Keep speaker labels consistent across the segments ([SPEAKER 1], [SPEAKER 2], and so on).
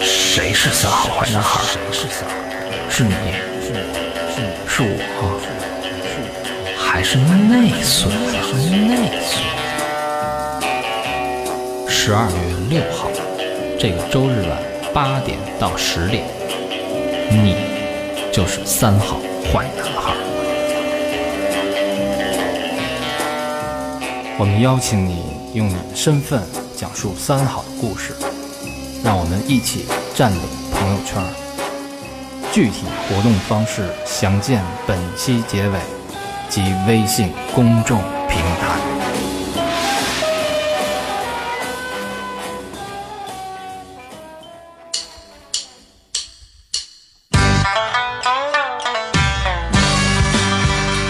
[SPEAKER 1] 是三好坏男孩？是你，是我，还是内孙子？内孙。
[SPEAKER 2] 十二月六号，这个周日晚八点到十点，你就是三好坏男孩。
[SPEAKER 3] 我们邀请你用你的身份讲述三好的故事，让我们一起占领朋友圈。具体活动方式详见本期结尾及微信公众平台。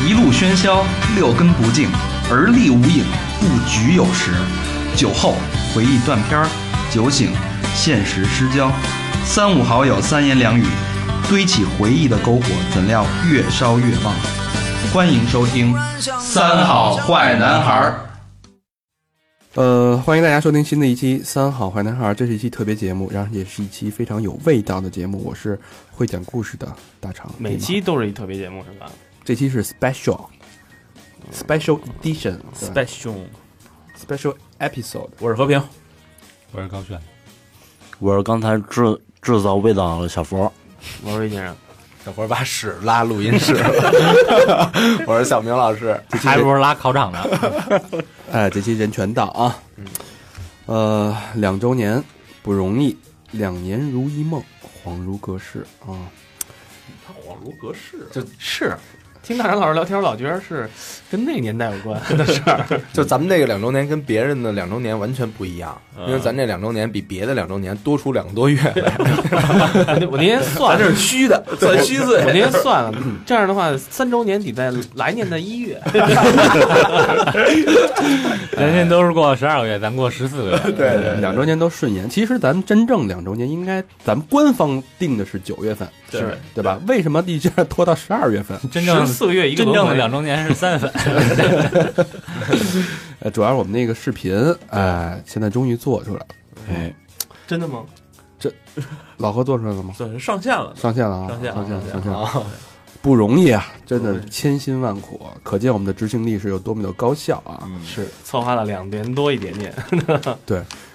[SPEAKER 4] 一路喧嚣，六根不净，而立无影，不局有时。酒后回忆断片儿，酒醒现实失焦。三五好友三言两语，堆起回忆的篝火，怎料越烧越旺。欢迎收听《三好坏男孩儿》。
[SPEAKER 5] 呃，欢迎大家收听新的一期《三好坏男孩》，这是一期特别节目，然后也是一期非常有味道的节目。我是会讲故事的大肠，
[SPEAKER 6] 每期都是一特别节目是吧
[SPEAKER 5] 这期是 special special edition
[SPEAKER 6] ？Special，
[SPEAKER 5] special episode。
[SPEAKER 6] 我是和平，
[SPEAKER 7] 我是高炫，
[SPEAKER 8] 我是刚才制制造味道的小佛，
[SPEAKER 6] 我是魏先生，
[SPEAKER 9] 小伙把屎拉录音室了，我是小明老师。
[SPEAKER 2] 还不如拉考场呢。
[SPEAKER 5] 哎，这期人全到啊，呃，两周年不容易，两年如一梦，恍如隔世啊。
[SPEAKER 9] 恍如隔世，
[SPEAKER 6] 就是听大长老师聊天，我老觉得是跟那个年代有关。
[SPEAKER 9] 就咱们这个两周年跟别人的两周年完全不一样，因为咱这两周年比别的两周年多出两个多月来。
[SPEAKER 6] 我那我那天算了，
[SPEAKER 9] 这是虚的，算虚
[SPEAKER 6] 我那
[SPEAKER 9] 岁。
[SPEAKER 6] 天算了，这样的话，三周年得在来年的一月。
[SPEAKER 7] 人家都是过十二个月，咱过十四个月。
[SPEAKER 9] 对对，
[SPEAKER 5] 两周年都顺延。其实咱们真正两周年应该，咱们官方定的是九月份，
[SPEAKER 6] 是
[SPEAKER 5] 对吧？为什么一直拖到十二月份？
[SPEAKER 7] 真正
[SPEAKER 6] 四个月一个
[SPEAKER 7] 真
[SPEAKER 6] 轮
[SPEAKER 7] 正
[SPEAKER 6] 回
[SPEAKER 7] 的两周年是三粉，
[SPEAKER 5] 呃，主要是我们那个视频，哎、现在终于做出来了。哎，
[SPEAKER 6] 真的吗？
[SPEAKER 5] 老何做出来了吗？
[SPEAKER 10] 算是上线了，
[SPEAKER 5] 上线了啊！
[SPEAKER 10] 上线了
[SPEAKER 5] 上线了，上
[SPEAKER 10] 上
[SPEAKER 5] 线了，不容易啊！真的
[SPEAKER 10] 不
[SPEAKER 5] 是
[SPEAKER 10] 容易
[SPEAKER 5] 千辛万苦，啊可见我们的执行力是有多么的高效啊！
[SPEAKER 10] 嗯
[SPEAKER 6] 是嗯策划了两年多一点点，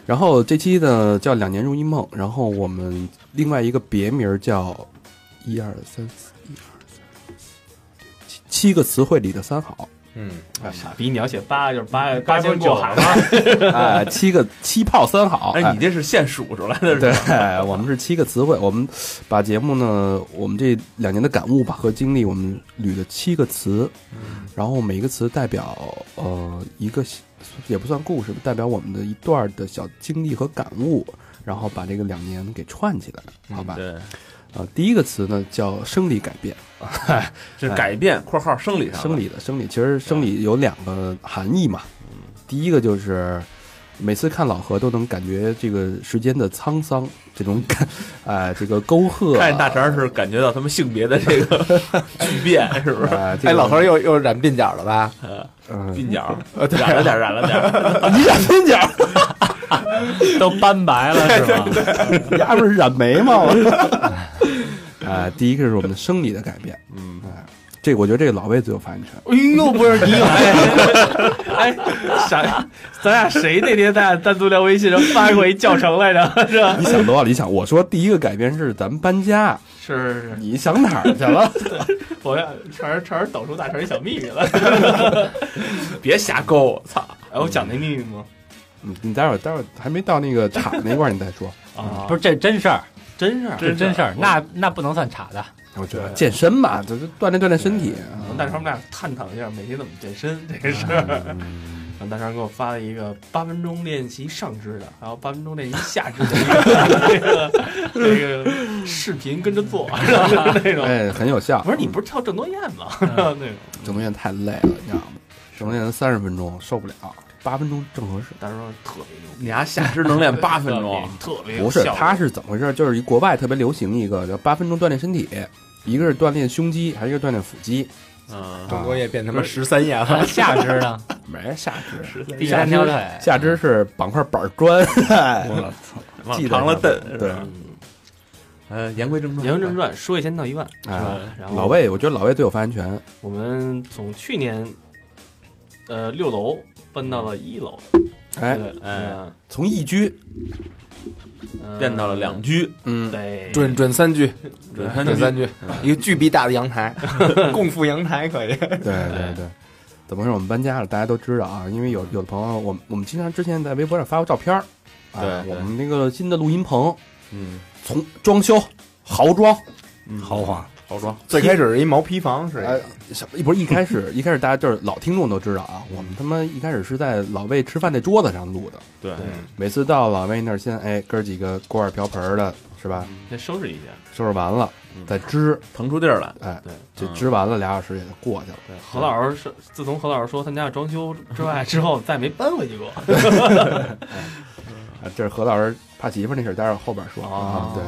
[SPEAKER 5] 然后这期呢叫《两年如一梦》，然后我们另外一个别名儿叫“一二三四一二三四七”，七个词汇里的三 好。
[SPEAKER 9] 嗯，
[SPEAKER 6] 傻逼！你要写八就是八八千啊过海了，
[SPEAKER 5] 哎，七个七炮三好。
[SPEAKER 10] 哎，你这是现数出来的，是吧
[SPEAKER 5] 对，我们是七个词汇，我们把节目呢，我们这两年的感悟吧和经历，我们捋了七个词，然后每一个词代表呃一个也不算故事，代表我们的一段的小经历和感悟，然后把这个两年给串起来，好吧？
[SPEAKER 10] 嗯对，
[SPEAKER 5] 呃，第一个词呢叫生理改变，
[SPEAKER 10] 是改变（括号生理上的
[SPEAKER 5] 生理的生理，其实生理有两个含义嘛。第一个就是每次看老何都能感觉这个时间的沧桑，这种感， 啊、这个沟壑啊，
[SPEAKER 10] 看见大肠是感觉到他们性别的这个 巨变，是不是？
[SPEAKER 5] 啊，这个
[SPEAKER 9] 哎，老头又又染鬓角了吧？哦
[SPEAKER 5] 嗯，
[SPEAKER 10] 鬓角染了点儿，染了点儿，
[SPEAKER 7] 都斑白了是吗？
[SPEAKER 5] 丫不是染眉毛吗？ 啊，第一个是我们的生理的改变，嗯，哎，这个我觉得这个老魏最有发言权，
[SPEAKER 6] 哎呦，不是你有哎，傻，咱俩谁那天咱俩单独聊微信上发过一教程来着？ 是吧？
[SPEAKER 5] 你想多少？你想，我说第一个改变是咱们搬家，
[SPEAKER 6] 是是是，
[SPEAKER 5] 你想哪儿去了？
[SPEAKER 6] 我俩传人传人抖出大成一小秘密了。
[SPEAKER 10] 别瞎勾，操！
[SPEAKER 6] 哎，我讲那秘密吗？
[SPEAKER 5] 你你待会儿待会儿还没到那个厂那块儿，你再说。
[SPEAKER 6] 啊，
[SPEAKER 7] 不是，这真事儿，
[SPEAKER 6] 真是
[SPEAKER 7] 这 真事儿，那那不能算岔的。
[SPEAKER 5] 我觉得健身嘛，就是锻炼锻炼身体。
[SPEAKER 6] 我们大川我们俩探讨一下每天怎么健身这个事儿。
[SPEAKER 7] 嗯
[SPEAKER 6] 然后大川给我发了一个八分钟练习上肢的，还有八分钟练习下肢的一个 这个这个视频跟着做，然后 就是那种。
[SPEAKER 5] 哎，很有效。
[SPEAKER 6] 啊不是你不是跳郑多燕吗？ 那种。
[SPEAKER 5] 整动员太累了，你知道吗？整动员三十分钟受不了，八分钟正合适。
[SPEAKER 6] 大川说特别牛逼，
[SPEAKER 10] 你丫下肢能练八分钟，啊
[SPEAKER 6] 特别
[SPEAKER 5] 不是，他是怎么回事？就是一国外特别流行一个叫八分钟锻炼身体，一个是锻炼胸肌，还有一个锻炼腹肌。
[SPEAKER 10] 嗯，
[SPEAKER 9] 中国也变他妈十三爷了。
[SPEAKER 7] 下肢 呢？
[SPEAKER 5] 没下肢，
[SPEAKER 7] 第三条腿，
[SPEAKER 5] 下肢是绑块板砖。
[SPEAKER 7] 我操！
[SPEAKER 10] 往
[SPEAKER 5] 记得
[SPEAKER 10] 长了蹬，是吧
[SPEAKER 5] 对，
[SPEAKER 10] 呃，言归正传，
[SPEAKER 6] 言归正，传，说一千道一万，是吧
[SPEAKER 10] 嗯
[SPEAKER 5] 哎？
[SPEAKER 6] 然后
[SPEAKER 5] 老魏，我觉得老魏最有发言权。
[SPEAKER 6] 我们从去年，呃，六楼搬到了一楼，
[SPEAKER 5] 哎，
[SPEAKER 6] 对，哎，
[SPEAKER 5] 从一居，
[SPEAKER 6] 呃
[SPEAKER 10] 变到了两，居，
[SPEAKER 5] 嗯，
[SPEAKER 6] 对，
[SPEAKER 9] 准准三句，
[SPEAKER 10] 准
[SPEAKER 9] 准三句，一个巨逼大的阳台， 共赴阳台可以。
[SPEAKER 5] 对对对，怎么回事？我们搬家了，大家都知道啊，因为有有的朋友，我们我们经常之前在微博上发过照片儿，啊
[SPEAKER 10] 对对
[SPEAKER 5] 我们那个新的录音棚，
[SPEAKER 10] 嗯，
[SPEAKER 5] 从装修豪装，
[SPEAKER 8] 豪华，
[SPEAKER 10] 好装，
[SPEAKER 9] 最开始是一毛坯房是一
[SPEAKER 5] 哎
[SPEAKER 9] 个，
[SPEAKER 5] 什么不是一开始一开始大家就是老听众都知道啊，我们他妈一开始是在老魏吃饭那桌子上录的，
[SPEAKER 10] 对，嗯
[SPEAKER 5] 每次到老魏那儿先哎哥儿几个锅碗瓢盆儿的是吧，
[SPEAKER 10] 嗯
[SPEAKER 6] 先收拾一下。
[SPEAKER 5] 收拾完了再支，
[SPEAKER 10] 腾出地儿来，
[SPEAKER 5] 哎
[SPEAKER 6] 对，
[SPEAKER 5] 这
[SPEAKER 10] 嗯
[SPEAKER 5] 支完了俩小时也就过去了。
[SPEAKER 6] 对，何老师是自从何老师说他们家要装修之外，之后再没搬回去过。
[SPEAKER 5] 啊，这是何老师怕媳妇儿那事儿，待会儿后边说啊
[SPEAKER 6] 哦。
[SPEAKER 5] 对，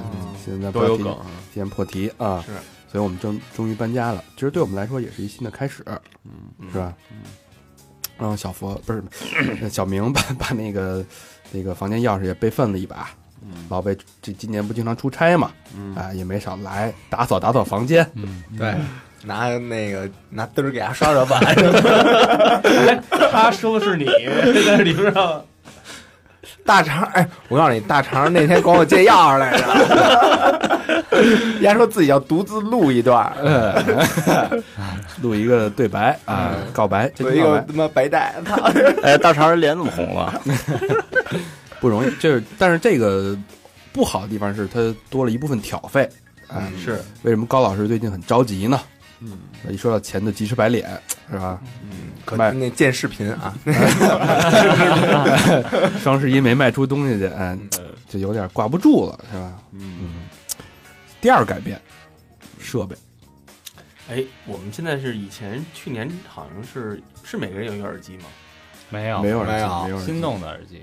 [SPEAKER 5] 现在
[SPEAKER 10] 嗯都有
[SPEAKER 5] 不要
[SPEAKER 10] 梗
[SPEAKER 5] 提，先破题啊。
[SPEAKER 6] 是，
[SPEAKER 5] 所以我们终终于搬家了。其实对我们来说也是一新的开始，
[SPEAKER 6] 嗯
[SPEAKER 5] 是吧？然后小佛不是 小明把把那个那个房间钥匙也备份了一把。老魏这今年不经常出差嘛，啊也没少来打扫打扫房间。
[SPEAKER 9] 对，拿那个拿灯儿给它刷刷碗，
[SPEAKER 6] 他说的 是你，但是你不知道，
[SPEAKER 9] 大肠，哎，我告诉你，大肠那天管我借钥匙来着， 人家说自己要独自录一段，
[SPEAKER 5] 录一个对白啊，告白，这
[SPEAKER 9] 有
[SPEAKER 5] 真
[SPEAKER 9] 一
[SPEAKER 5] 告
[SPEAKER 9] 个
[SPEAKER 5] 白
[SPEAKER 9] 他妈白 带，操！
[SPEAKER 8] 哎，大肠人脸怎么红了？
[SPEAKER 5] 不容易。这但是这个不好的地方是它多了一部分挑费。哎，
[SPEAKER 6] 是
[SPEAKER 5] 为什么高老师最近很着急呢？嗯，一说到钱就急赤白脸，是吧？
[SPEAKER 9] 可
[SPEAKER 5] 卖
[SPEAKER 9] 那见视频啊，
[SPEAKER 5] 双十一没卖出东西去，哎，就有点挂不住了，是吧？
[SPEAKER 10] 嗯，
[SPEAKER 5] 第二改变，设备，
[SPEAKER 6] 哎，我们现在是以前去年好像是是每个人有一个耳机嘛，
[SPEAKER 7] 没有
[SPEAKER 5] 没有
[SPEAKER 9] 没
[SPEAKER 5] 人
[SPEAKER 9] 有
[SPEAKER 5] 听，没有人
[SPEAKER 7] 心
[SPEAKER 5] 听。
[SPEAKER 7] 动的耳机，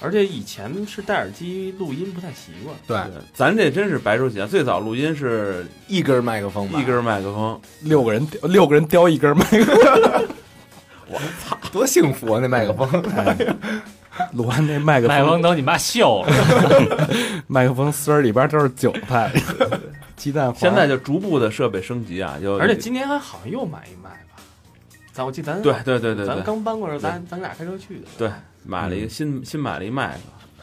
[SPEAKER 6] 而且以前是戴耳机录音不太习惯。
[SPEAKER 9] 对，
[SPEAKER 10] 对 咱这真是白手起家，最早录音是
[SPEAKER 9] 一根麦克风吧，
[SPEAKER 10] 一根麦克 风，
[SPEAKER 5] 六个人，六个人叼一根麦 克风，
[SPEAKER 9] 多幸福啊！那麦克 风，
[SPEAKER 5] 录完那麦克
[SPEAKER 7] 麦克
[SPEAKER 5] 风
[SPEAKER 7] 风，都你妈锈 了，
[SPEAKER 5] 麦克风丝儿里边都是韭 菜、鸡蛋黄。
[SPEAKER 10] 现在就逐步的设备升级啊，就
[SPEAKER 6] 而且今年还好像又买一麦吧，咱我记得咱
[SPEAKER 10] 对对对对
[SPEAKER 6] 咱
[SPEAKER 10] 对，
[SPEAKER 6] 刚搬过来，咱咱俩开车去的。
[SPEAKER 10] 对买了一个新新买了一麦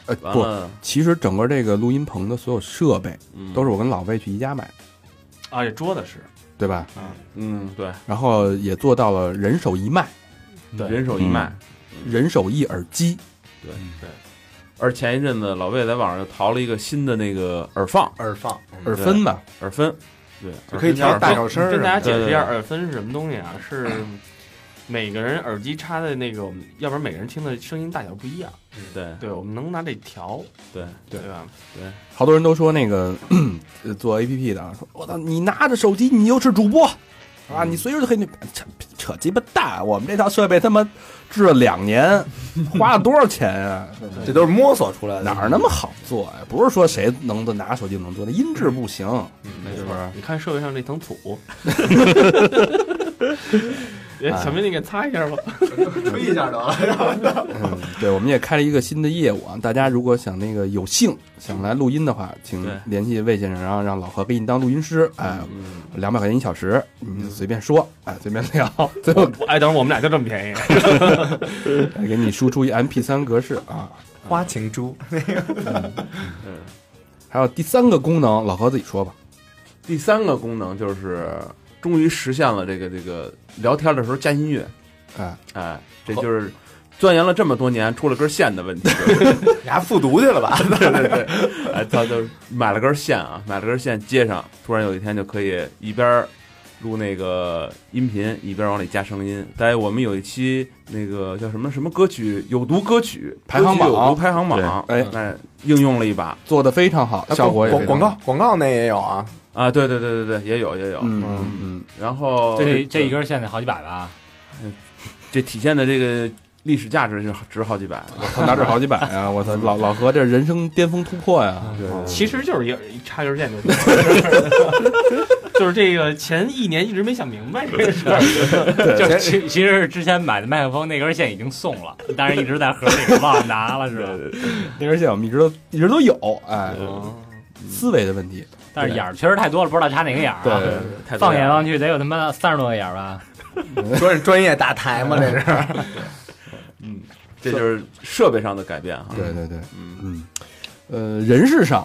[SPEAKER 10] 克，
[SPEAKER 5] 呃
[SPEAKER 10] 完
[SPEAKER 5] 不，
[SPEAKER 10] 了
[SPEAKER 5] 其实整个这个录音棚的所有设备
[SPEAKER 10] 嗯
[SPEAKER 5] 都是我跟老魏去宜家买的，
[SPEAKER 6] 啊，这桌子是
[SPEAKER 5] 对吧？
[SPEAKER 10] 嗯对，
[SPEAKER 5] 然后也做到了人手一麦，
[SPEAKER 10] 人手一麦。嗯
[SPEAKER 5] 人手一耳机。
[SPEAKER 10] 而前一阵子老魏在网上又淘了一个新的那个耳放
[SPEAKER 9] 耳放
[SPEAKER 10] 嗯
[SPEAKER 5] 耳分吧，
[SPEAKER 10] 耳分，对，
[SPEAKER 9] 就可以调大小声儿什
[SPEAKER 6] 跟
[SPEAKER 9] 么
[SPEAKER 6] 大家
[SPEAKER 9] 的，
[SPEAKER 6] 解释一下
[SPEAKER 10] 对对对
[SPEAKER 6] 耳分是什么东西啊？ 是每个人耳机插在那个，我们要不然每个人听的声音大小不一样。
[SPEAKER 10] 对
[SPEAKER 6] 对，我们能拿这调，
[SPEAKER 10] 对
[SPEAKER 6] 对吧？
[SPEAKER 5] 好多人都说那个 呃做 A P P 的啊，说我操，你拿着手机，你又是主播啊，
[SPEAKER 6] 嗯
[SPEAKER 5] 你随时都可以扯扯鸡巴蛋！我们这套设备他妈制了两 年，花了多少钱啊？
[SPEAKER 9] 这都是摸索出来的。
[SPEAKER 5] 哪儿那么好做呀、不是说谁能做拿手机能做的，音质不行，
[SPEAKER 6] 嗯没
[SPEAKER 5] 是
[SPEAKER 6] 错
[SPEAKER 5] 不是？
[SPEAKER 6] 你看社会上这层 土，哎小明，你给擦一下吧。
[SPEAKER 9] 吹一下得 了？
[SPEAKER 5] 嗯，对，我们也开了一个新的业务啊，大家如果想那个有幸想来录音的话，请
[SPEAKER 10] 对
[SPEAKER 5] 联系魏先生，然后让老何给你当录音师，哎，
[SPEAKER 6] 嗯
[SPEAKER 5] 两百块钱一小时，你就随便说，哎，随便聊，最后
[SPEAKER 6] 哎，等会儿我们俩就这么便宜，
[SPEAKER 5] 给你输出一 MP 3格式啊。 嗯
[SPEAKER 9] 花情猪，
[SPEAKER 5] 还有第三个功能，老何自己说吧。
[SPEAKER 10] 第三个功能就是终于实现了这个这个聊天的时候加音乐，
[SPEAKER 5] 哎，
[SPEAKER 10] 哎，这就是钻研了这么多年出了根线的问题，
[SPEAKER 9] 你还复读去了吧？
[SPEAKER 10] 对对对，哎，他就是买了根线啊，买了根线接上，突然有一天就可以一边录那个音频，一边往里加声音。在我们有一期那个叫什么什么歌曲有毒歌曲
[SPEAKER 5] 排行榜
[SPEAKER 10] 歌曲有毒排行榜，
[SPEAKER 5] 对哎
[SPEAKER 10] 哎，应用了一把
[SPEAKER 5] 做的非常好，效果也
[SPEAKER 9] 啊广
[SPEAKER 5] 非常
[SPEAKER 9] 广
[SPEAKER 5] 好
[SPEAKER 9] 告。广告那也有啊，
[SPEAKER 10] 啊，对对对对对，也有也有，
[SPEAKER 5] 嗯嗯嗯，
[SPEAKER 10] 然后
[SPEAKER 7] 这这一根线得好几百吧？
[SPEAKER 10] 这体现的这个历史价值是值好几百，
[SPEAKER 5] 他拿这好几百啊！我操，老老何这人生巅峰突破呀！
[SPEAKER 9] 嗯
[SPEAKER 6] 其实就是一一插根线就行。 就是这个前一年一直没想明白这个事儿，
[SPEAKER 7] 就是其其实是之前买的麦克风那根线已经送了，但是一直在盒里忘了拿了，是吧？
[SPEAKER 5] 那根线我们一直都一直都有，哎，思维的问题。
[SPEAKER 7] 但是眼儿确实太多了，不知道插哪个眼儿、啊。
[SPEAKER 5] 对对对太多
[SPEAKER 7] 放眼啊
[SPEAKER 5] 眼儿
[SPEAKER 7] 望去得有他妈三十多个眼儿吧？
[SPEAKER 9] 说是 专业打台吗？这是。
[SPEAKER 10] 嗯，这就是设备上的改变哈。
[SPEAKER 5] 对对对，
[SPEAKER 10] 嗯
[SPEAKER 5] 嗯，呃，人事上，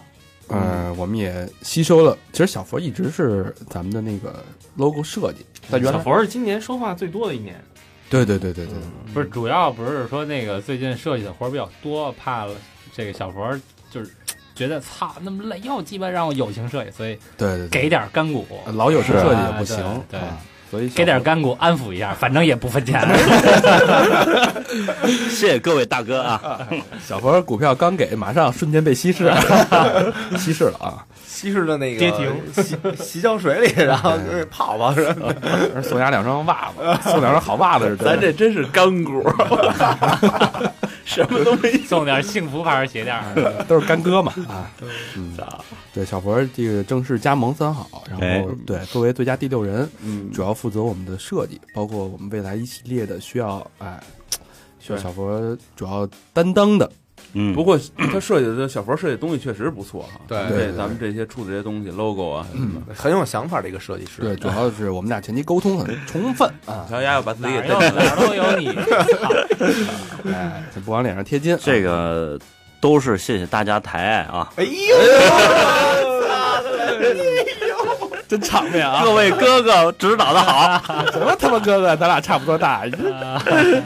[SPEAKER 9] 嗯
[SPEAKER 5] 呃，我们也吸收了。其实小佛一直是咱们的那个 logo 设计，但原
[SPEAKER 6] 小
[SPEAKER 5] 来
[SPEAKER 6] 佛是今年说话最多的一年，
[SPEAKER 5] 对对对对对，
[SPEAKER 7] 不是，主要不是说那个最近设计的活儿比较多，怕这个小佛儿就是觉得操那么累，又鸡巴让我友情设计，所以
[SPEAKER 5] 对对对，
[SPEAKER 7] 给点儿干股，
[SPEAKER 5] 老有事设计也
[SPEAKER 7] 啊
[SPEAKER 5] 不行，
[SPEAKER 7] 对。对
[SPEAKER 5] 啊所以小
[SPEAKER 7] 给点儿干股安抚一下，反正也不分钱。
[SPEAKER 8] 谢谢各位大哥啊！
[SPEAKER 5] 小佛股票刚给，马上瞬间被稀释， 稀释了啊！
[SPEAKER 9] 稀释的那个
[SPEAKER 6] 跌停
[SPEAKER 9] 洗洗脚水里，然后就是泡泡什么的。
[SPEAKER 5] 送家两双袜子， 送两双好袜子是真
[SPEAKER 10] 咱
[SPEAKER 5] 的。
[SPEAKER 10] 这真是干股，什么都没
[SPEAKER 7] 送点儿幸福牌儿鞋垫儿，
[SPEAKER 5] 都是干哥嘛 啊，嗯，对，小佛这个正式加盟三好，然
[SPEAKER 8] 哎
[SPEAKER 5] 后对作为最佳第六人，
[SPEAKER 10] 嗯
[SPEAKER 5] 主要负责我们的设计，包括我们未来一系列的需要，哎，需要
[SPEAKER 10] 对
[SPEAKER 5] 小佛主要担当的，
[SPEAKER 8] 嗯，
[SPEAKER 10] 不过他设计的小佛设计的东西确实不错哈，啊
[SPEAKER 9] 对
[SPEAKER 5] 对对
[SPEAKER 10] 咱们这些出的这些东西 logo 啊什么 的，
[SPEAKER 9] 很有想法的一个设计师，
[SPEAKER 5] 对，主要是我们俩前期沟通很充分啊，
[SPEAKER 10] 小丫要把自
[SPEAKER 7] 嗯哪
[SPEAKER 10] 己
[SPEAKER 7] 儿
[SPEAKER 10] 给
[SPEAKER 7] 有
[SPEAKER 10] 蹬
[SPEAKER 7] 哪
[SPEAKER 10] 了，
[SPEAKER 7] 儿都有你。
[SPEAKER 5] 哎，这不往脸上贴金啊，
[SPEAKER 8] 这个都是谢谢大家抬爱啊！
[SPEAKER 9] 哎呦，
[SPEAKER 10] 哎
[SPEAKER 5] 真场面啊！
[SPEAKER 8] 各位哥哥指导的好，
[SPEAKER 5] 什么他妈哥哥，咱俩差不多大，
[SPEAKER 10] 丫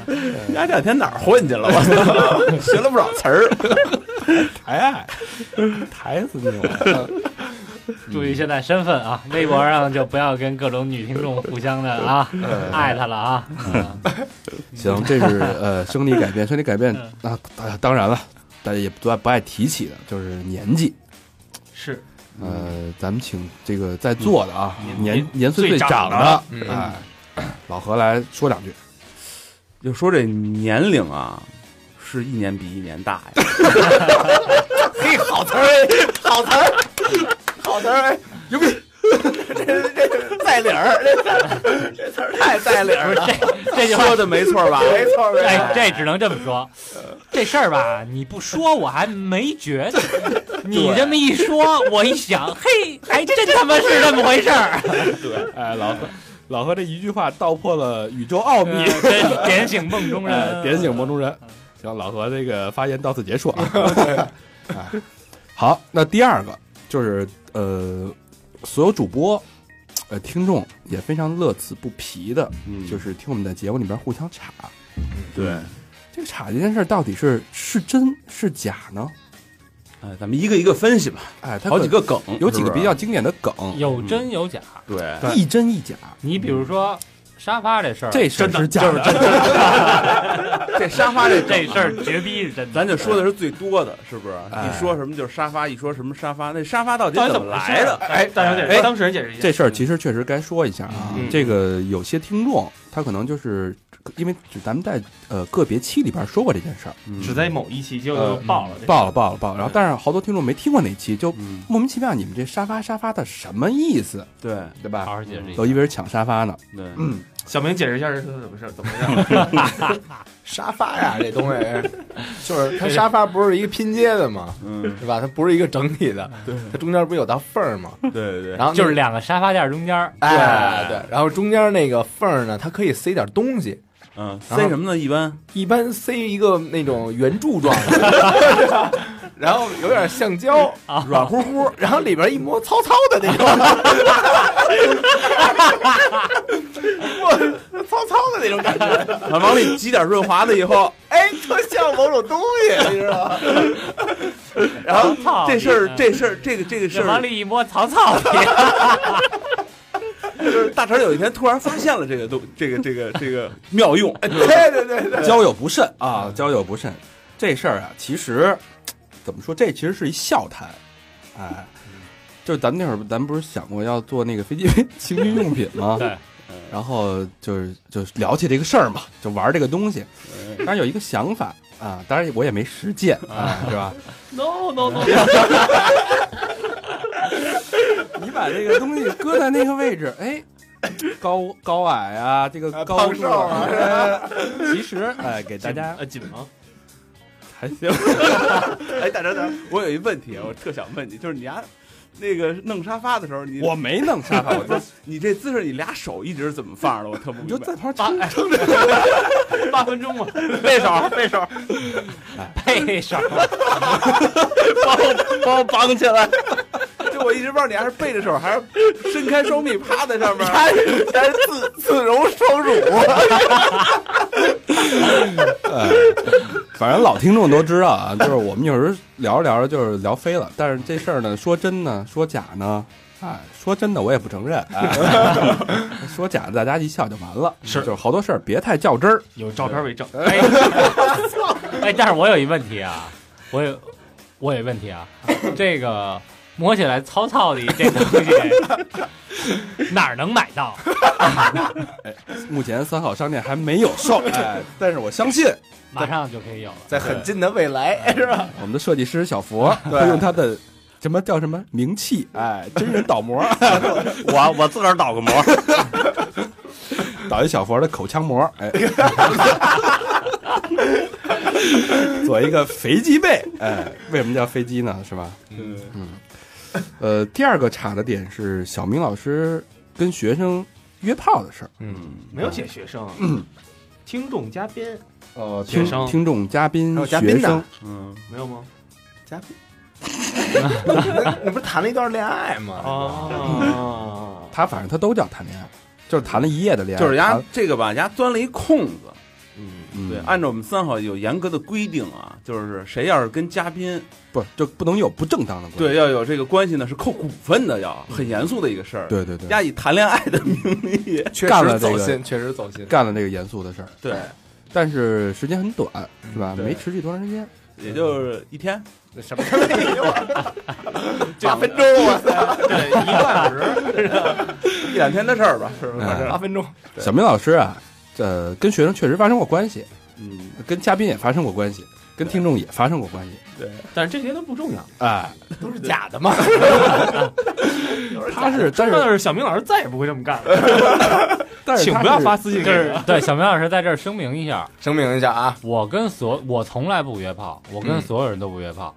[SPEAKER 10] 这两天哪儿混去了？我
[SPEAKER 9] 学了不少词儿。
[SPEAKER 5] 抬爱，抬死你我！
[SPEAKER 7] 注意现在身份 啊，微博上就不要跟各种女听众互相的 啊
[SPEAKER 10] 嗯
[SPEAKER 7] 艾特了啊。
[SPEAKER 5] 行，这是呃生理改变，生理改变啊，啊当然了，大家也不不爱提起的，就是年纪。
[SPEAKER 6] 是
[SPEAKER 5] 呃，咱们请这个在座的啊，年年岁
[SPEAKER 6] 最
[SPEAKER 5] 长
[SPEAKER 6] 长
[SPEAKER 5] 的
[SPEAKER 9] 嗯，
[SPEAKER 5] 哎，老何来说两句。
[SPEAKER 10] 就说这年龄啊，是一年比一年大呀。
[SPEAKER 9] 嘿，好词儿，好词儿，好词儿，牛逼！这这这在理儿，这词儿这词儿 太在理儿
[SPEAKER 7] 不是
[SPEAKER 9] 了，
[SPEAKER 7] 这这句话
[SPEAKER 10] 说，啊的没错吧？
[SPEAKER 9] 没错没
[SPEAKER 7] 哎，
[SPEAKER 9] 错。
[SPEAKER 7] 这只能这么说。这事儿吧，你不说我还没觉得， 你这么一说，我一想，嘿，还真他妈是这么回事 儿。
[SPEAKER 5] 哎，老何，老何这一句话道破了宇宙奥
[SPEAKER 7] 嗯这点醒梦中人，
[SPEAKER 5] 哎，点
[SPEAKER 10] 嗯
[SPEAKER 5] 醒梦中人。行，老何这个发言到此结束啊。哎好，那第二个就是呃，所有主播、呃听众也非常乐此不疲的，
[SPEAKER 10] 嗯
[SPEAKER 5] 就是听我们在节目里边互相插。
[SPEAKER 10] 对，
[SPEAKER 5] 这个插这件事儿到底是是真是假呢？
[SPEAKER 10] 哎，咱们一个一个分析吧，
[SPEAKER 5] 哎，它
[SPEAKER 10] 好
[SPEAKER 5] 可
[SPEAKER 10] 几个梗，
[SPEAKER 5] 有几
[SPEAKER 10] 是
[SPEAKER 5] 个
[SPEAKER 10] 不是啊
[SPEAKER 5] 比较经典的梗，
[SPEAKER 7] 有真有假。
[SPEAKER 10] 对，
[SPEAKER 5] 一真一假。
[SPEAKER 7] 你比如说沙发这事儿，
[SPEAKER 5] 这事儿是假的，
[SPEAKER 10] 这沙发这
[SPEAKER 7] 这事儿绝逼是真的。
[SPEAKER 10] 咱就说的是最多的，是不是？
[SPEAKER 5] 哎
[SPEAKER 10] 一说什么就是沙发，一说什么沙发，那沙发到底
[SPEAKER 6] 到底
[SPEAKER 10] 怎
[SPEAKER 6] 怎
[SPEAKER 10] 么
[SPEAKER 6] 么
[SPEAKER 10] 来的？
[SPEAKER 6] 哎，大小姐，
[SPEAKER 5] 哎
[SPEAKER 6] 当事人解释一下
[SPEAKER 5] 这事儿其实确实该说一下啊。
[SPEAKER 6] 嗯
[SPEAKER 5] 这个有些听众他可能就是因为就咱们在呃个别期里边说过这件事儿，
[SPEAKER 10] 嗯
[SPEAKER 6] 只在某一期就
[SPEAKER 5] 呃
[SPEAKER 6] 就爆了，哦这
[SPEAKER 5] 爆了爆了爆了。然后但是好多听众没听过那期，就
[SPEAKER 10] 嗯，
[SPEAKER 5] 莫名其妙你们这沙发沙发的什么意思，
[SPEAKER 10] 对
[SPEAKER 5] 对吧？
[SPEAKER 7] 好好解释一下
[SPEAKER 5] 有。一为是抢沙发呢，
[SPEAKER 10] 对，
[SPEAKER 5] 嗯，
[SPEAKER 6] 小明解释一下这是怎么事儿，怎么回事？
[SPEAKER 9] 沙发呀，这东西 就是它沙发不是一个拼接的嘛，
[SPEAKER 10] 嗯，
[SPEAKER 9] 是吧？它不是一个整体的，它中间不是有道缝儿嘛？
[SPEAKER 10] 对对对，
[SPEAKER 9] 然后那
[SPEAKER 7] 就是两个沙发垫中间儿，
[SPEAKER 9] 哎对，然后中间那个缝儿呢，它可以塞点东西，
[SPEAKER 10] 嗯，
[SPEAKER 9] 然后
[SPEAKER 10] 塞什么呢？一般
[SPEAKER 9] 一般塞一个那种圆柱状的， 然后有点橡胶，
[SPEAKER 10] 啊
[SPEAKER 9] 软乎乎，然后里边一摸糙糙的那 种，一摸糙糙的那种感觉，
[SPEAKER 10] 啊 往里挤点润滑的以 后，
[SPEAKER 9] 哎，特像某种东西，你知道吗？
[SPEAKER 10] 然后
[SPEAKER 7] 操
[SPEAKER 10] 这事儿，这事儿，这个这个事
[SPEAKER 7] 这往
[SPEAKER 10] 儿，
[SPEAKER 7] 里一摸，曹操的。
[SPEAKER 10] 就是大成有一天突然发现了这个东，这个这个这个妙用，哎
[SPEAKER 9] 对对对对，
[SPEAKER 5] 交友不慎啊，交友不慎，这事儿啊，其实怎么说，这其实是一笑谈，哎，就是咱们那会儿，咱们不是想过要做那个飞机 情趣用品吗？
[SPEAKER 7] 对
[SPEAKER 10] 嗯
[SPEAKER 5] 然后就是就是聊起这个事儿嘛，就玩这个东西，
[SPEAKER 10] 嗯
[SPEAKER 5] 当然有一个想法啊，当然我也没实践啊，是吧？
[SPEAKER 6] No No No，
[SPEAKER 5] 你把这个东西搁在那个位置，哎。高高矮啊，这个
[SPEAKER 9] 哎
[SPEAKER 5] 高
[SPEAKER 9] 胖
[SPEAKER 5] 度
[SPEAKER 9] 瘦啊
[SPEAKER 5] 啊，哎 其实哎，给大家
[SPEAKER 6] 呃紧吗？
[SPEAKER 5] 还行，
[SPEAKER 10] 啊哎，大成，大成我有一问题，我特想问你，就是你丫那个弄沙发的时候，你
[SPEAKER 5] 我没弄沙发，
[SPEAKER 10] 我说你这姿势，你俩手一直是怎么放着的？我特不明白。
[SPEAKER 5] 就 在旁撑撑着。
[SPEAKER 6] 八分钟嘛，
[SPEAKER 9] 背手背手，
[SPEAKER 10] 哎
[SPEAKER 7] 配上
[SPEAKER 9] 帮我帮我绑起来，
[SPEAKER 10] 就我一直不知道你还是背着手，还是伸开双臂趴在上 面。
[SPEAKER 9] 还是还是自自揉双乳，
[SPEAKER 5] 哎反正老听众都知道啊，就是我们有时候聊着聊着就是聊飞了，但是这事儿呢，说真呢，说假呢，哎，说真的我也不承认，哎、 说假的大家一笑就完了，是，就是好多事儿别太较真儿，
[SPEAKER 6] 有照片为证。
[SPEAKER 7] 哎，哎，但是我有一问题啊，我有我有一问题啊，这个摸起来糙糙的这东西哪儿能买到？
[SPEAKER 5] 目前三好商店还没有售，哎，但是我相信
[SPEAKER 7] 马上就可以有了。
[SPEAKER 9] 在很近的未来是吧？
[SPEAKER 5] 我们的设计师小佛会用他的什么叫什么名气，哎，真人导 模，
[SPEAKER 8] 我我自个儿倒个模，
[SPEAKER 5] 导一小佛的口腔模，哎，做一个肥鸡背，哎，为什么叫肥鸡呢？是吧？
[SPEAKER 10] 嗯
[SPEAKER 5] 呃，第二个差的点是小明老师跟学生约炮的事儿，
[SPEAKER 6] 没有写学生，啊听众嘉宾
[SPEAKER 5] 呃，
[SPEAKER 6] 学
[SPEAKER 5] 听
[SPEAKER 6] 生
[SPEAKER 5] 听众嘉宾
[SPEAKER 9] 还有哦嘉
[SPEAKER 5] 学
[SPEAKER 9] 宾呢
[SPEAKER 5] 生，
[SPEAKER 10] 嗯，
[SPEAKER 6] 没有吗？
[SPEAKER 9] 你不是谈了一段恋爱吗？
[SPEAKER 6] 哦，
[SPEAKER 5] 他反正他都叫谈恋爱，就是谈了一夜的恋爱，
[SPEAKER 10] 就是
[SPEAKER 5] 谈
[SPEAKER 10] 丫这个吧，丫钻了一空子。
[SPEAKER 5] 嗯
[SPEAKER 10] 对，按照我们三好有严格的规定啊，就是谁要是跟嘉宾
[SPEAKER 5] 不就不能有不正当的关系，
[SPEAKER 10] 对要有这个关系呢，是扣股份的，要很严肃的一个事儿。，
[SPEAKER 5] 对对对，
[SPEAKER 10] 丫以谈恋爱的名义，
[SPEAKER 9] 确
[SPEAKER 5] 干了
[SPEAKER 9] 实
[SPEAKER 5] 这
[SPEAKER 9] 走
[SPEAKER 5] 个
[SPEAKER 9] 心，确实走心。
[SPEAKER 5] 干了这个严肃的事儿，
[SPEAKER 10] 对，
[SPEAKER 5] 但是时间很短，是吧？
[SPEAKER 10] 嗯对
[SPEAKER 5] 没持续多长时间，
[SPEAKER 10] 也就是一天，
[SPEAKER 9] 什 么？
[SPEAKER 10] 啊
[SPEAKER 9] 八分钟啊！
[SPEAKER 6] 对，一个小时，
[SPEAKER 10] 一两天的事儿吧，是吧？反
[SPEAKER 5] 哎
[SPEAKER 10] 正
[SPEAKER 9] 八分钟，
[SPEAKER 5] 小明老师啊，呃，跟学生确实发生过关系，
[SPEAKER 10] 嗯，
[SPEAKER 5] 跟嘉宾也发生过关系，跟听众也发生过关系，
[SPEAKER 6] 但是这些都不重要。
[SPEAKER 5] 哎，
[SPEAKER 9] 都是假的吗？
[SPEAKER 5] 他是，但
[SPEAKER 6] 但
[SPEAKER 5] 是
[SPEAKER 6] 是小明老师再也不会这么干了，
[SPEAKER 5] 但是
[SPEAKER 6] 请
[SPEAKER 5] 他
[SPEAKER 6] 不要
[SPEAKER 5] 是
[SPEAKER 6] 发私信给
[SPEAKER 7] 就是
[SPEAKER 6] 我。
[SPEAKER 7] 对小明老师在这儿声明一下，
[SPEAKER 9] 声明一下啊，
[SPEAKER 7] 我跟所我从来不约炮，我跟所有人都不约炮，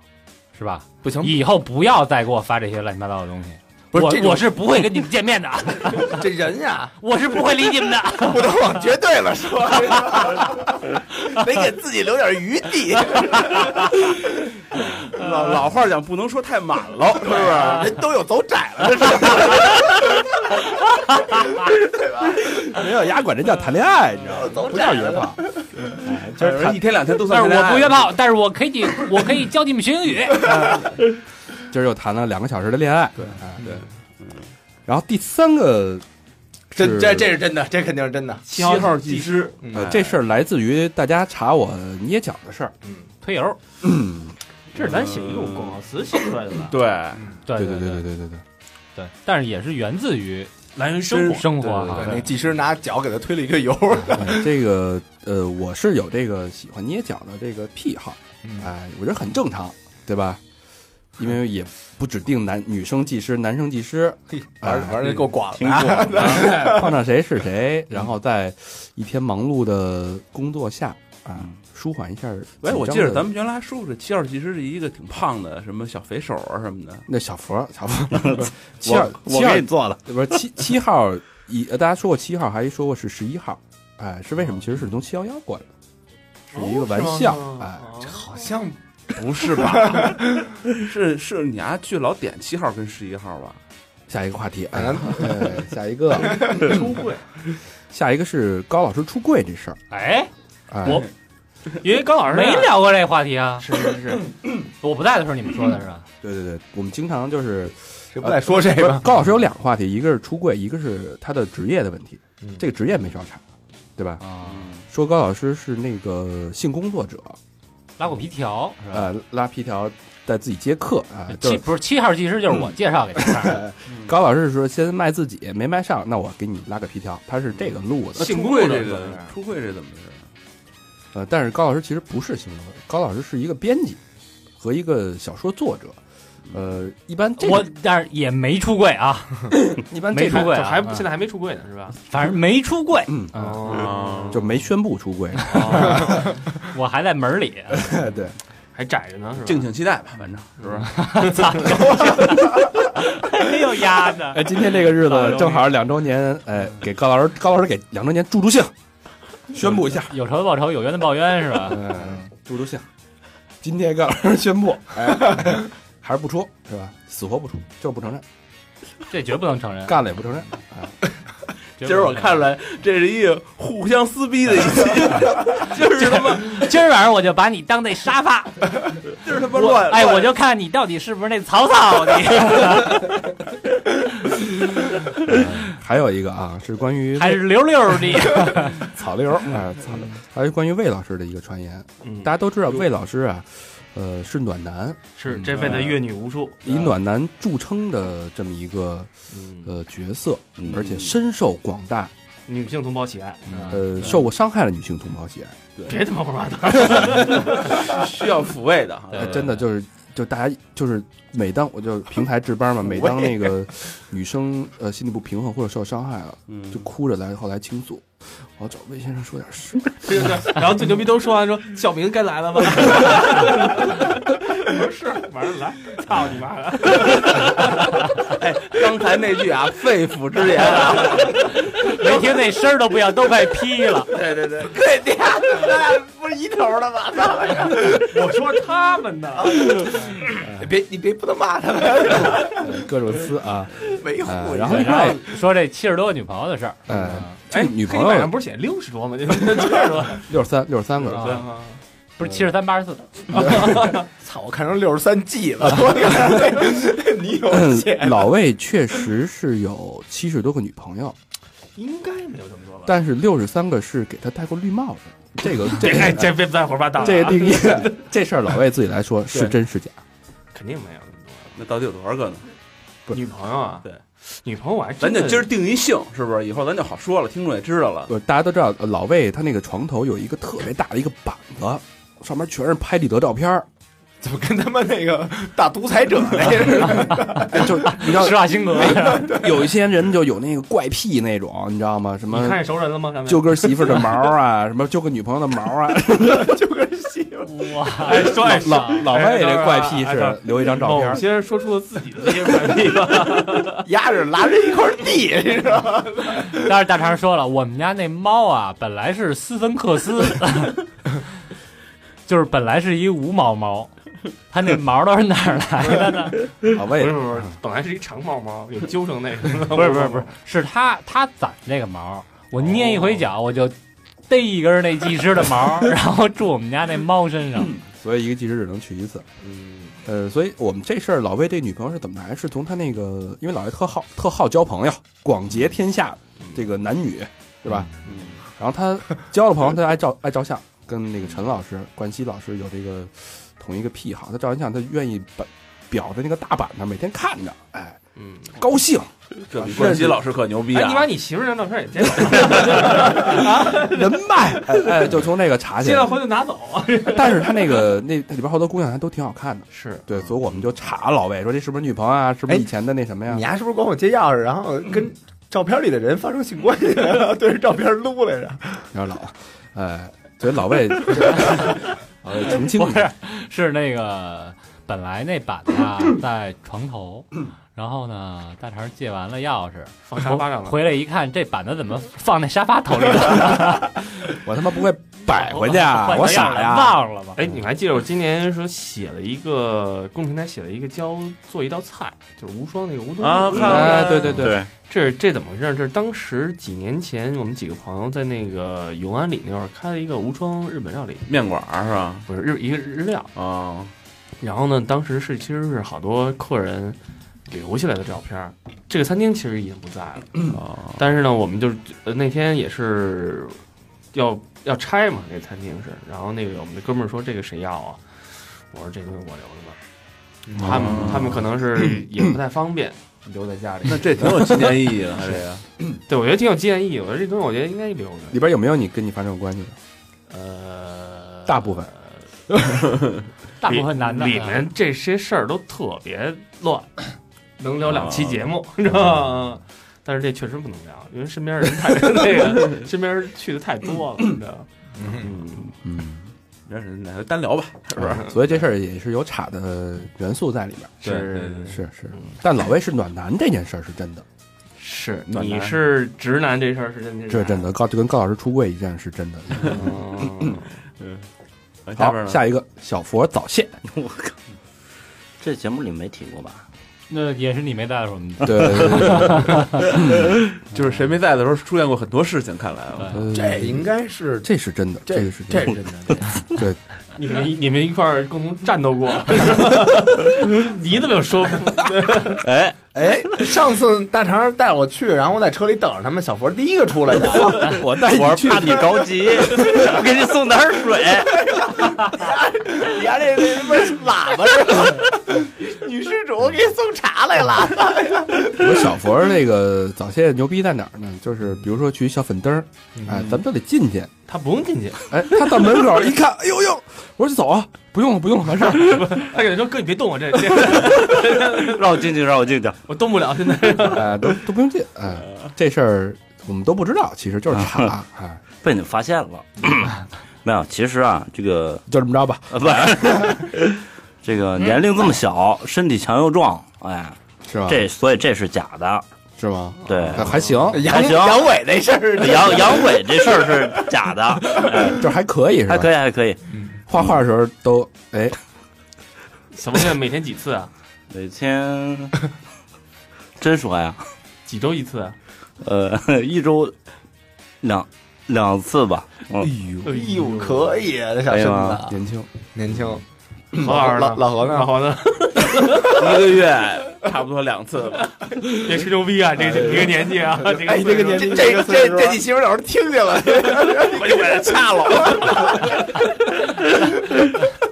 [SPEAKER 7] 是吧？
[SPEAKER 9] 不行，
[SPEAKER 7] 以后不要再给我发这些乱七八糟的东西。
[SPEAKER 9] 不是这
[SPEAKER 7] 我
[SPEAKER 9] 种
[SPEAKER 7] 我是不会跟你们见面的，
[SPEAKER 9] 这人呀，
[SPEAKER 7] 我是不会理你们的。
[SPEAKER 9] 不能往绝对了说，得给自己留点余地，
[SPEAKER 10] 老老话讲，不能说太满了，是不是？
[SPEAKER 9] 人都有走窄了的事儿。
[SPEAKER 5] 没有丫管这叫谈恋爱，你知道吗？
[SPEAKER 9] 都
[SPEAKER 5] 不
[SPEAKER 9] 这样
[SPEAKER 5] 叫约炮，哎
[SPEAKER 10] 就是哎一天两天都算
[SPEAKER 7] 但
[SPEAKER 10] 谈
[SPEAKER 7] 是
[SPEAKER 10] 恋
[SPEAKER 7] 我
[SPEAKER 10] 爱
[SPEAKER 7] 不约炮，但是我可以，我可以教你们学英语。
[SPEAKER 5] 今儿又谈了两个小时的恋爱，对
[SPEAKER 10] 对。嗯
[SPEAKER 5] 然后第三个是，
[SPEAKER 9] 真这这是真的，这肯定是真的。
[SPEAKER 10] 七号技师，
[SPEAKER 5] 呃这事儿来自于大家查我捏脚的事儿，
[SPEAKER 7] 推油，
[SPEAKER 6] 这是咱写一种广告词写出来的吧？
[SPEAKER 10] 哎对，
[SPEAKER 7] 对
[SPEAKER 5] 对对
[SPEAKER 7] 对
[SPEAKER 5] 对
[SPEAKER 7] 对
[SPEAKER 5] 对对对，
[SPEAKER 7] 对，但是也是源自于
[SPEAKER 6] 来源生活，
[SPEAKER 7] 生活
[SPEAKER 9] 对
[SPEAKER 7] 哈。
[SPEAKER 9] 那技师拿脚给他推了一个油，
[SPEAKER 5] 哎这个呃，我是有这个喜欢捏脚的这个癖好，哎，我觉得很正常，对吧？因为也不指定男女生技师、男生技师，
[SPEAKER 9] 反正反正够广的
[SPEAKER 8] 听
[SPEAKER 9] 啊。
[SPEAKER 8] 过
[SPEAKER 5] 碰上谁是谁，然后在一天忙碌的工作下啊，舒缓一下紧张的。
[SPEAKER 10] 哎，我记得咱们原来还说过，这七号技师是一个挺胖的，什么小肥手啊什么的。
[SPEAKER 5] 那小佛，小佛，七号
[SPEAKER 8] 我，我
[SPEAKER 5] 七号
[SPEAKER 8] 给你做的，
[SPEAKER 5] 不是七七号一，呃大家说过七号，还说过是十一号，哎，是为什么？其实是从七幺幺过来的，是一个玩笑，哎，
[SPEAKER 9] 好像
[SPEAKER 10] 不是吧？ 是是，你丫去老点七号跟十一号吧？
[SPEAKER 5] 下一个话题，哎
[SPEAKER 9] 嗯，
[SPEAKER 5] 哎 下一个，
[SPEAKER 6] 出柜，
[SPEAKER 5] 下一个是高老师出柜这事儿，
[SPEAKER 7] 哎，
[SPEAKER 5] 哎，
[SPEAKER 7] 我
[SPEAKER 6] 因为高老师
[SPEAKER 7] 没
[SPEAKER 6] 啊
[SPEAKER 7] 聊过这话题啊，
[SPEAKER 6] 是是是，
[SPEAKER 7] 我不在的时候你们说的是吧？
[SPEAKER 5] 对对对，我们经常就是
[SPEAKER 9] 谁不再说这
[SPEAKER 7] 哎
[SPEAKER 5] 不是
[SPEAKER 7] 嗯
[SPEAKER 9] 个？
[SPEAKER 5] 高老师有两个话题，一个是出柜，一个是他的职业的问题，这个职业没少查，对吧？
[SPEAKER 7] 嗯啊，
[SPEAKER 5] 说高老师是那个性工作者，
[SPEAKER 7] 拉过皮条是吧？哎
[SPEAKER 5] 呃，拉皮条在自己接客啊，就
[SPEAKER 7] 七
[SPEAKER 5] 是
[SPEAKER 7] 不是七号技师，就是我介绍给他的。
[SPEAKER 5] 高老师说先卖自己，没卖上，那我给你拉个皮条，他是这个路
[SPEAKER 10] 那
[SPEAKER 7] 嗯
[SPEAKER 5] 子。
[SPEAKER 10] 出柜这个出柜这怎么回事？
[SPEAKER 5] 呃，但是高老师其实不是性工作者，高老师是一个编辑和一个小说作者。呃，一般这
[SPEAKER 7] 我但是也没出柜啊，
[SPEAKER 5] 一般这
[SPEAKER 7] 没出
[SPEAKER 5] 种
[SPEAKER 7] 柜
[SPEAKER 6] 就
[SPEAKER 7] 啊，
[SPEAKER 6] 还
[SPEAKER 7] 嗯
[SPEAKER 6] 现在还没出柜呢，是吧？
[SPEAKER 7] 反正没出柜，
[SPEAKER 5] 嗯，
[SPEAKER 6] 哦，
[SPEAKER 10] 啊，
[SPEAKER 5] 就没宣布出柜，
[SPEAKER 7] 我还在门里。
[SPEAKER 5] 对，
[SPEAKER 6] 还窄着呢，是吧？
[SPEAKER 10] 敬请期待吧，反正是不是？
[SPEAKER 7] 没有鸭呢。
[SPEAKER 5] 哎，今天这个日子正好两周年，哎，给高老师，高老师给两周年助助兴，宣布一下，
[SPEAKER 7] 有仇的报仇，有冤的报冤，是吧？
[SPEAKER 5] 嗯，助助兴。今天高老师宣布，哎， 还是不出是吧？死活不出，就是不承认，
[SPEAKER 7] 这绝不能承 认。
[SPEAKER 5] 干了也不承认。
[SPEAKER 7] 绝
[SPEAKER 10] 今
[SPEAKER 7] 不
[SPEAKER 10] 儿
[SPEAKER 7] 能
[SPEAKER 10] 我
[SPEAKER 7] 承认
[SPEAKER 10] 看出来，这是一个互相撕逼的一 期，就是他妈，
[SPEAKER 7] 今儿晚上我就把你当那沙发，
[SPEAKER 10] 就是他妈乱。
[SPEAKER 7] 哎，我就看你到底是不是那曹操，你
[SPEAKER 5] 还有一个啊，是关于
[SPEAKER 7] 还是溜溜的。
[SPEAKER 5] 草榴，哎，草榴，还有关于魏老师的一个传言。
[SPEAKER 6] 嗯
[SPEAKER 5] 大，家都知道魏老师啊，呃，是暖男，
[SPEAKER 6] 是这辈
[SPEAKER 10] 嗯
[SPEAKER 6] 子阅女无数，
[SPEAKER 5] 以暖男著称的这么一个
[SPEAKER 6] 嗯，
[SPEAKER 5] 呃角色，而且深受广大
[SPEAKER 6] 女性同胞喜爱，嗯
[SPEAKER 5] 呃受过伤害的女性同胞喜爱。
[SPEAKER 6] 别他妈胡说八道，
[SPEAKER 10] 需要抚慰的哈。
[SPEAKER 7] 对
[SPEAKER 5] 哎真的就是就大家就是每当我就平台值 班嘛，每当那个女生呃心理不平衡或者受伤害了，就哭着来后来倾诉，我要找魏先生说点事。
[SPEAKER 6] 对对 对。然后最牛逼都说完说，小明该来了吧？不 是，晚上来，操你妈的！
[SPEAKER 10] 刚才那句啊，肺腑之言啊，
[SPEAKER 7] 没听那声儿都不要，都快劈了。
[SPEAKER 10] 对对对，
[SPEAKER 9] 不是一头的吗？
[SPEAKER 6] 我说他们
[SPEAKER 10] 哦
[SPEAKER 6] 呢，
[SPEAKER 9] 你别你别不能骂他们，
[SPEAKER 5] 各种撕啊，
[SPEAKER 9] 维护
[SPEAKER 5] 呃
[SPEAKER 9] 一下
[SPEAKER 5] 然后另外，
[SPEAKER 7] 说这七十多个女朋友的事儿，
[SPEAKER 5] 哎，这
[SPEAKER 6] 哎，
[SPEAKER 5] 个女朋
[SPEAKER 6] 黑板上
[SPEAKER 5] 友
[SPEAKER 6] 不是写六十多吗？这这说
[SPEAKER 5] 六十三六十三个人，
[SPEAKER 10] 哦
[SPEAKER 6] 啊，
[SPEAKER 7] 不是七十三八十四，
[SPEAKER 9] 操，我看成六十三 G 了，我看你有钱，
[SPEAKER 5] 嗯老魏确实是有七十多个女朋友，
[SPEAKER 6] 应该没有这么多吧？
[SPEAKER 5] 但是六十三个是给他戴过绿帽子。这个这
[SPEAKER 6] 这 哎，
[SPEAKER 5] 个
[SPEAKER 6] 这别再胡说八道了啊，
[SPEAKER 5] 这个 定义，这事儿老魏自己来说是真是假？
[SPEAKER 6] 肯定没有这么多。
[SPEAKER 10] 那到底有多少个呢？
[SPEAKER 6] 女朋友啊，
[SPEAKER 10] 对，
[SPEAKER 6] 女朋友我还
[SPEAKER 10] 咱
[SPEAKER 6] 真
[SPEAKER 10] 就
[SPEAKER 6] 的
[SPEAKER 10] 今儿定一姓，是不是？以后咱就好说了，听众也知道了。
[SPEAKER 5] 呃，大家都知道呃老魏他那个床头有一个特别大的一个板子，上面全是拍立得照片儿，
[SPEAKER 9] 怎么跟他们那个大独裁者那似的？
[SPEAKER 5] 哎就你 知道
[SPEAKER 7] 施瓦辛格。
[SPEAKER 5] 有一些人就有那个怪癖那种，你知道吗？什
[SPEAKER 6] 你看
[SPEAKER 5] 么
[SPEAKER 6] 见熟人了吗？上面
[SPEAKER 5] 揪根媳妇儿的毛啊，什么揪个女朋友的毛啊，
[SPEAKER 7] 哇，
[SPEAKER 6] 哎说哎
[SPEAKER 5] 老老
[SPEAKER 6] 哎
[SPEAKER 5] 魏
[SPEAKER 6] 等会儿
[SPEAKER 5] 这
[SPEAKER 6] 啊
[SPEAKER 5] 怪癖
[SPEAKER 6] 哎等会
[SPEAKER 5] 是
[SPEAKER 6] 儿
[SPEAKER 5] 留一张照
[SPEAKER 6] 某
[SPEAKER 5] 片儿，
[SPEAKER 6] 些人说出了自己的这些怪癖吧。
[SPEAKER 9] 压着拉着一块地，你知道吗？
[SPEAKER 7] 但是大肠说了，我们家那猫啊，本来是斯芬克斯， 就是本来是一无毛猫，它那毛都是哪儿来的呢？
[SPEAKER 5] 老
[SPEAKER 6] 不
[SPEAKER 5] 魏
[SPEAKER 6] 是不是不是，本来是一长毛毛，给揪成那个。哎
[SPEAKER 7] 不是不是不是，是它它攒这个毛，我捏一回脚我就逮一根那技师的毛，然后住我们家那猫身上。
[SPEAKER 5] 所以一个技师只能去一次。嗯，呃，所以我们这事儿，老魏这女朋友是怎么来？是从他那个，因为老魏特好特好交朋友，广结天下这个男女，是吧？然后他交了朋友，他爱照爱照相，跟那个陈老师、关西老师有这个同一个癖好，他照完相，他愿意把裱在那个大板上，每天看着，哎，
[SPEAKER 6] 嗯，
[SPEAKER 5] 高兴。
[SPEAKER 10] 这比冠希老师可牛逼
[SPEAKER 6] 哎，
[SPEAKER 10] 啊！
[SPEAKER 6] 你把你媳妇儿张照片也接了，
[SPEAKER 5] 人脉，哎哎，就从那个查起
[SPEAKER 6] 接
[SPEAKER 5] 来
[SPEAKER 6] 了。回去拿走啊。
[SPEAKER 5] 但是他那个那那里边好多姑娘还都挺好看的，
[SPEAKER 6] 是，
[SPEAKER 5] 对，所以我们就查老魏，说这是不是女朋友啊？是不是
[SPEAKER 9] 哎
[SPEAKER 5] 以前的那什么呀？
[SPEAKER 9] 你丫是不是管我借钥匙，然后跟照片里的人发生性关系，然后对着照片撸来着？
[SPEAKER 5] 然后老，呃，所以老魏，老魏澄清
[SPEAKER 7] 不
[SPEAKER 5] 一下
[SPEAKER 7] 是，是那个本来那板子啊在床 头，然后呢，大肠借完了钥匙，
[SPEAKER 6] 放沙发上了。
[SPEAKER 7] 回来一看，这板子怎么放在沙发头里了？
[SPEAKER 5] 我他妈不会摆回去啊
[SPEAKER 7] 换，
[SPEAKER 5] 我
[SPEAKER 7] 钥匙
[SPEAKER 5] 傻呀！
[SPEAKER 7] 忘了吧？
[SPEAKER 6] 哎，你们还记得我今年说写了一个公平台写了一个教做一道菜，就是无双那个乌冬
[SPEAKER 10] 啊，看
[SPEAKER 5] 哎，对对对，
[SPEAKER 6] 这是这怎么回事？这是当时几年前我们几个朋友在那个永安里那块儿开了一个无双日本料理，
[SPEAKER 10] 面馆儿是吧？
[SPEAKER 6] 不是日一个日料。
[SPEAKER 10] 啊，
[SPEAKER 6] 然后呢，当时是其实是好多客人留下来的照片儿。这个餐厅其实已经不在了，
[SPEAKER 10] 哦
[SPEAKER 6] 但是呢，我们就是呃那天也是呃要要拆嘛，这餐厅是。然后那个我们的哥们儿说这个谁要啊？我说这东西我留着吧。他们他们可能是也不太方便留在家里。
[SPEAKER 10] 那这挺有纪念意义 的，这个
[SPEAKER 6] 对我觉得挺有纪念意义。我说这东西我觉得应该留着。
[SPEAKER 5] 里边有没有你跟你发生过关系的？
[SPEAKER 6] 呃，
[SPEAKER 5] 大部分
[SPEAKER 7] 大部分男的
[SPEAKER 6] 里面这些事儿都特别乱，能聊两期节目，你知道吗？但是这确实不能聊，因为身边 人太那个，身边人去的太多了，你知道吗？嗯，
[SPEAKER 5] 嗯，
[SPEAKER 10] 原始奶油单聊吧，是不是？
[SPEAKER 5] 所以这事儿也是有茶的元素在里边儿。
[SPEAKER 10] 对对对
[SPEAKER 5] 是是，但老魏是暖男这件事儿是真的，
[SPEAKER 6] 是
[SPEAKER 10] 暖
[SPEAKER 6] 你
[SPEAKER 10] 男
[SPEAKER 6] 是直男这事儿是真的，
[SPEAKER 5] 这是真的。高就跟高老师出柜一件是真的。
[SPEAKER 6] 嗯。
[SPEAKER 10] 嗯，下
[SPEAKER 5] 好，
[SPEAKER 10] 边呢
[SPEAKER 5] 下一个小佛早泄，
[SPEAKER 8] 这节目里没提过吧？
[SPEAKER 7] 那也是你没带的时候，我们
[SPEAKER 5] 对对对对对
[SPEAKER 10] 就是谁没在的时候出现过很多事情，看来啊，
[SPEAKER 5] 呃
[SPEAKER 9] 这应该是
[SPEAKER 5] 这是真的，
[SPEAKER 9] 这
[SPEAKER 5] 个是真的
[SPEAKER 9] 是真的，
[SPEAKER 5] 对，
[SPEAKER 6] 你们一你们一块儿共同战 斗过，你怎么有说？
[SPEAKER 8] 哎，
[SPEAKER 9] 哎，上次大肠带我去，然后我在车里等着他们，小佛第一个出来的，
[SPEAKER 8] 我带
[SPEAKER 9] 哎
[SPEAKER 8] 我是怕你着急，我给你送点水。
[SPEAKER 9] 你看这这他妈是喇叭是吧？ 女施主，我给你送茶来了。
[SPEAKER 5] 我小佛儿那个早泄牛逼在哪儿呢？就是比如说去小粉灯儿，
[SPEAKER 10] 嗯
[SPEAKER 5] 哎，咱们都得进去。
[SPEAKER 6] 他不用进去，
[SPEAKER 5] 哎，他到门口一看，哎呦呦，我说走啊，不用了，不用了，完事儿。
[SPEAKER 6] 他给他说：“哎哥，你别动我，这这
[SPEAKER 8] 让我进去，让我进去。
[SPEAKER 6] 我动不了，现在
[SPEAKER 5] 哎，都都不用进。哎，这事儿我们都不知道，其实就是 查，哎，
[SPEAKER 8] 被你发现了。 没有，其实啊，这个
[SPEAKER 5] 就这么着吧。
[SPEAKER 8] 呃不是， 这个年龄这么小，身体强又壮，哎，
[SPEAKER 5] 是吧？
[SPEAKER 8] 这所以这是假的。
[SPEAKER 5] 是吗？哎
[SPEAKER 8] 对，
[SPEAKER 5] 还行，
[SPEAKER 10] 哎
[SPEAKER 8] 还
[SPEAKER 9] 哦杨
[SPEAKER 8] 行
[SPEAKER 9] 杨伟那事儿，
[SPEAKER 8] 阳阳痿这事儿是假的，哎
[SPEAKER 5] 就是还可以，是吧？
[SPEAKER 8] 还可以，还可以。
[SPEAKER 5] 画画的时候都哎，
[SPEAKER 6] 小朋友每天几次啊？
[SPEAKER 8] 每天真说呀，
[SPEAKER 6] 几周一次啊？
[SPEAKER 8] 呃，一周两两次吧。嗯，
[SPEAKER 6] 哎
[SPEAKER 9] 哎呦，可以啊，这小身子，
[SPEAKER 5] 年轻，
[SPEAKER 9] 年轻。嗯
[SPEAKER 6] 何老师
[SPEAKER 9] 老
[SPEAKER 6] 呢？
[SPEAKER 9] 老何
[SPEAKER 6] 老
[SPEAKER 9] 呢？
[SPEAKER 6] 黄呢？
[SPEAKER 10] 一个月差不多两次吧。
[SPEAKER 6] 别吹牛逼啊！这这你这个年纪啊，这个
[SPEAKER 9] 哎，这个年纪，这这这你媳妇儿老是听见了，我就把她掐了。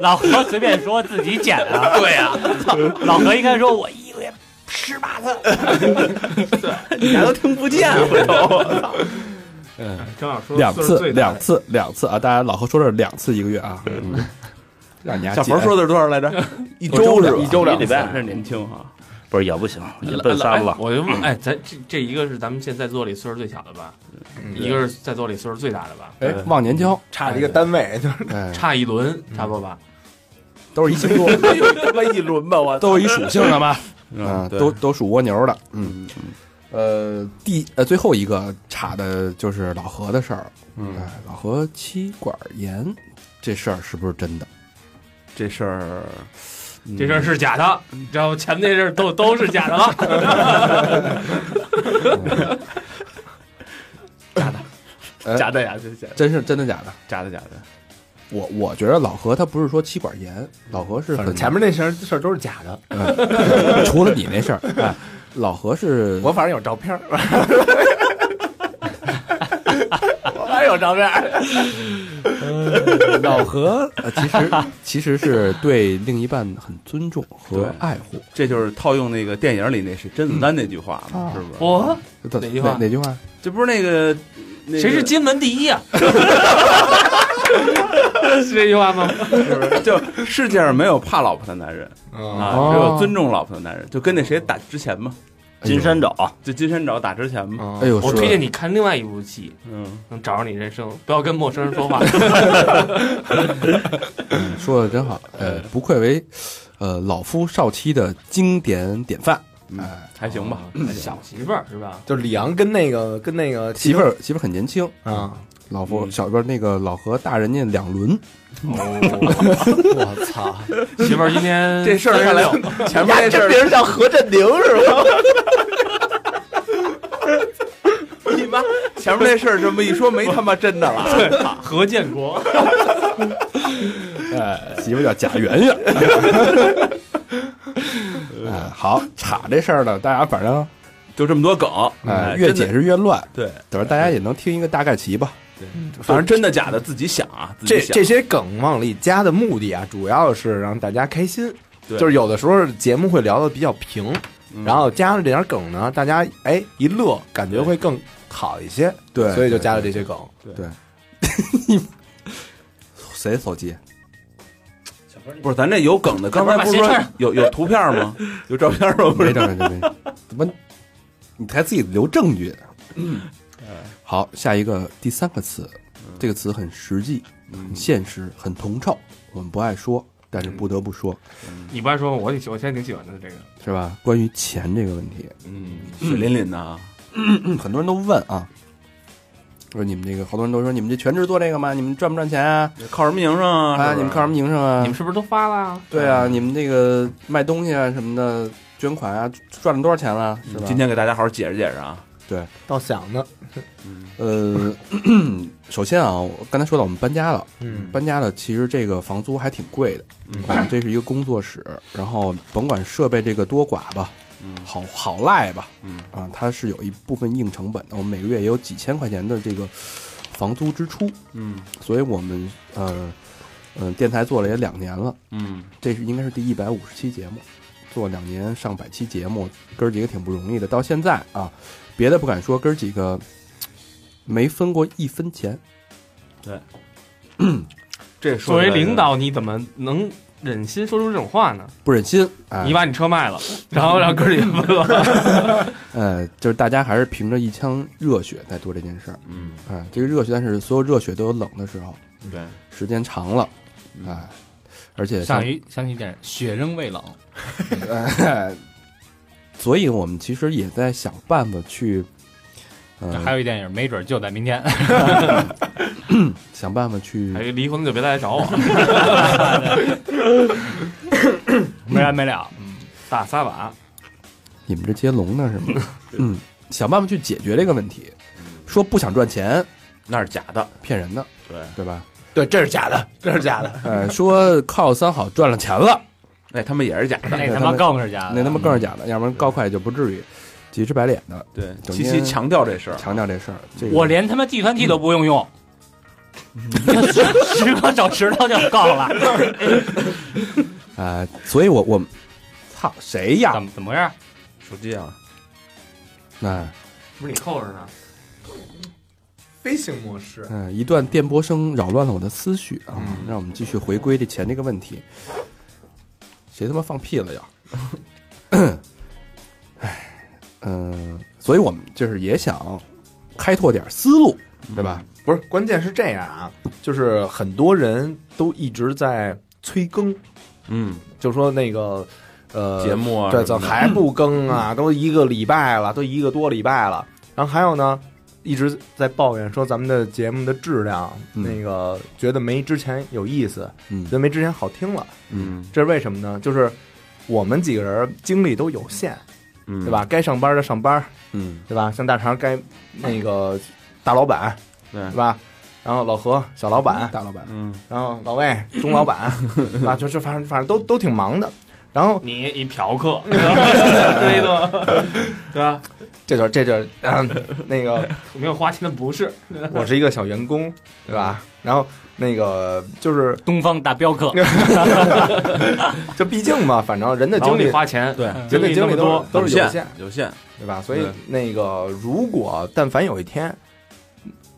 [SPEAKER 7] 老何随便说自己捡 的。对呀，老何应该说我一个月十八次，
[SPEAKER 10] 你还都听不见，回头
[SPEAKER 6] 正好说
[SPEAKER 5] 两
[SPEAKER 6] 岁数
[SPEAKER 5] 次，
[SPEAKER 6] 最大
[SPEAKER 5] 两次，两次啊！大家老何说这是两次一个月 啊，嗯，让你家
[SPEAKER 10] 小冯说的是多少来着？
[SPEAKER 5] 哎
[SPEAKER 10] 一周是吧？一周两礼拜，这年轻哈。
[SPEAKER 8] 不是也不行，也
[SPEAKER 6] 了
[SPEAKER 8] 奔三
[SPEAKER 6] 哎
[SPEAKER 8] 了。
[SPEAKER 6] 我就问，哎，咱这这一个是咱们现在座里岁数最小的吧？一个是在座里岁数最大的吧？
[SPEAKER 5] 哎，忘年 交，
[SPEAKER 9] 差一个单位， 就是
[SPEAKER 5] 哎，
[SPEAKER 6] 差一轮，差不多吧？
[SPEAKER 5] 都是一星座，
[SPEAKER 10] 他妈 一轮吧，我
[SPEAKER 5] 都是一属性的嘛，啊，
[SPEAKER 10] 嗯，对
[SPEAKER 5] 都都属蜗牛的，嗯，呃，第呃最后一个查的就是老何的事儿，
[SPEAKER 10] 嗯
[SPEAKER 5] 哎，老何妻管严这事儿是不是真的？
[SPEAKER 10] 这事儿，嗯
[SPEAKER 6] 这事儿是假的，你知道吗前面那事儿都都是假的了。
[SPEAKER 5] 哎
[SPEAKER 10] 假的呀，这是假的
[SPEAKER 5] 真是真的假的？
[SPEAKER 10] 假的假的。
[SPEAKER 5] 我我觉得老何他不是说妻管严，老何是很
[SPEAKER 9] 前面那事儿事儿都是假的。
[SPEAKER 5] 除了你那事儿，哎，老何是
[SPEAKER 9] 我反正有照片儿， 我反正有照片儿。
[SPEAKER 5] 老何，呃其实其实是对另一半很尊重和
[SPEAKER 10] 对
[SPEAKER 5] 爱护。
[SPEAKER 10] 这就是套用那个电影里那是甄子丹那句话嘛，是不是？
[SPEAKER 6] 我
[SPEAKER 5] 怎
[SPEAKER 6] 哪句话
[SPEAKER 5] 哪哪句话？
[SPEAKER 10] 这不是那个，那个
[SPEAKER 6] 谁是金门第一啊？是这句话吗？
[SPEAKER 10] 是不是就世界上没有怕老婆的男人
[SPEAKER 9] 啊，
[SPEAKER 10] 啊，只有尊重老婆的男人。就跟那谁打之前嘛，
[SPEAKER 8] 金山找，
[SPEAKER 10] 就金山找打之前
[SPEAKER 9] 哦
[SPEAKER 10] 嘛，
[SPEAKER 5] 哎呦，
[SPEAKER 6] 我
[SPEAKER 5] 是
[SPEAKER 6] 推荐你看另外一部戏，
[SPEAKER 10] 嗯，
[SPEAKER 6] 能找着你人生，不要跟陌生人说话。
[SPEAKER 5] 嗯说的真好，呃，不愧为呃老夫少妻的经典典范。哎，
[SPEAKER 10] 还行
[SPEAKER 9] 哦
[SPEAKER 10] 吧。
[SPEAKER 6] 小媳妇儿是吧？
[SPEAKER 9] 就是李阳跟那个跟那个
[SPEAKER 5] 媳妇儿媳妇儿很年轻，
[SPEAKER 9] 啊，
[SPEAKER 5] 老夫
[SPEAKER 10] 嗯
[SPEAKER 5] 小边那个老何大人家两轮，
[SPEAKER 9] 我操，
[SPEAKER 6] 媳妇儿今天
[SPEAKER 10] 这事儿看来 前面
[SPEAKER 9] 呀
[SPEAKER 10] 那事
[SPEAKER 9] 这
[SPEAKER 10] 儿
[SPEAKER 9] 名儿叫何振宁是吧？
[SPEAKER 10] 你妈，前面那事儿这么一说，没他妈真的了。
[SPEAKER 6] 何建国，
[SPEAKER 5] 哎，媳妇儿叫贾圆圆。哎，好，查这事儿呢，大家反正
[SPEAKER 10] 就这么多梗，
[SPEAKER 5] 哎
[SPEAKER 10] 哎，
[SPEAKER 5] 越
[SPEAKER 10] 真
[SPEAKER 5] 解
[SPEAKER 10] 的
[SPEAKER 5] 释越乱，
[SPEAKER 10] 对，
[SPEAKER 5] 等着大家也能听一个大概齐吧。
[SPEAKER 10] 反正真的假的自己想啊，自己
[SPEAKER 9] 这
[SPEAKER 10] 想
[SPEAKER 9] 这些梗往里加的目的啊，主要是让大家开心。
[SPEAKER 10] 对
[SPEAKER 9] 就是有的时候节目会聊的比较平，
[SPEAKER 10] 嗯
[SPEAKER 9] 然后加上这点梗呢，大家哎一乐，感觉会更好一些。
[SPEAKER 5] 对
[SPEAKER 9] 所以就
[SPEAKER 5] 对
[SPEAKER 9] 加了这些梗。
[SPEAKER 5] 谁手机？
[SPEAKER 10] 不是咱这有梗的，刚才不是说有有图片吗？有照片吗？不
[SPEAKER 5] 没
[SPEAKER 10] 是
[SPEAKER 5] 证没证没证，怎么你还自己留证据？嗯，好，下一个第三个词，这个词很实际，很现实，很铜臭，我们不爱说，但是不得不说，
[SPEAKER 6] 你不爱说吗？我挺喜，我现在挺喜欢的这个。
[SPEAKER 5] 是吧？关于钱这个问题，
[SPEAKER 10] 嗯，水淋淋的啊，
[SPEAKER 5] 很多人都问啊，说你们这个，好多人都说你们这全职做这个吗？你们赚不赚钱啊？
[SPEAKER 10] 靠什么营生啊？
[SPEAKER 5] 啊，你
[SPEAKER 10] 是不是
[SPEAKER 5] 们靠什么营生啊
[SPEAKER 6] 你？们是不是都发了？
[SPEAKER 5] 对啊，你们这个卖东西啊什么的，捐款啊，赚了多少钱了？是吧？
[SPEAKER 10] 今天给大家好好解释解释啊，
[SPEAKER 9] 倒想呢，
[SPEAKER 5] 呃， 首先啊，我刚才说到我们搬家了，
[SPEAKER 9] 嗯，
[SPEAKER 5] 搬家了，其实这个房租还挺贵的。
[SPEAKER 10] 嗯
[SPEAKER 5] 我们这是一个工作室，然后甭管设备这个多寡吧，
[SPEAKER 10] 嗯
[SPEAKER 5] 好好赖吧，
[SPEAKER 10] 嗯
[SPEAKER 5] 啊，它是有一部分硬成本的。我们每个月也有几千块钱的这个房租支出，
[SPEAKER 10] 嗯
[SPEAKER 5] 所以我们呃嗯、呃电台做了也两年了，
[SPEAKER 10] 嗯
[SPEAKER 5] 这是应该是第一百五十期节目，做两年上百期节目，哥儿几个挺不容易的。到现在啊，别的不敢说，哥儿几个没分过一分钱。
[SPEAKER 10] 这
[SPEAKER 6] 作
[SPEAKER 10] 说
[SPEAKER 6] 为
[SPEAKER 10] 起来
[SPEAKER 6] 领导，你怎么能忍心说出这种话呢？
[SPEAKER 5] 不忍心，哎、
[SPEAKER 6] 你把你车卖了，然后让哥儿几个问了，
[SPEAKER 5] 呃，就是大家还是凭着一腔热血在做这件事儿，
[SPEAKER 10] 嗯
[SPEAKER 5] 哎、这个热血，但是所有热血都有冷的时候，
[SPEAKER 10] 对，
[SPEAKER 5] 时间长了，哎、
[SPEAKER 10] 嗯
[SPEAKER 5] 而且像
[SPEAKER 7] 想起想起一点，雪仍未冷，
[SPEAKER 5] 哎 所以我们其实也在想办法去，
[SPEAKER 7] 这
[SPEAKER 6] 嗯
[SPEAKER 5] 呃，
[SPEAKER 7] 还有一电影，没准就在明天。
[SPEAKER 5] 想办法去
[SPEAKER 6] 哎，离婚的就别来找我，
[SPEAKER 7] 没完没了，
[SPEAKER 6] 嗯大撒把。
[SPEAKER 5] 你们这接龙呢是吗？ 嗯，想办法去解决这个问题。说不想赚钱，
[SPEAKER 10] 那是假的，
[SPEAKER 5] 骗人的，
[SPEAKER 10] 对，
[SPEAKER 5] 对吧？
[SPEAKER 9] 对，这是假的，这是假的，
[SPEAKER 5] 呃，说靠三好赚了钱了，
[SPEAKER 10] 那哎他们也是假的，
[SPEAKER 7] 那他妈更是假的，
[SPEAKER 5] 那他妈更是假的，要不然高快就不至于急赤白脸的
[SPEAKER 10] 对，
[SPEAKER 5] 整
[SPEAKER 10] 七
[SPEAKER 5] 天
[SPEAKER 10] 七强调这事儿，
[SPEAKER 5] 强调这事儿。这个
[SPEAKER 7] 我连他妈计算器都不用用，十个手指头就够了。
[SPEAKER 5] 啊、所以我我操谁呀
[SPEAKER 7] 怎？么怎么回事？
[SPEAKER 10] 手机啊，
[SPEAKER 5] 那
[SPEAKER 6] 不是你扣着呢？
[SPEAKER 9] 飞行模式，
[SPEAKER 5] 嗯、一段电波声扰乱了我的思绪啊，让我们继续回归这钱这个问题。谁他妈放屁了呀？哎，嗯、所以我们就是也想开拓点思路，对吧？
[SPEAKER 9] 不是，关键是这样啊，就是很多人都一直在催更，
[SPEAKER 10] 嗯，
[SPEAKER 9] 就说那个呃
[SPEAKER 10] 节目啊什
[SPEAKER 9] 对，
[SPEAKER 10] 么的，嗯
[SPEAKER 9] 怎么还不更啊？都一个礼拜了，都一个多礼拜了。然后还有呢，一直在抱怨说咱们的节目的质量，
[SPEAKER 5] 嗯
[SPEAKER 9] 那个觉得没之前有意思，
[SPEAKER 5] 嗯
[SPEAKER 9] 觉得没之前好听了。
[SPEAKER 10] 嗯
[SPEAKER 9] 这是为什么呢？就是我们几个人精力都有限，
[SPEAKER 10] 嗯，
[SPEAKER 9] 对吧？该上班的上班，
[SPEAKER 5] 嗯
[SPEAKER 9] 对吧？像大肠该那个大老板，
[SPEAKER 10] 对
[SPEAKER 9] 对吧？然后老何小老板，
[SPEAKER 5] 大老板，
[SPEAKER 10] 嗯？
[SPEAKER 9] 然后老魏中 老板，对吧？就是反正反正都都挺忙的。然后
[SPEAKER 6] 你一嫖客，对的，对吧？
[SPEAKER 9] 这就是这就是、嗯那个
[SPEAKER 6] 没有花钱的不是，
[SPEAKER 9] 我是一个小员工，对吧？然后那个就是，
[SPEAKER 7] 东方大镖客，
[SPEAKER 9] 就毕竟嘛，反正人的
[SPEAKER 6] 然后
[SPEAKER 9] 精
[SPEAKER 6] 你
[SPEAKER 9] 力，
[SPEAKER 6] 花钱，
[SPEAKER 10] 对，
[SPEAKER 9] 人
[SPEAKER 6] 精力
[SPEAKER 9] 的
[SPEAKER 6] 那
[SPEAKER 9] 精
[SPEAKER 6] 么
[SPEAKER 9] 力都
[SPEAKER 6] 多
[SPEAKER 9] 是都是有限，
[SPEAKER 10] 有限，
[SPEAKER 9] 对吧？所以
[SPEAKER 10] 对
[SPEAKER 9] 那个，如果但凡有一天，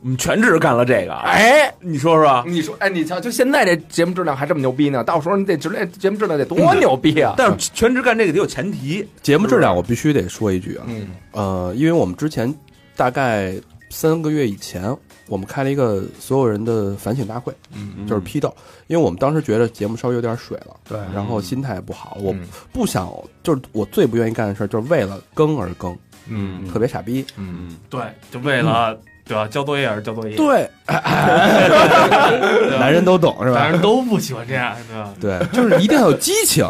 [SPEAKER 10] 我们全职干了这个，啊
[SPEAKER 9] 哎，
[SPEAKER 10] 你说说，
[SPEAKER 9] 你说，哎，你瞧，就现在这节目质量还这么牛逼呢，到时候你得质量节目质量得多牛逼啊！
[SPEAKER 10] 但是全职干这个得有前提，
[SPEAKER 5] 节目质量我必须得说一句啊，
[SPEAKER 9] 嗯
[SPEAKER 5] 呃，因为我们之前大概三个月以前，我们开了一个所有人的反省大会，
[SPEAKER 9] 嗯，
[SPEAKER 5] 就是批斗，因为我们当时觉得节目稍微有点水了，
[SPEAKER 9] 对，
[SPEAKER 5] 然后心态也不好，我
[SPEAKER 9] 嗯
[SPEAKER 5] 不想，就是我最不愿意干的事儿，就是为了更而更，
[SPEAKER 9] 嗯
[SPEAKER 5] 特别傻逼。
[SPEAKER 9] 嗯，
[SPEAKER 6] 对，嗯就为了对吧？交作业而交作业，
[SPEAKER 5] 对，男人都懂是
[SPEAKER 6] 咱
[SPEAKER 4] 哎
[SPEAKER 5] 吧？
[SPEAKER 6] 人都不喜欢这 样，对吧？
[SPEAKER 5] 对， 就是一定要有激情。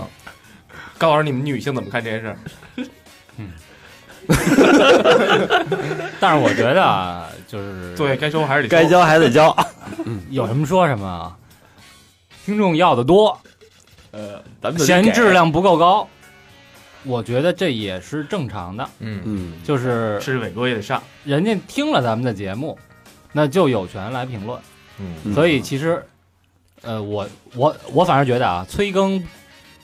[SPEAKER 6] 高老师，你们女性怎么看这件事儿？
[SPEAKER 7] 但是我觉得啊，就是
[SPEAKER 6] 作业该收还是得
[SPEAKER 8] 该
[SPEAKER 6] 交，
[SPEAKER 8] 交还得交，
[SPEAKER 7] 有什么说什么啊，听众要的多，
[SPEAKER 10] 呃，咱们就得
[SPEAKER 7] 嫌
[SPEAKER 10] 给
[SPEAKER 7] 质，量不够高，我觉得这也是正常的，
[SPEAKER 9] 嗯
[SPEAKER 5] 嗯，
[SPEAKER 7] 就是
[SPEAKER 6] 是伟哥也得上，
[SPEAKER 7] 人家听了咱们的节目，那就有权来评论。
[SPEAKER 9] 嗯
[SPEAKER 7] 所以其实，呃，我我我反而觉得啊，催更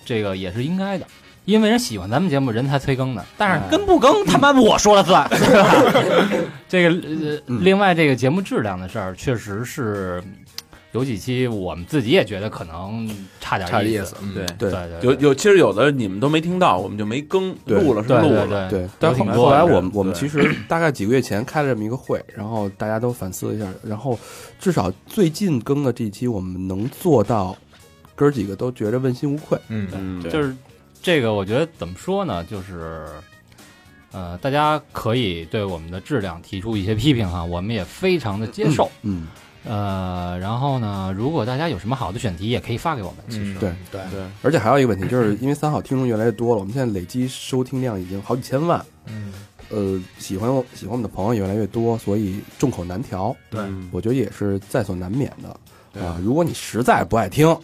[SPEAKER 7] 这个也是应该的，因为人喜欢咱们节目，人才催更的。但是跟不更，他妈我说了 算，对
[SPEAKER 10] 嗯
[SPEAKER 7] 吧？这个呃，另外这个节目质量的事儿，确实是有几期我们自己也觉得可能差点
[SPEAKER 10] 差点
[SPEAKER 7] 意
[SPEAKER 10] 意思嗯对
[SPEAKER 7] 对
[SPEAKER 10] 对
[SPEAKER 7] 对，
[SPEAKER 10] 有有，其实有的你们都没听到，我们就没更
[SPEAKER 5] 对
[SPEAKER 10] 录了是
[SPEAKER 7] 对
[SPEAKER 10] 录
[SPEAKER 7] 对
[SPEAKER 10] 了，
[SPEAKER 5] 对，
[SPEAKER 7] 都
[SPEAKER 5] 但后
[SPEAKER 7] 挺
[SPEAKER 5] 后
[SPEAKER 7] 多
[SPEAKER 5] 来
[SPEAKER 7] 的
[SPEAKER 5] 我们我们
[SPEAKER 10] 对
[SPEAKER 5] 其实大概几个月前开了这么一个会，然后大家都反思了一下，然后至少最近更的这一期，我们能做到哥儿几个都觉着问心无愧。
[SPEAKER 9] 嗯，
[SPEAKER 10] 嗯，
[SPEAKER 7] 就是这个，我觉得怎么说呢，就是。呃，大家可以对我们的质量提出一些批评哈，啊我们也非常的接受。
[SPEAKER 5] 嗯，
[SPEAKER 7] 呃，然后呢，如果大家有什么好的选题，也可以发给我们。其实，
[SPEAKER 9] 嗯
[SPEAKER 5] 对
[SPEAKER 9] 对，
[SPEAKER 5] 而且还有一个问题，就是因为三好听众越来越多了，我们现在累积收听量已经好几千万，
[SPEAKER 9] 嗯，
[SPEAKER 5] 呃，喜欢我喜欢我们的朋友也越来越多，所以众口难调，
[SPEAKER 9] 对
[SPEAKER 10] 嗯
[SPEAKER 5] 我觉得也是在所难免的。
[SPEAKER 10] 对
[SPEAKER 5] 啊，如果你实在不爱 听，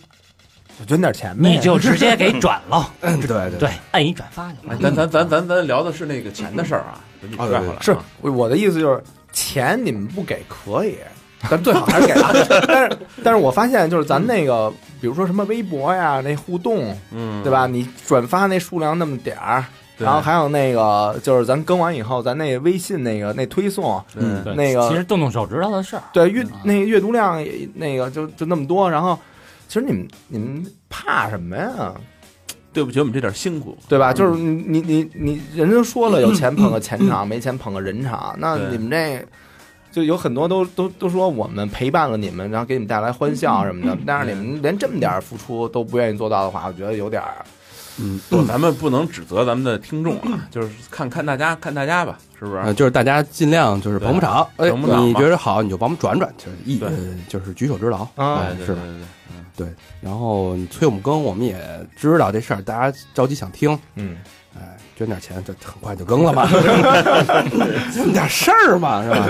[SPEAKER 9] 就捐点钱呗，
[SPEAKER 7] 你就直接给转了，
[SPEAKER 5] 嗯，对对
[SPEAKER 7] 对，按一转发就完
[SPEAKER 10] 哎
[SPEAKER 7] 了。
[SPEAKER 10] 咱咱咱咱咱聊的是那个钱的事儿啊，你
[SPEAKER 5] 哦
[SPEAKER 10] 拽
[SPEAKER 5] 对
[SPEAKER 10] 回来啊
[SPEAKER 9] 是我我的意思就是，钱你们不给可以，咱最好还是给 啊。但是但是我发现就是咱那个，比如说什么微博呀，那互动，
[SPEAKER 10] 嗯，
[SPEAKER 9] 对吧？你转发那数量那么点儿，
[SPEAKER 10] 对？
[SPEAKER 9] 然后还有那个就是咱更完以后，咱那微信那个那推送，
[SPEAKER 10] 嗯
[SPEAKER 7] 对
[SPEAKER 9] 那个
[SPEAKER 7] 其实动动手指头的事儿，
[SPEAKER 9] 对阅
[SPEAKER 7] 嗯
[SPEAKER 9] 那个阅读量也那个就就那么多，然后。其实你们你们怕什么呀？
[SPEAKER 10] 对不起，我们这点辛苦，
[SPEAKER 9] 对吧？就是
[SPEAKER 10] 嗯
[SPEAKER 9] 你你你你，人都说了，有钱捧个钱场，没钱捧个人场。那
[SPEAKER 10] 对
[SPEAKER 9] 你们这就有很多都都都说我们陪伴了你们，然后给你们带来欢
[SPEAKER 10] 嗯
[SPEAKER 9] 笑什么的。但是你们连这么点儿付出都不愿意做到的话，我觉得有点儿
[SPEAKER 5] 嗯，
[SPEAKER 10] 不，咱们不能指责咱们的听众啊，就是看看大家看大家吧，是不
[SPEAKER 5] 呃，
[SPEAKER 10] 是？
[SPEAKER 5] 就是大家尽量就是捧捧场，哎，
[SPEAKER 10] 捧捧场
[SPEAKER 5] 你
[SPEAKER 10] 嘛
[SPEAKER 5] 觉得好你就帮我们转转，就是一
[SPEAKER 10] 对
[SPEAKER 5] 呃就是举手之劳，
[SPEAKER 9] 啊
[SPEAKER 5] 哎是
[SPEAKER 10] 对对
[SPEAKER 5] 吧？
[SPEAKER 10] 对对，
[SPEAKER 5] 然后你催我们更，我们也知道这事儿，大家着急想听，
[SPEAKER 9] 嗯，
[SPEAKER 5] 哎，捐点钱，这很快就更了嘛， 这么点事儿嘛，是吧？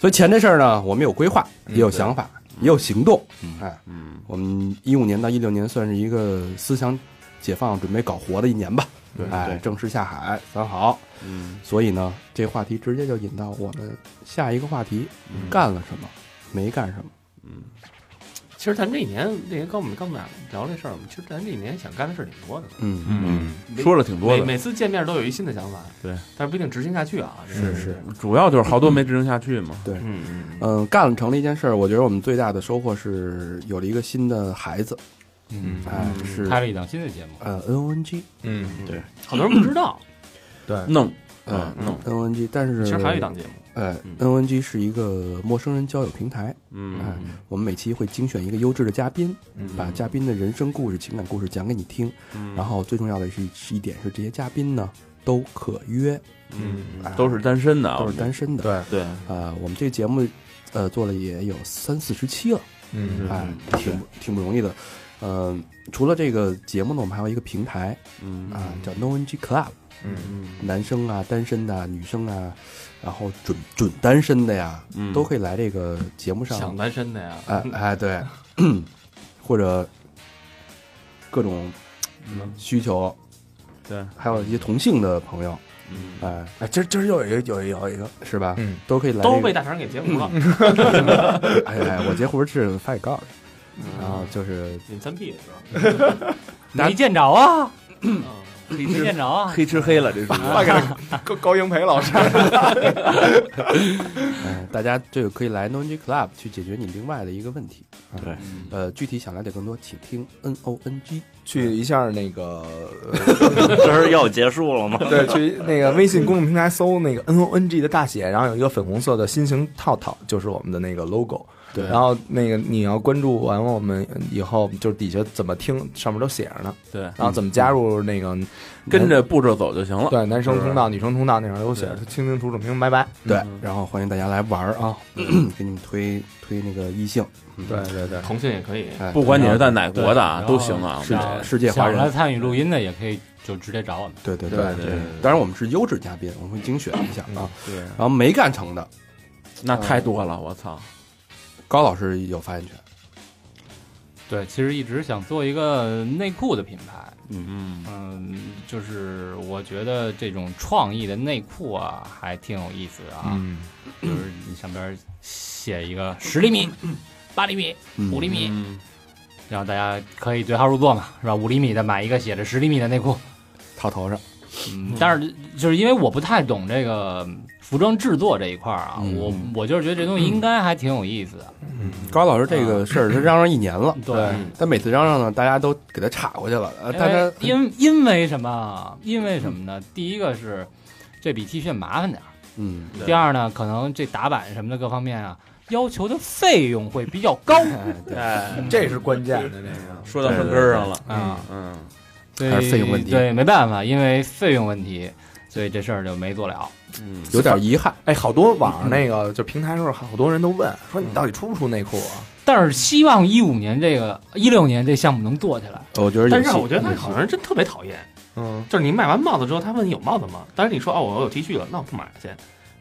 [SPEAKER 5] 所以钱这事儿呢，我们有规划，也有想法，也有行动。哎，
[SPEAKER 10] 嗯，
[SPEAKER 5] 我们一五年到一六年算是一个思想解放、准备搞活的一年吧。
[SPEAKER 10] 对
[SPEAKER 5] 哎，正式下海，三好。
[SPEAKER 10] 嗯
[SPEAKER 5] 所以呢，这话题直接就引到我们下一个话题：
[SPEAKER 10] 嗯
[SPEAKER 5] 干了什么，没干什么。
[SPEAKER 10] 嗯，
[SPEAKER 6] 其实咱这一年那天跟我们跟我们俩聊这事儿，我们其实咱这一年想干的事儿挺多的，
[SPEAKER 5] 嗯
[SPEAKER 10] 嗯，说了挺多
[SPEAKER 6] 每
[SPEAKER 10] 的，
[SPEAKER 6] 每次见面都有一新的想法，
[SPEAKER 10] 对，
[SPEAKER 6] 但是不一定执行下去啊。这个，
[SPEAKER 5] 是，
[SPEAKER 10] 主要就是好多没执行下去嘛。
[SPEAKER 6] 嗯嗯
[SPEAKER 5] 嗯、干了成了一件事儿，我觉得我们最大的收获是有了一个新的孩子，
[SPEAKER 7] 嗯，
[SPEAKER 5] 哎，是
[SPEAKER 7] 开了一档新的节目，
[SPEAKER 5] 呃 N O N G，
[SPEAKER 9] 嗯，
[SPEAKER 6] 嗯，对，好多人不知道，
[SPEAKER 10] 弄，
[SPEAKER 5] 呃
[SPEAKER 10] 嗯
[SPEAKER 5] N O N G，但是
[SPEAKER 6] 其实还有一档节目，
[SPEAKER 5] 呃
[SPEAKER 10] 嗯
[SPEAKER 5] N O N G 是一个陌生人交友平台，
[SPEAKER 10] 嗯
[SPEAKER 5] 哎，我们每期会精选一个优质的嘉宾，把嘉宾的人生故事、情感故事讲给你听，
[SPEAKER 10] 嗯
[SPEAKER 5] 然后最重要的是是一点是这些嘉宾呢都可约，
[SPEAKER 10] 嗯
[SPEAKER 5] 哎，
[SPEAKER 10] 都是单身的啊，
[SPEAKER 5] 都是单身的，
[SPEAKER 9] 对，
[SPEAKER 10] 对，
[SPEAKER 5] 呃，我们这个节目，呃，做了也有三四十期了，
[SPEAKER 9] 嗯
[SPEAKER 5] 哎
[SPEAKER 10] 嗯，
[SPEAKER 5] 挺不挺不容易的。呃，除了这个节目呢，我们还有一个平台
[SPEAKER 10] 嗯
[SPEAKER 5] 啊，叫 No NG Club，
[SPEAKER 9] 嗯，
[SPEAKER 10] 嗯
[SPEAKER 5] 男生啊、单身的啊、女生啊，然后准准单身的呀，
[SPEAKER 10] 嗯，
[SPEAKER 5] 都可以来这个节目
[SPEAKER 6] 想
[SPEAKER 5] 上，
[SPEAKER 6] 单身的呀，
[SPEAKER 5] 哎哎，对，或者各种
[SPEAKER 10] 嗯
[SPEAKER 5] 需求，
[SPEAKER 10] 对，
[SPEAKER 5] 还有一些同性的朋友，
[SPEAKER 10] 嗯
[SPEAKER 5] 哎，
[SPEAKER 9] 哎，今儿今儿又有一个有一个有一个，
[SPEAKER 5] 是吧？
[SPEAKER 9] 嗯，
[SPEAKER 5] 都可以来这
[SPEAKER 6] 都
[SPEAKER 5] 个
[SPEAKER 6] 被大肠给截胡了，
[SPEAKER 7] 嗯
[SPEAKER 5] 哎哎，我截胡是发给告诉你，然后就是
[SPEAKER 6] 你三 P 的时候
[SPEAKER 7] 没见着啊，
[SPEAKER 6] 嗯，
[SPEAKER 7] 没见着啊，
[SPEAKER 10] 黑吃黑了，这是
[SPEAKER 9] 发给高高英培老师。
[SPEAKER 5] 嗯，大家这个可以来 n o n g Club 去解决你另外的一个问题。啊
[SPEAKER 8] 对，
[SPEAKER 5] 呃，具体想了解更多，请听 N O N G。
[SPEAKER 9] 去一下那个，
[SPEAKER 8] 这是要结束了吗？
[SPEAKER 9] 对，去那个微信公众平台搜那个 N O N G 的大写，然后有一个粉红色的心形套套，就是我们的那个 logo。
[SPEAKER 5] 对
[SPEAKER 9] 然后那个你要关注完我们以后，就是底下怎么听，上面都写着呢。
[SPEAKER 10] 对
[SPEAKER 9] 然后怎么加入那个
[SPEAKER 5] 嗯
[SPEAKER 10] 跟着步骤走就行了。
[SPEAKER 9] 对男生通道、女生通道那上都写着，清清楚楚，明明白白。
[SPEAKER 5] 对，嗯然后欢迎大家来玩儿啊， 给你们推推那个异性，
[SPEAKER 9] 嗯对对对，
[SPEAKER 6] 同性也可以，
[SPEAKER 5] 哎，
[SPEAKER 10] 不管你是在哪国的啊，都行啊。
[SPEAKER 5] 世
[SPEAKER 10] 我
[SPEAKER 5] 界世界华
[SPEAKER 7] 想来
[SPEAKER 5] 人，
[SPEAKER 7] 参与录音的也可以就直接找我们。
[SPEAKER 5] 对对
[SPEAKER 10] 对对对
[SPEAKER 5] 当然我们是优质嘉宾，我们会精选一下啊。
[SPEAKER 10] 对，
[SPEAKER 5] 然后没干成的，
[SPEAKER 10] 那太多了，我操！
[SPEAKER 5] 高老师有发言权。
[SPEAKER 7] 对，其实一直想做一个内裤的品牌，
[SPEAKER 10] 嗯
[SPEAKER 7] 嗯，就是我觉得这种创意的内裤啊，还挺有意思的啊，
[SPEAKER 9] 嗯，
[SPEAKER 7] 就是你上边写一个十厘米、八厘米、五厘米，
[SPEAKER 10] 嗯，
[SPEAKER 7] 然后大家可以对号入座嘛，是吧？五厘米的买一个写着十厘米的内裤，
[SPEAKER 5] 套头上，
[SPEAKER 7] 嗯但是就是因为我不太懂这个服装制作这一块儿啊，
[SPEAKER 5] 嗯
[SPEAKER 7] 我我就是觉得这东西应该还挺有意思的。
[SPEAKER 5] 高老师这个事儿，他嚷嚷一年了，
[SPEAKER 7] 对，
[SPEAKER 5] 但每次嚷嚷呢，大家都给他岔过去了，呃，大家
[SPEAKER 7] 因为因因为什么啊？因为什么呢？第一个是这比 T 恤麻烦点儿，
[SPEAKER 5] 嗯，
[SPEAKER 7] 第二呢，可能这打版什么的各方面啊，要求的费用会比较高。
[SPEAKER 5] 嗯
[SPEAKER 10] 哎，
[SPEAKER 9] 嗯这是关键的这个。
[SPEAKER 10] 说到上根儿上了
[SPEAKER 7] 啊
[SPEAKER 10] 嗯，
[SPEAKER 7] 对
[SPEAKER 5] 还是费用问题
[SPEAKER 7] 对，没办法，因为费用问题，所以这事儿就没做了。
[SPEAKER 10] 嗯
[SPEAKER 5] 有点遗憾。嗯
[SPEAKER 9] 哎，好多网上那个就平台时候，好多人都问说你到底出不出内裤啊？
[SPEAKER 7] 但是希望一五年这个一六年这项目能做起来。
[SPEAKER 5] 我觉得有戏，
[SPEAKER 6] 但是啊我觉得他好像真特别讨厌，
[SPEAKER 9] 嗯，
[SPEAKER 6] 就是你卖完帽子之后，他问你有帽子吗？但是你说哦，我有 T 恤了，那我不买去。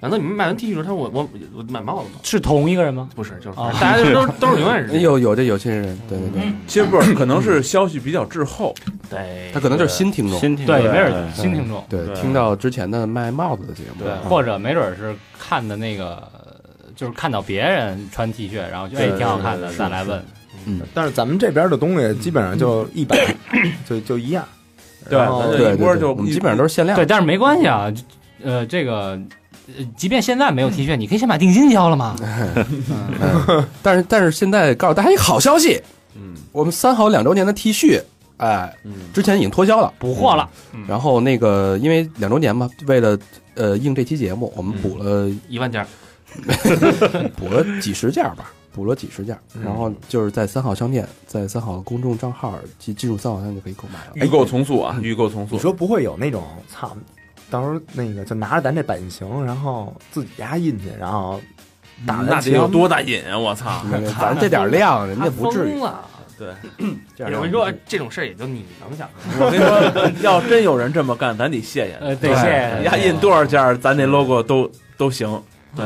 [SPEAKER 6] 难道你们卖完 T 恤之后，他说我我我买帽子吗？
[SPEAKER 7] 是同一个人吗？
[SPEAKER 6] 不是，就是
[SPEAKER 7] 哦
[SPEAKER 6] 大家都是都是永 远是这样
[SPEAKER 5] 有有这有些人，对对对，
[SPEAKER 10] 其实不是，可能是消息比较滞后，
[SPEAKER 6] 对，
[SPEAKER 5] 他可能就是新听众，
[SPEAKER 8] 新听
[SPEAKER 7] 对，
[SPEAKER 8] 众
[SPEAKER 7] 没准儿新听众，
[SPEAKER 5] 对，
[SPEAKER 10] 对
[SPEAKER 5] 听到之前的卖帽子的节目，
[SPEAKER 10] 对
[SPEAKER 5] 啊
[SPEAKER 10] 嗯
[SPEAKER 7] 或者没准儿是看的那个，就是看到别人穿 T 恤，然后就哎
[SPEAKER 10] 对
[SPEAKER 7] 挺好看的，
[SPEAKER 10] 是
[SPEAKER 7] 再来问。
[SPEAKER 9] 但是咱们这边的东西基本
[SPEAKER 5] 嗯
[SPEAKER 9] 上就一百，就就一样。
[SPEAKER 10] 对
[SPEAKER 9] 然后
[SPEAKER 10] 对
[SPEAKER 5] 对
[SPEAKER 10] 啊一
[SPEAKER 5] 对
[SPEAKER 10] 波
[SPEAKER 5] 对，
[SPEAKER 10] 就
[SPEAKER 5] 我们基本上都是限量
[SPEAKER 7] 对，，但是没关系啊，呃，这个，呃即便现在没有
[SPEAKER 6] 嗯
[SPEAKER 7] T 恤，你可以先把定金交了嘛。
[SPEAKER 5] 嗯但是但是现在告诉大家一个好消息，
[SPEAKER 10] 嗯
[SPEAKER 5] 我们三好两周年的 T 恤，哎，
[SPEAKER 10] 嗯，
[SPEAKER 5] 之前已经脱销了，
[SPEAKER 7] 补货了，
[SPEAKER 5] 然后那个因为两周年嘛，为了呃应这期节目，我们补了
[SPEAKER 10] 嗯
[SPEAKER 6] 一万件儿，
[SPEAKER 5] 补了几十件儿 吧，补了几十件儿，
[SPEAKER 10] 嗯
[SPEAKER 5] 然后就是在三好商店，在三好公众账号进进入三好商店就可以购买 了。
[SPEAKER 10] 预购从速啊，预购从
[SPEAKER 9] 你
[SPEAKER 10] 速，
[SPEAKER 9] 说不会有那种操，到时候那个就拿着咱这版型，然后自己压印去，然后打
[SPEAKER 10] 嗯啊
[SPEAKER 9] 咱
[SPEAKER 10] 那得有多大瘾啊！我 操，
[SPEAKER 5] 那个咱这点儿量，人
[SPEAKER 6] 他
[SPEAKER 5] 家不至
[SPEAKER 6] 疯
[SPEAKER 5] 于。
[SPEAKER 6] 了。
[SPEAKER 10] 对，
[SPEAKER 5] 这样
[SPEAKER 6] 我跟你说，哎这种事儿也就你能想到。
[SPEAKER 10] 我跟你说， 要真有人这么干，咱得谢谢
[SPEAKER 3] 哎
[SPEAKER 10] 他。
[SPEAKER 7] 呃，
[SPEAKER 5] 哎
[SPEAKER 7] 得谢
[SPEAKER 10] 压印多少件儿，咱那 logo 都都行，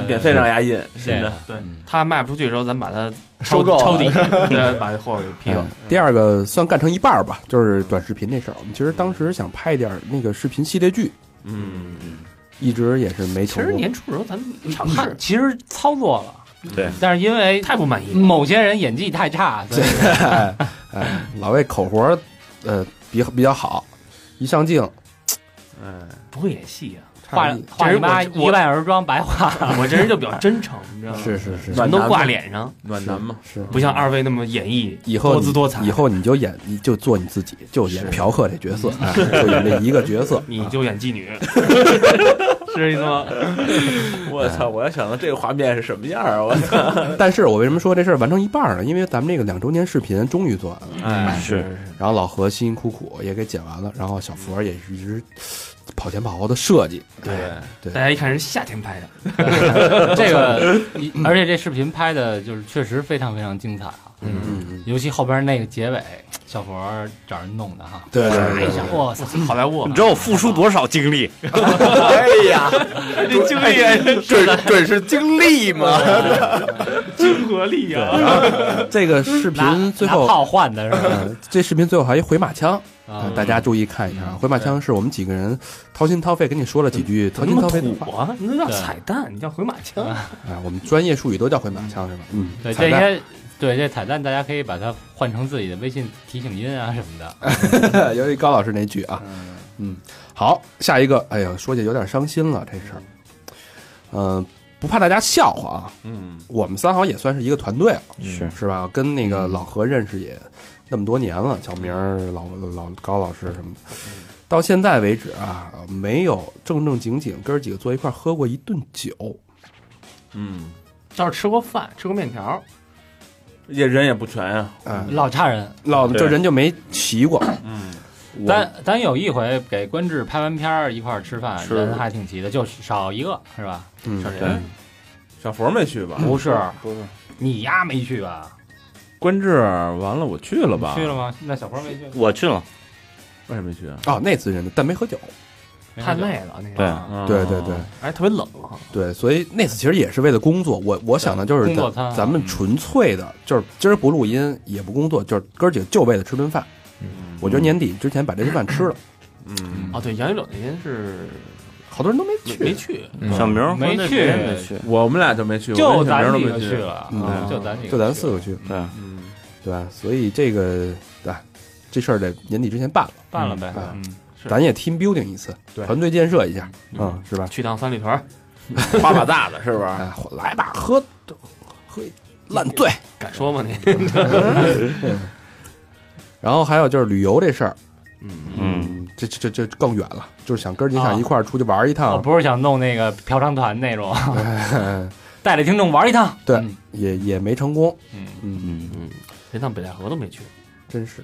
[SPEAKER 10] 免费让压印，
[SPEAKER 7] 谢
[SPEAKER 10] 真
[SPEAKER 7] 谢
[SPEAKER 10] 的。。
[SPEAKER 6] 对他卖不出去的时候，咱把他
[SPEAKER 9] 收购
[SPEAKER 6] 抄底，对，把这货给批了
[SPEAKER 5] 嗯。第二个算干成一半儿吧，就是短视频这事儿。我们其实当时想拍一点儿那个视频系列剧，
[SPEAKER 10] 嗯，
[SPEAKER 5] 一直也是没
[SPEAKER 6] 其
[SPEAKER 5] 成
[SPEAKER 6] 实
[SPEAKER 5] 功。
[SPEAKER 6] 年初的时候咱们尝
[SPEAKER 7] 他
[SPEAKER 6] 试，
[SPEAKER 7] 其实操作了，
[SPEAKER 10] 对，
[SPEAKER 7] 但是因为
[SPEAKER 6] 太不满意了。
[SPEAKER 7] 某些人演技太差，所以
[SPEAKER 5] 哎哎，老魏口活儿，呃，比比较好，一上镜，
[SPEAKER 10] 哎，
[SPEAKER 6] 不会演戏啊，
[SPEAKER 7] 化
[SPEAKER 5] 差一
[SPEAKER 7] 化你妈
[SPEAKER 6] 这人我
[SPEAKER 7] 一万小时妆白化。
[SPEAKER 6] 我这人就比较真诚，你知道吗？
[SPEAKER 5] 是是是，
[SPEAKER 6] 全都挂脸上，
[SPEAKER 10] 暖男嘛，
[SPEAKER 5] 是
[SPEAKER 6] 不像二位那么演绎，
[SPEAKER 5] 以后
[SPEAKER 6] 多
[SPEAKER 5] 你
[SPEAKER 6] 姿多彩。。
[SPEAKER 5] 以后你就演，你就做你自己，就演嫖客这角色，哎就演这一个角色
[SPEAKER 6] 你就演妓女，是这意思吗？
[SPEAKER 10] 我操！我要想到这个画面是什么样儿，啊我操！
[SPEAKER 5] 但是我为什么说这事儿完成一半儿呢？因为咱们这个两周年视频终于做完了，
[SPEAKER 10] 哎，
[SPEAKER 8] 是
[SPEAKER 5] 然后老何辛辛苦苦也给剪完了，然后小佛也一直跑前跑后的设计，
[SPEAKER 10] 对，
[SPEAKER 6] 大家一看是夏天拍的，
[SPEAKER 7] 这个，而且这视频拍的就是确实非常非常精彩啊，
[SPEAKER 5] 嗯嗯，
[SPEAKER 7] 尤其后边那个结尾，小佛儿找人弄的哈，
[SPEAKER 5] 对对
[SPEAKER 7] 啪
[SPEAKER 5] 对
[SPEAKER 7] 一下，哇塞，
[SPEAKER 6] 好莱坞
[SPEAKER 7] 啊
[SPEAKER 8] 你知道我付出多少精力？
[SPEAKER 9] 哎呀，
[SPEAKER 6] 这经历
[SPEAKER 9] 准准是经 历嘛，
[SPEAKER 6] 亲和力啊！
[SPEAKER 5] 这个视频
[SPEAKER 7] 拿
[SPEAKER 5] 最
[SPEAKER 7] 拿
[SPEAKER 5] 后
[SPEAKER 7] 炮换的 是吧？
[SPEAKER 5] 嗯，这视频最后还有一回马枪，
[SPEAKER 7] 啊
[SPEAKER 5] 呃大家注意看一下啊，回马枪是我们几个人掏心掏肺跟你说了几句掏
[SPEAKER 6] 怎么
[SPEAKER 5] 心掏
[SPEAKER 6] 那么
[SPEAKER 5] 肺的
[SPEAKER 6] 土
[SPEAKER 5] 话，
[SPEAKER 6] 啊？你那叫
[SPEAKER 7] 对
[SPEAKER 6] 彩蛋，你叫回马枪。
[SPEAKER 10] 嗯
[SPEAKER 5] 哎，我们专业术语都叫回马枪是吧？嗯，
[SPEAKER 7] 对
[SPEAKER 5] 彩
[SPEAKER 7] 这
[SPEAKER 5] 蛋
[SPEAKER 7] 些，对这彩蛋，大家可以把它换成自己的微信提醒音啊什么的。
[SPEAKER 5] 由于高老师那句啊，嗯，好，下一个，哎呀，说起有点伤心了这事儿，嗯、不怕大家笑话啊，
[SPEAKER 10] 嗯，
[SPEAKER 5] 我们三好也算是一个团队了，
[SPEAKER 8] 是
[SPEAKER 5] 是吧？跟那个老何认识也那么多年了，小明儿、老老高老师什么的，到现在为止啊，没有正正经经哥儿几个坐一块儿喝过一顿酒，
[SPEAKER 10] 嗯，
[SPEAKER 6] 倒是吃过饭，吃过面条，
[SPEAKER 10] 也人也不全啊呀，
[SPEAKER 5] 哎，
[SPEAKER 7] 老差人，
[SPEAKER 5] 老
[SPEAKER 8] 对
[SPEAKER 5] 就人就没齐过，
[SPEAKER 10] 嗯，
[SPEAKER 5] 我
[SPEAKER 7] 咱咱有一回给关智拍完片儿一块儿吃饭，
[SPEAKER 8] 是
[SPEAKER 7] 人还挺齐的，就少一个是吧？
[SPEAKER 5] 嗯
[SPEAKER 7] 少
[SPEAKER 8] 对
[SPEAKER 7] 人
[SPEAKER 10] 小佛没去吧？
[SPEAKER 7] 不是
[SPEAKER 10] 不是，
[SPEAKER 7] 你丫没去吧？
[SPEAKER 10] 关智完了，我去了吧？
[SPEAKER 7] 去了？吗？那小坡没去，
[SPEAKER 8] 我去了，
[SPEAKER 10] 为什么没去啊？
[SPEAKER 5] 哦，那次人但没喝酒，
[SPEAKER 7] 没
[SPEAKER 6] 太
[SPEAKER 7] 去
[SPEAKER 6] 累了那
[SPEAKER 8] 对
[SPEAKER 6] 个，
[SPEAKER 7] 啊
[SPEAKER 10] 嗯
[SPEAKER 5] 对对对，
[SPEAKER 6] 而且特别冷。
[SPEAKER 5] 对，所以那次其实也是为了工作。我我想的就是
[SPEAKER 7] 工作
[SPEAKER 5] 咱
[SPEAKER 7] 餐
[SPEAKER 5] 咱们纯粹的，就是今儿不录音也不工作，就是哥儿几个就为了吃顿饭。我觉得年底之前把这顿饭吃了，
[SPEAKER 10] 嗯，
[SPEAKER 6] 哦，对，杨一柳那天是
[SPEAKER 5] 好多人都没
[SPEAKER 6] 没
[SPEAKER 5] 去。
[SPEAKER 6] 没去，
[SPEAKER 8] 小明儿
[SPEAKER 7] 没
[SPEAKER 8] 和那
[SPEAKER 7] 去
[SPEAKER 8] 谁也没去，
[SPEAKER 10] 我们俩就没去，我
[SPEAKER 7] 就
[SPEAKER 10] 跟小明
[SPEAKER 7] 咱
[SPEAKER 10] 儿都
[SPEAKER 7] 几
[SPEAKER 10] 没
[SPEAKER 7] 个去。了，
[SPEAKER 5] 嗯
[SPEAKER 7] 啊就咱几个，
[SPEAKER 5] 就咱四个去，
[SPEAKER 8] 对，
[SPEAKER 10] 嗯，
[SPEAKER 5] 啊对吧？所以这个对吧，这事儿得年底之前办了。
[SPEAKER 7] 办了呗
[SPEAKER 5] 嗯，
[SPEAKER 7] 嗯，
[SPEAKER 5] 咱也 team building 一次，
[SPEAKER 10] 对
[SPEAKER 5] 团队建设一下，嗯，是吧？
[SPEAKER 6] 去趟三里屯儿，
[SPEAKER 10] 花把大的是不是？
[SPEAKER 5] 哎，来吧，喝喝烂醉。
[SPEAKER 6] 敢说吗你？
[SPEAKER 5] 然后还有就是旅游这事儿，
[SPEAKER 8] 嗯，
[SPEAKER 5] 这这这这更远了，就是想哥儿几想
[SPEAKER 7] 啊
[SPEAKER 5] 一块儿出去玩儿一
[SPEAKER 7] 我
[SPEAKER 5] 趟，
[SPEAKER 7] 不是想弄那个嫖娼团 那种，带着听众玩一趟。
[SPEAKER 5] 对
[SPEAKER 7] 嗯，
[SPEAKER 5] 也也没成功，
[SPEAKER 7] 嗯
[SPEAKER 5] 嗯，
[SPEAKER 6] 嗯，连趟北戴河都没去，
[SPEAKER 5] 真是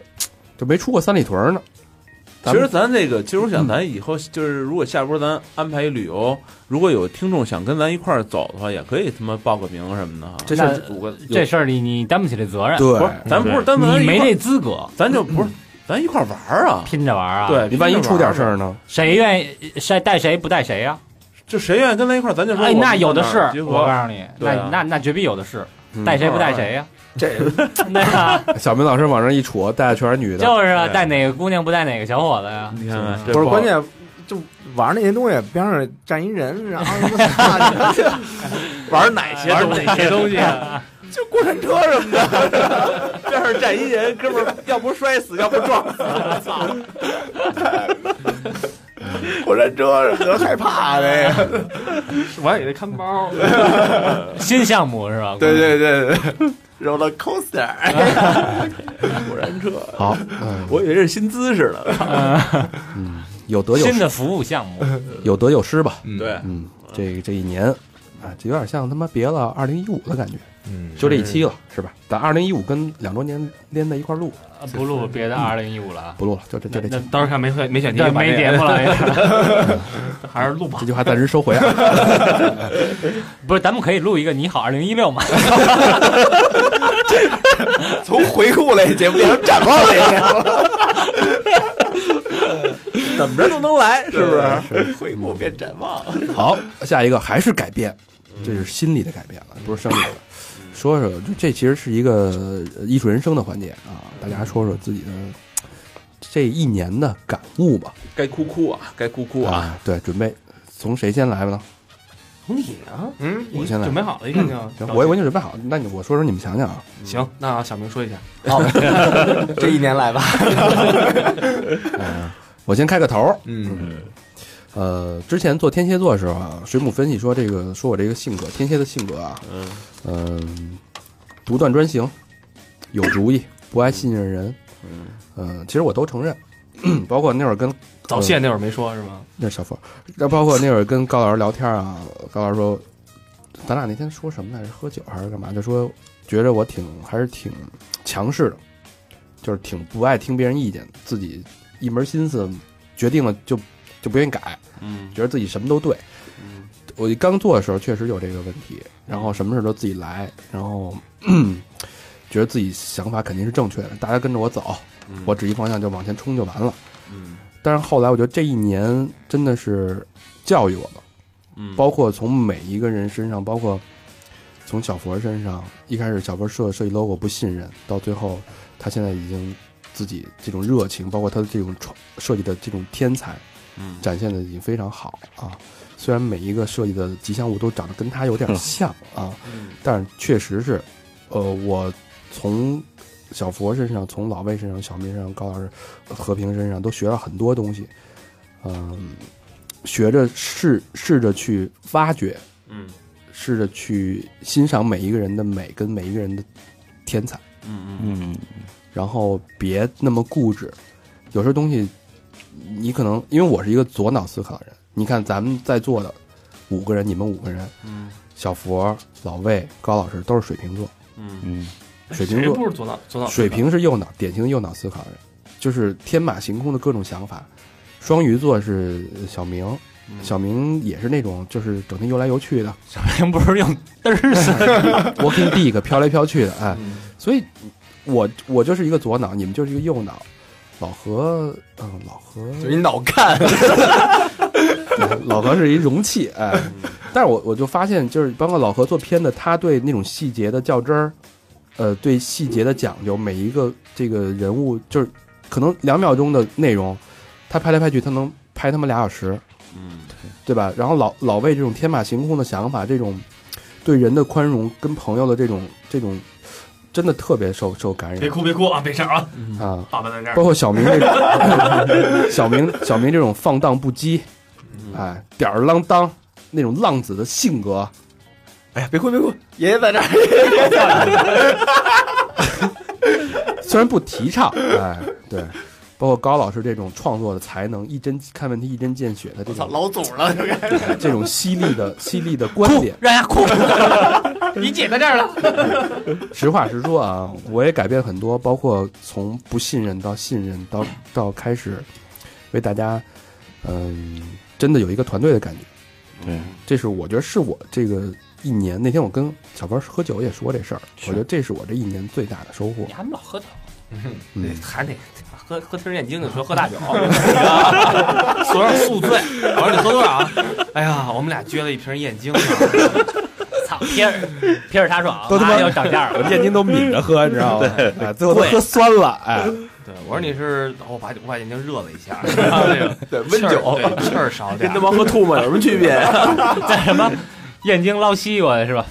[SPEAKER 5] 就没出过三里屯儿呢。咱
[SPEAKER 10] 其
[SPEAKER 5] 们
[SPEAKER 10] 实咱这个，其实我想，咱以后就是如果下波咱安排一旅游，如果有听众想跟咱一块儿走的话，也可以他妈报个名什么的哈。
[SPEAKER 5] 这事
[SPEAKER 7] 那
[SPEAKER 5] 儿
[SPEAKER 10] 组个
[SPEAKER 7] 这事儿你你担不起这责任，
[SPEAKER 10] 不是
[SPEAKER 5] 对，，
[SPEAKER 10] 咱不是单咱
[SPEAKER 7] 你
[SPEAKER 10] 一块
[SPEAKER 7] 没
[SPEAKER 10] 儿
[SPEAKER 7] 这资格，
[SPEAKER 10] 咱就不是咱一块儿玩儿啊。
[SPEAKER 7] 拼着玩啊。，
[SPEAKER 10] 对，
[SPEAKER 5] 你万一出点事，儿呢？
[SPEAKER 7] 谁愿意谁带谁不带谁呀？啊
[SPEAKER 10] 就谁愿意跟咱一块儿，咱就说
[SPEAKER 7] 哎，
[SPEAKER 10] 我们
[SPEAKER 7] 那有的
[SPEAKER 10] 到哪儿
[SPEAKER 7] 是，
[SPEAKER 10] 集
[SPEAKER 7] 我
[SPEAKER 10] 合。
[SPEAKER 7] 告诉你，
[SPEAKER 10] 对
[SPEAKER 7] 那
[SPEAKER 10] 啊
[SPEAKER 7] 那那绝逼有的是，
[SPEAKER 5] 嗯
[SPEAKER 7] 带谁不带谁啊呀？
[SPEAKER 9] 这
[SPEAKER 7] 对啊，
[SPEAKER 5] 小明老师往上一杵，带的全是女的，
[SPEAKER 7] 就是啊，
[SPEAKER 10] 对
[SPEAKER 7] 带哪个姑娘不带哪个小伙子呀？
[SPEAKER 10] 你看看，这
[SPEAKER 9] 不是
[SPEAKER 10] 好
[SPEAKER 9] 关，键，就玩那些东西，边上站一人，然后他妈
[SPEAKER 10] 玩哪些
[SPEAKER 6] 玩
[SPEAKER 10] 东西？
[SPEAKER 6] 哪些东西啊？
[SPEAKER 9] 就过山车什么的，
[SPEAKER 10] 边上站一人，哥们儿，要不摔死，要不撞死。
[SPEAKER 9] 过山车什么的，害怕啊的呀。
[SPEAKER 6] 我还给他看包，
[SPEAKER 7] 新项目是吧？
[SPEAKER 9] 对对对对，roller coaster，
[SPEAKER 10] 过山车，
[SPEAKER 5] 好，嗯
[SPEAKER 10] 我以为这是新姿势呢。
[SPEAKER 5] 有得有
[SPEAKER 7] 新
[SPEAKER 5] 失，
[SPEAKER 7] 的服务项目，
[SPEAKER 5] 有得有失吧。
[SPEAKER 10] 对，
[SPEAKER 5] 嗯，这这一年啊，这有点像他妈别了二零一五的感觉，
[SPEAKER 6] 嗯，
[SPEAKER 5] 就这一期了，是吧？咱二零一五跟两周年连在一块儿录，
[SPEAKER 7] 呃不录别的二零一五 了啊，
[SPEAKER 5] 不录了，就这就
[SPEAKER 7] 那
[SPEAKER 5] 这
[SPEAKER 7] 那
[SPEAKER 5] 期，
[SPEAKER 6] 到时候看没选没选题
[SPEAKER 7] 那，
[SPEAKER 6] 把
[SPEAKER 7] 没
[SPEAKER 6] 这
[SPEAKER 7] 节目了。
[SPEAKER 6] 还是录吧
[SPEAKER 5] 这。句话暂时收回啊。
[SPEAKER 7] 不是，咱们可以录一个《你好二零一六》嘛？
[SPEAKER 9] 从回顾类节目变成展望类节 目了，
[SPEAKER 10] 怎么着都能来，是不是？
[SPEAKER 9] 是？回顾变展望，
[SPEAKER 5] 好，下一个还是改变，这是心理的改变了，不是生理的。说说，这这其实是一个呃艺术人生的环节啊，大家说说自己的这一年的感悟吧。
[SPEAKER 10] 该哭哭啊，该哭哭啊！
[SPEAKER 5] 啊，对，准备从谁先来吧呢？
[SPEAKER 6] 从你啊，
[SPEAKER 9] 嗯，
[SPEAKER 6] 你
[SPEAKER 5] 我先来
[SPEAKER 6] 准备好了，一看就
[SPEAKER 5] 行，我我已经准备好，了，那你我说说，你们想想啊。
[SPEAKER 6] 行。那小明说一下，
[SPEAKER 9] 这一年来吧，
[SPEAKER 5] 我先开个头儿，
[SPEAKER 9] 嗯
[SPEAKER 5] 呃，之前做天蝎座的时候啊，水母分析说这个说我这个性格，天蝎的性格啊，
[SPEAKER 10] 嗯
[SPEAKER 5] 嗯、独断专行，有主意，不爱信任人，
[SPEAKER 10] 嗯
[SPEAKER 5] 嗯、其实我都承认， 包括那会儿跟
[SPEAKER 6] 早泄那会儿没说是吗？
[SPEAKER 5] 那小佛，那包括那会儿跟高老师聊天啊，高老师说，咱俩那天说什么来着？喝酒还是干嘛？就说觉着我挺还是挺强势的，就是挺不爱听别人意见，自己一门心思决定了就就不愿意改，
[SPEAKER 10] 嗯
[SPEAKER 5] 觉得自己什么都对。
[SPEAKER 10] 嗯
[SPEAKER 5] 我刚做的时候确实有这个问题，然后什么事都自己来，然后 觉得自己想法肯定是正确的，大家跟着我走，
[SPEAKER 10] 嗯
[SPEAKER 5] 我指一方向就往前冲就完了。
[SPEAKER 10] 嗯
[SPEAKER 5] 但是后来我觉得这一年真的是教育我了，
[SPEAKER 10] 嗯
[SPEAKER 5] 包括从每一个人身上，包括从小佛身上，一开始小佛设设计 logo 不信任，到最后他现在已经自己这种热情，包括他的这种创设计的这种天才，
[SPEAKER 10] 嗯
[SPEAKER 5] 展现的已经非常好啊。虽然每一个设计的吉祥物都长得跟他有点像啊，
[SPEAKER 10] 嗯
[SPEAKER 5] 但确实是，呃，我从小佛身上、从老魏身上、小明身上、高老师、和平身上都学了很多东西，嗯，学着试试着去挖掘，
[SPEAKER 10] 嗯
[SPEAKER 5] 试着去欣赏每一个人的美跟每一个人的天才，
[SPEAKER 10] 嗯嗯
[SPEAKER 8] 嗯
[SPEAKER 5] 然后别那么固执，有时候东西你可能因为我是一个左脑思考的人，你看咱们在座的五个人，你们五个人，
[SPEAKER 10] 嗯
[SPEAKER 5] 小佛、老魏、高老师都是水瓶座。
[SPEAKER 10] 嗯
[SPEAKER 8] 嗯
[SPEAKER 5] 哎水瓶
[SPEAKER 6] 谁
[SPEAKER 5] 座
[SPEAKER 6] 不是左脑左脑？
[SPEAKER 5] 水瓶是右脑，典型的右脑思考人，就是天马行空的各种想法。双鱼座是呃小明，
[SPEAKER 10] 嗯
[SPEAKER 5] 小明也是那种就是整天游来游去的，
[SPEAKER 7] 不是用嘚儿死，
[SPEAKER 5] 我给你递一个飘来飘去的，哎，
[SPEAKER 10] 嗯
[SPEAKER 5] 所以我我就是一个左脑，你们就是一个右脑。老何，嗯，老何，
[SPEAKER 9] 就一脑干，
[SPEAKER 5] 老何是一容器，哎，但是我我就发现，就是包括老何做片的，他对那种细节的较真儿，呃，对细节的讲究，每一个这个人物，就是可能两秒钟的内容，他拍来拍去，他能拍他妈俩小时，
[SPEAKER 10] 嗯
[SPEAKER 5] 对吧？然后老老魏这种天马行空的想法，这种对人的宽容跟朋友的这种这种真的特别受受感染
[SPEAKER 6] 别哭别哭啊，没事儿啊，
[SPEAKER 5] 啊。
[SPEAKER 6] 爸爸在这儿。
[SPEAKER 5] 包括小明这种 小明小明这种放荡不羁，哎，吊儿郎当那种浪子的性格，
[SPEAKER 9] 哎呀， 别哭别哭，爷爷在这儿。
[SPEAKER 5] 虽然不提倡，哎，对，包括高老师这种创作的才能，一针看问题一针见血的这
[SPEAKER 9] 我
[SPEAKER 5] 种
[SPEAKER 9] 操，
[SPEAKER 5] 哎
[SPEAKER 9] 老祖 了，就该
[SPEAKER 5] 这种犀利的犀利的观点，
[SPEAKER 7] 让人家哭。 你姐在这儿了，
[SPEAKER 6] 哎
[SPEAKER 5] 实话实说啊，我也改变很多，包括从不信任到信任到到开始为大家，嗯，真的有一个团队的感觉。
[SPEAKER 8] 对，
[SPEAKER 5] 这是我觉得是我这个一年。那天我跟小波喝酒也说这事儿，我觉得这是我这一年最大的收获
[SPEAKER 7] 你。还老 喝酒，
[SPEAKER 5] 嗯，
[SPEAKER 6] 还得喝喝听念经的时候喝大酒，多少宿醉？我说你喝多少啊？ 哎呀，我们俩撅了一瓶燕京呢，
[SPEAKER 7] 操，撇着撇着他说啊，
[SPEAKER 5] 都他妈
[SPEAKER 7] 妈要涨价了。
[SPEAKER 5] 燕京都抿着喝，你知道吗？哎，最后都
[SPEAKER 7] 贵
[SPEAKER 5] 喝酸了，哎，
[SPEAKER 6] 对，我说你是，我把我把眼睛热了一 下，然后那个
[SPEAKER 9] 对温
[SPEAKER 6] 气儿
[SPEAKER 9] 酒，
[SPEAKER 6] 对气儿少点
[SPEAKER 9] 跟他。妈喝吐沫有什么区 别？
[SPEAKER 7] 在什么燕京捞西瓜是吧？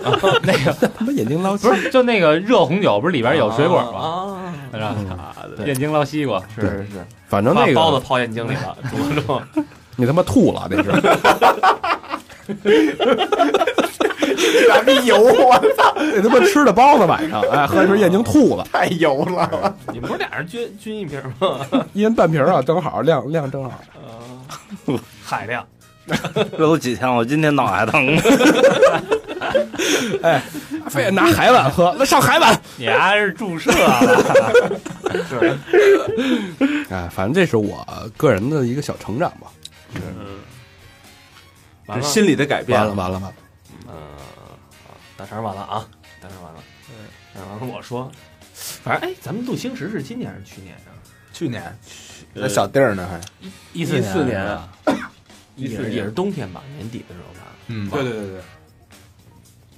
[SPEAKER 7] 那个
[SPEAKER 5] 他妈眼睛捞
[SPEAKER 7] 不是，就那个热红酒，不是里边有水果吗？
[SPEAKER 6] 啊，
[SPEAKER 7] 是吧？
[SPEAKER 6] 嗯
[SPEAKER 7] 燕京捞西瓜，
[SPEAKER 6] 是是是，
[SPEAKER 5] 反正
[SPEAKER 6] 把
[SPEAKER 5] 那
[SPEAKER 6] 包子
[SPEAKER 5] 个
[SPEAKER 6] 泡眼睛里了，煮了煮。
[SPEAKER 5] 你他妈吐了，那是。
[SPEAKER 9] 咱们油，我
[SPEAKER 5] 那他妈吃的包子晚上，哎，喝一瓶燕京吐了，
[SPEAKER 9] 太油了。
[SPEAKER 6] 啊你们不是俩人均均一瓶吗？
[SPEAKER 5] 一人半瓶啊，正好量量正好。
[SPEAKER 6] 海量，
[SPEAKER 8] 这都几天了，我今天脑还疼。
[SPEAKER 5] 非得拿海碗喝， 那上海碗。
[SPEAKER 7] 你还是注射 了，
[SPEAKER 5] 哎，反正这是我个人的一个小成长吧。
[SPEAKER 6] 完了，
[SPEAKER 10] 这心理的改变
[SPEAKER 5] 完了，完了完了，
[SPEAKER 6] 嗯，好大肠完了啊，大肠完了，
[SPEAKER 7] 嗯
[SPEAKER 6] 大肠完了。我说，反正哎，咱们录星驰是今年还是去年啊？
[SPEAKER 9] 去年那小弟儿呢还？
[SPEAKER 7] 一
[SPEAKER 10] 四年
[SPEAKER 7] 四年
[SPEAKER 10] 啊
[SPEAKER 7] 啊。
[SPEAKER 6] 也是也是冬天吧，年底的时候吧。
[SPEAKER 9] 嗯，
[SPEAKER 10] 对对对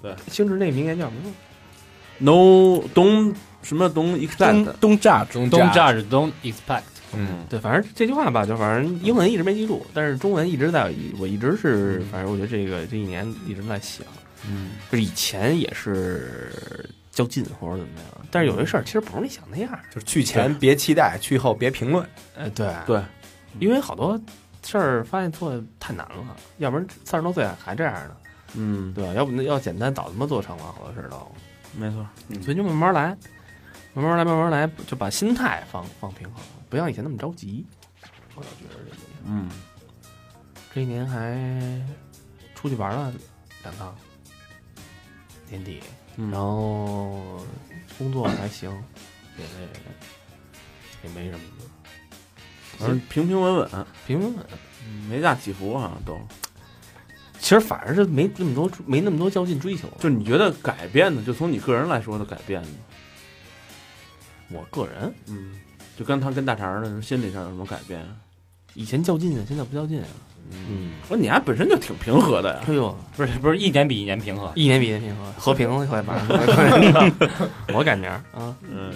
[SPEAKER 10] 对
[SPEAKER 6] 星驰那名言叫什么？
[SPEAKER 10] ，No don't 什么 don't expect，
[SPEAKER 5] 东炸
[SPEAKER 9] 中
[SPEAKER 7] Don't judge, don't expect。
[SPEAKER 9] 嗯，
[SPEAKER 6] 对，反正这句话吧，就反正英文一直没记住，但是中文一直在，我一直是，反正我觉得这个这一年一直在想，嗯，就是以前也是较劲或者怎么样，但是有些事儿其实不是你想那样，
[SPEAKER 9] 就是去前别期待，去后别评论。
[SPEAKER 6] 哎，对
[SPEAKER 10] 对，
[SPEAKER 6] 因为好多事儿发现做的太难了，要不然三十多岁还这样呢，
[SPEAKER 10] 嗯，
[SPEAKER 6] 对吧？要不那要简单早他妈做成了好多事儿都，
[SPEAKER 10] 没错，
[SPEAKER 6] 所以就慢慢来，慢慢来，慢慢来，就把心态放放平衡了，不像以前那么着急。我倒觉得这一年，
[SPEAKER 10] 嗯，
[SPEAKER 6] 这一年还出去玩了两趟，年底，
[SPEAKER 10] 嗯
[SPEAKER 6] 然后工作还行，也那也没什么，
[SPEAKER 10] 反正平平稳稳，
[SPEAKER 6] 平平稳稳。
[SPEAKER 10] 没大起伏啊，都。
[SPEAKER 6] 其实反而是没那么多没那么多较劲追求。
[SPEAKER 10] 就你觉得改变的，就从你个人来说的改变的，
[SPEAKER 6] 我个人
[SPEAKER 10] 嗯，就跟他跟大肠的心理上有什么改变？
[SPEAKER 6] 以前较劲啊，现在不较劲啊。
[SPEAKER 10] 嗯，
[SPEAKER 6] 嗯，
[SPEAKER 10] 我说你还本身就挺平和的呀，
[SPEAKER 6] 哎呦，
[SPEAKER 7] 不是不是，一年比一年平和。
[SPEAKER 6] 一年比一年平和，和平 了，快把快把 我改名儿啊，
[SPEAKER 10] 嗯，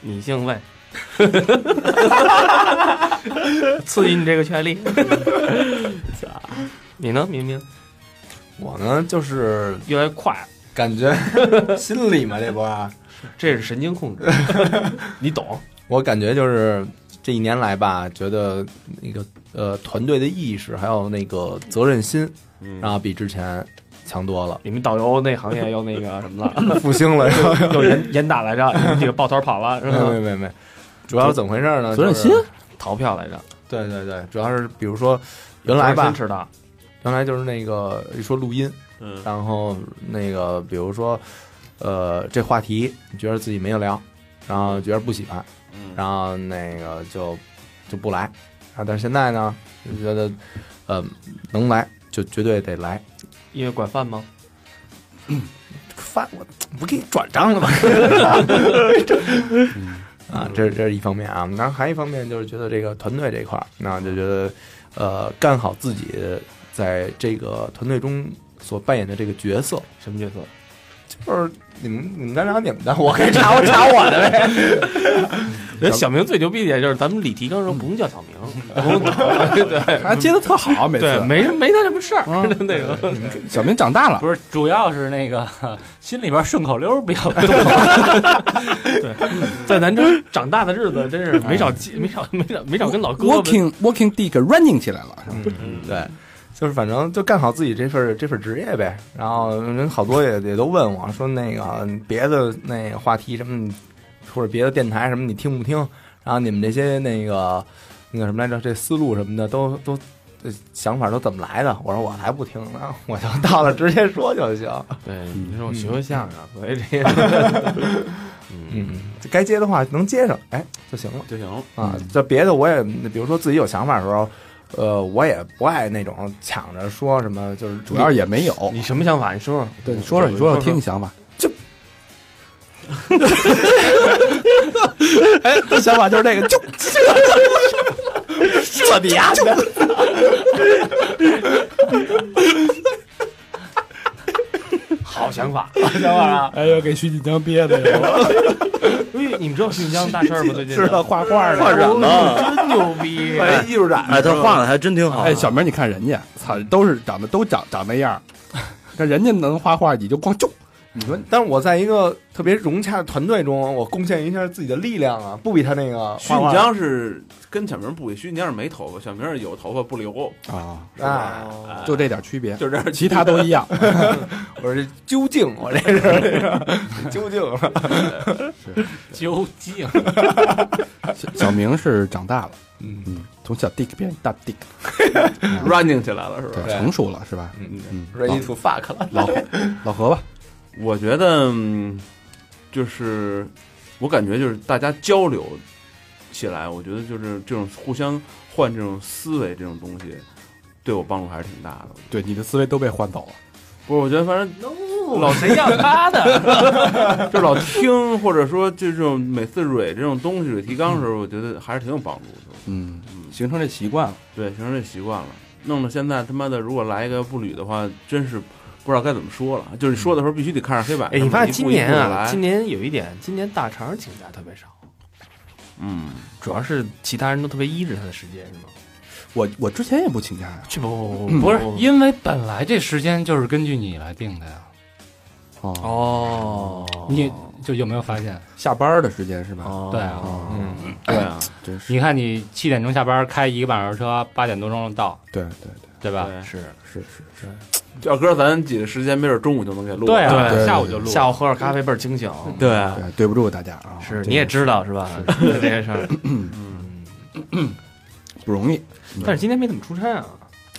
[SPEAKER 6] 你姓 魏，刺激你这个权利。 你呢，明明
[SPEAKER 9] 我呢就是
[SPEAKER 6] 越来越快，
[SPEAKER 9] 感觉 心里嘛这不啊，
[SPEAKER 6] 这是神经控 制，你懂？，
[SPEAKER 9] 我感觉就是这一年来吧，觉得那个呃团队的意识还有那个责任心，然后比之前强多了
[SPEAKER 6] 你们导游那行业又那个什么 了，
[SPEAKER 9] 复兴 了。
[SPEAKER 6] 又严严打来着，你们几个抱团跑了是
[SPEAKER 9] 没没
[SPEAKER 6] 吧？
[SPEAKER 9] 没没，主要是怎么回事呢？
[SPEAKER 5] 责任
[SPEAKER 9] 就是
[SPEAKER 5] 心，
[SPEAKER 6] 嗯逃票来着，
[SPEAKER 9] 对对对，主要是比如说原来吧
[SPEAKER 6] 真，迟 到，
[SPEAKER 9] 原来就是那个一说录音，
[SPEAKER 10] 嗯
[SPEAKER 9] 然后那个比如说呃这话题你觉得自己没得聊，然后觉得不喜欢，
[SPEAKER 10] 嗯
[SPEAKER 9] 然后那个就就不来啊。但是现在呢，就觉得呃能来就绝对得来。
[SPEAKER 6] 因为管饭吗？
[SPEAKER 9] 饭我不给你转账了吗？ 啊，这这是一方面啊，然后还一方面就是觉得这个团队这一块儿，那就觉得呃干好自己在这个团队中所扮演的这个角色，
[SPEAKER 6] 什么角色？
[SPEAKER 9] 就是你们你们该聊你们的，我该查我查我的呗。
[SPEAKER 6] 人小明最牛逼一点就是咱们李提纲说不用叫小明，不用
[SPEAKER 5] 还接的特好，每
[SPEAKER 6] 对，
[SPEAKER 5] 次
[SPEAKER 6] 没没他什么事儿， 那个
[SPEAKER 5] 小明长大了，
[SPEAKER 7] 嗯不是，主要是那个 心里边顺口溜比较 多。
[SPEAKER 6] 在咱这长大的日子真是没少
[SPEAKER 7] 嗯
[SPEAKER 6] 记，没少没少没少跟老哥们
[SPEAKER 5] walking walking dick running 起来了，
[SPEAKER 9] 对，就是反正就干好自己这份这份职业呗。然后人好多也也都问我说，那个别的那个话题什么，或者别的电台什么，你听不听？然后你们这些那个那个什么来着，这思路什么的，都都这想法都怎么来的？我说我才不听呢，我就到了直接说就行。
[SPEAKER 6] 对，你说我学过相声，啊所以 这些
[SPEAKER 9] 嗯，这该接的话能接上，哎就行了。
[SPEAKER 10] 就行了。
[SPEAKER 9] 啊，这别的我也，比如说自己有想法的时候，呃，我也不爱那种抢着说什么，就是
[SPEAKER 5] 主要是也没有。
[SPEAKER 6] 你什么想法？你说说。
[SPEAKER 5] 对，你说说，你说说，听你想法。
[SPEAKER 9] 他想法就是这个，就这你丫的，
[SPEAKER 6] 好想法。
[SPEAKER 9] 知道吧？
[SPEAKER 3] 哎呦，给徐锦江憋的呀！
[SPEAKER 6] 因为你们知道新疆大事儿吗？最近
[SPEAKER 9] 知道画画的，
[SPEAKER 8] 画展
[SPEAKER 5] 哦
[SPEAKER 8] 了，
[SPEAKER 6] 真 牛逼！
[SPEAKER 9] 办艺术展
[SPEAKER 8] 哎，他画的还真挺好。
[SPEAKER 5] 哎，小明，你看人家，操，都是长得都长长那样儿，但人家能画画，你就光就，你说
[SPEAKER 9] 但是我在一个特别融洽的团队中，我贡献一下自己的力量啊，不比他那个
[SPEAKER 10] 徐
[SPEAKER 9] 画
[SPEAKER 10] 锦
[SPEAKER 9] 画
[SPEAKER 10] 江是跟小明不一，徐锦江是没头发，小明是有头发不留，
[SPEAKER 5] 啊，
[SPEAKER 9] 哎，
[SPEAKER 5] 就这点区别，
[SPEAKER 10] 就这样。
[SPEAKER 5] 其他都一样。
[SPEAKER 9] 我这究竟，我这是这个究竟了，
[SPEAKER 7] 究竟
[SPEAKER 5] 小 小明是长大了，嗯嗯，从小 dick 变大 dick，
[SPEAKER 10] running 起来了是吧？
[SPEAKER 5] 对，成熟了是吧？
[SPEAKER 9] 嗯，ready to fuck 了，
[SPEAKER 5] 老老何吧，
[SPEAKER 10] 我觉得，嗯就是我感觉就是大家交流起来，我觉得就是这种互相换这种思维这种东西，对我帮助还是挺大的。
[SPEAKER 5] 对，你的思维都被换走了。
[SPEAKER 10] 不是，我觉得反正
[SPEAKER 6] 老谁要他 的？
[SPEAKER 10] 就老听，或者说就这种每次蕊这种东西蕊提纲的时候，我觉得还是挺有帮助的。
[SPEAKER 5] 嗯，形成这习惯了。
[SPEAKER 10] 对，形成这习惯了，弄得现在他妈的，如果来一个不捋的话，真是不知道该怎么说了。就是说的时候必须得看着黑板。
[SPEAKER 6] 哎，你发现今年啊，
[SPEAKER 10] 一步一步地来
[SPEAKER 6] 今年有一点，今年大肠请假特别少，
[SPEAKER 10] 嗯，
[SPEAKER 6] 主要是其他人都特别依着他的时间，是吗？
[SPEAKER 5] 我我之前也不请假呀。
[SPEAKER 6] 这不
[SPEAKER 7] 不是因为本来这时间就是根据你来定的呀？
[SPEAKER 5] 哦，
[SPEAKER 6] 哦，
[SPEAKER 7] 你就有没有发现？
[SPEAKER 5] 下班的时间是吧？
[SPEAKER 6] 哦
[SPEAKER 7] 对啊，
[SPEAKER 5] 哦，
[SPEAKER 10] 对啊，
[SPEAKER 5] 真是。
[SPEAKER 7] 你看你七点钟下班，开一个半小时车，八点多钟到，
[SPEAKER 5] 对对对，
[SPEAKER 7] 对吧？
[SPEAKER 10] 对
[SPEAKER 6] 是
[SPEAKER 5] 是是是。
[SPEAKER 10] 要搁咱几个时间，没准中午就能给录了。
[SPEAKER 7] 对啊，
[SPEAKER 5] 对
[SPEAKER 7] 下午就录。
[SPEAKER 6] 下午喝点咖啡倍儿清醒。
[SPEAKER 10] 对啊，
[SPEAKER 5] 对，对不住大家啊，
[SPEAKER 6] 是，你也知道是吧？这些事儿，
[SPEAKER 5] 不容易。
[SPEAKER 6] 但是今天没怎么出差啊。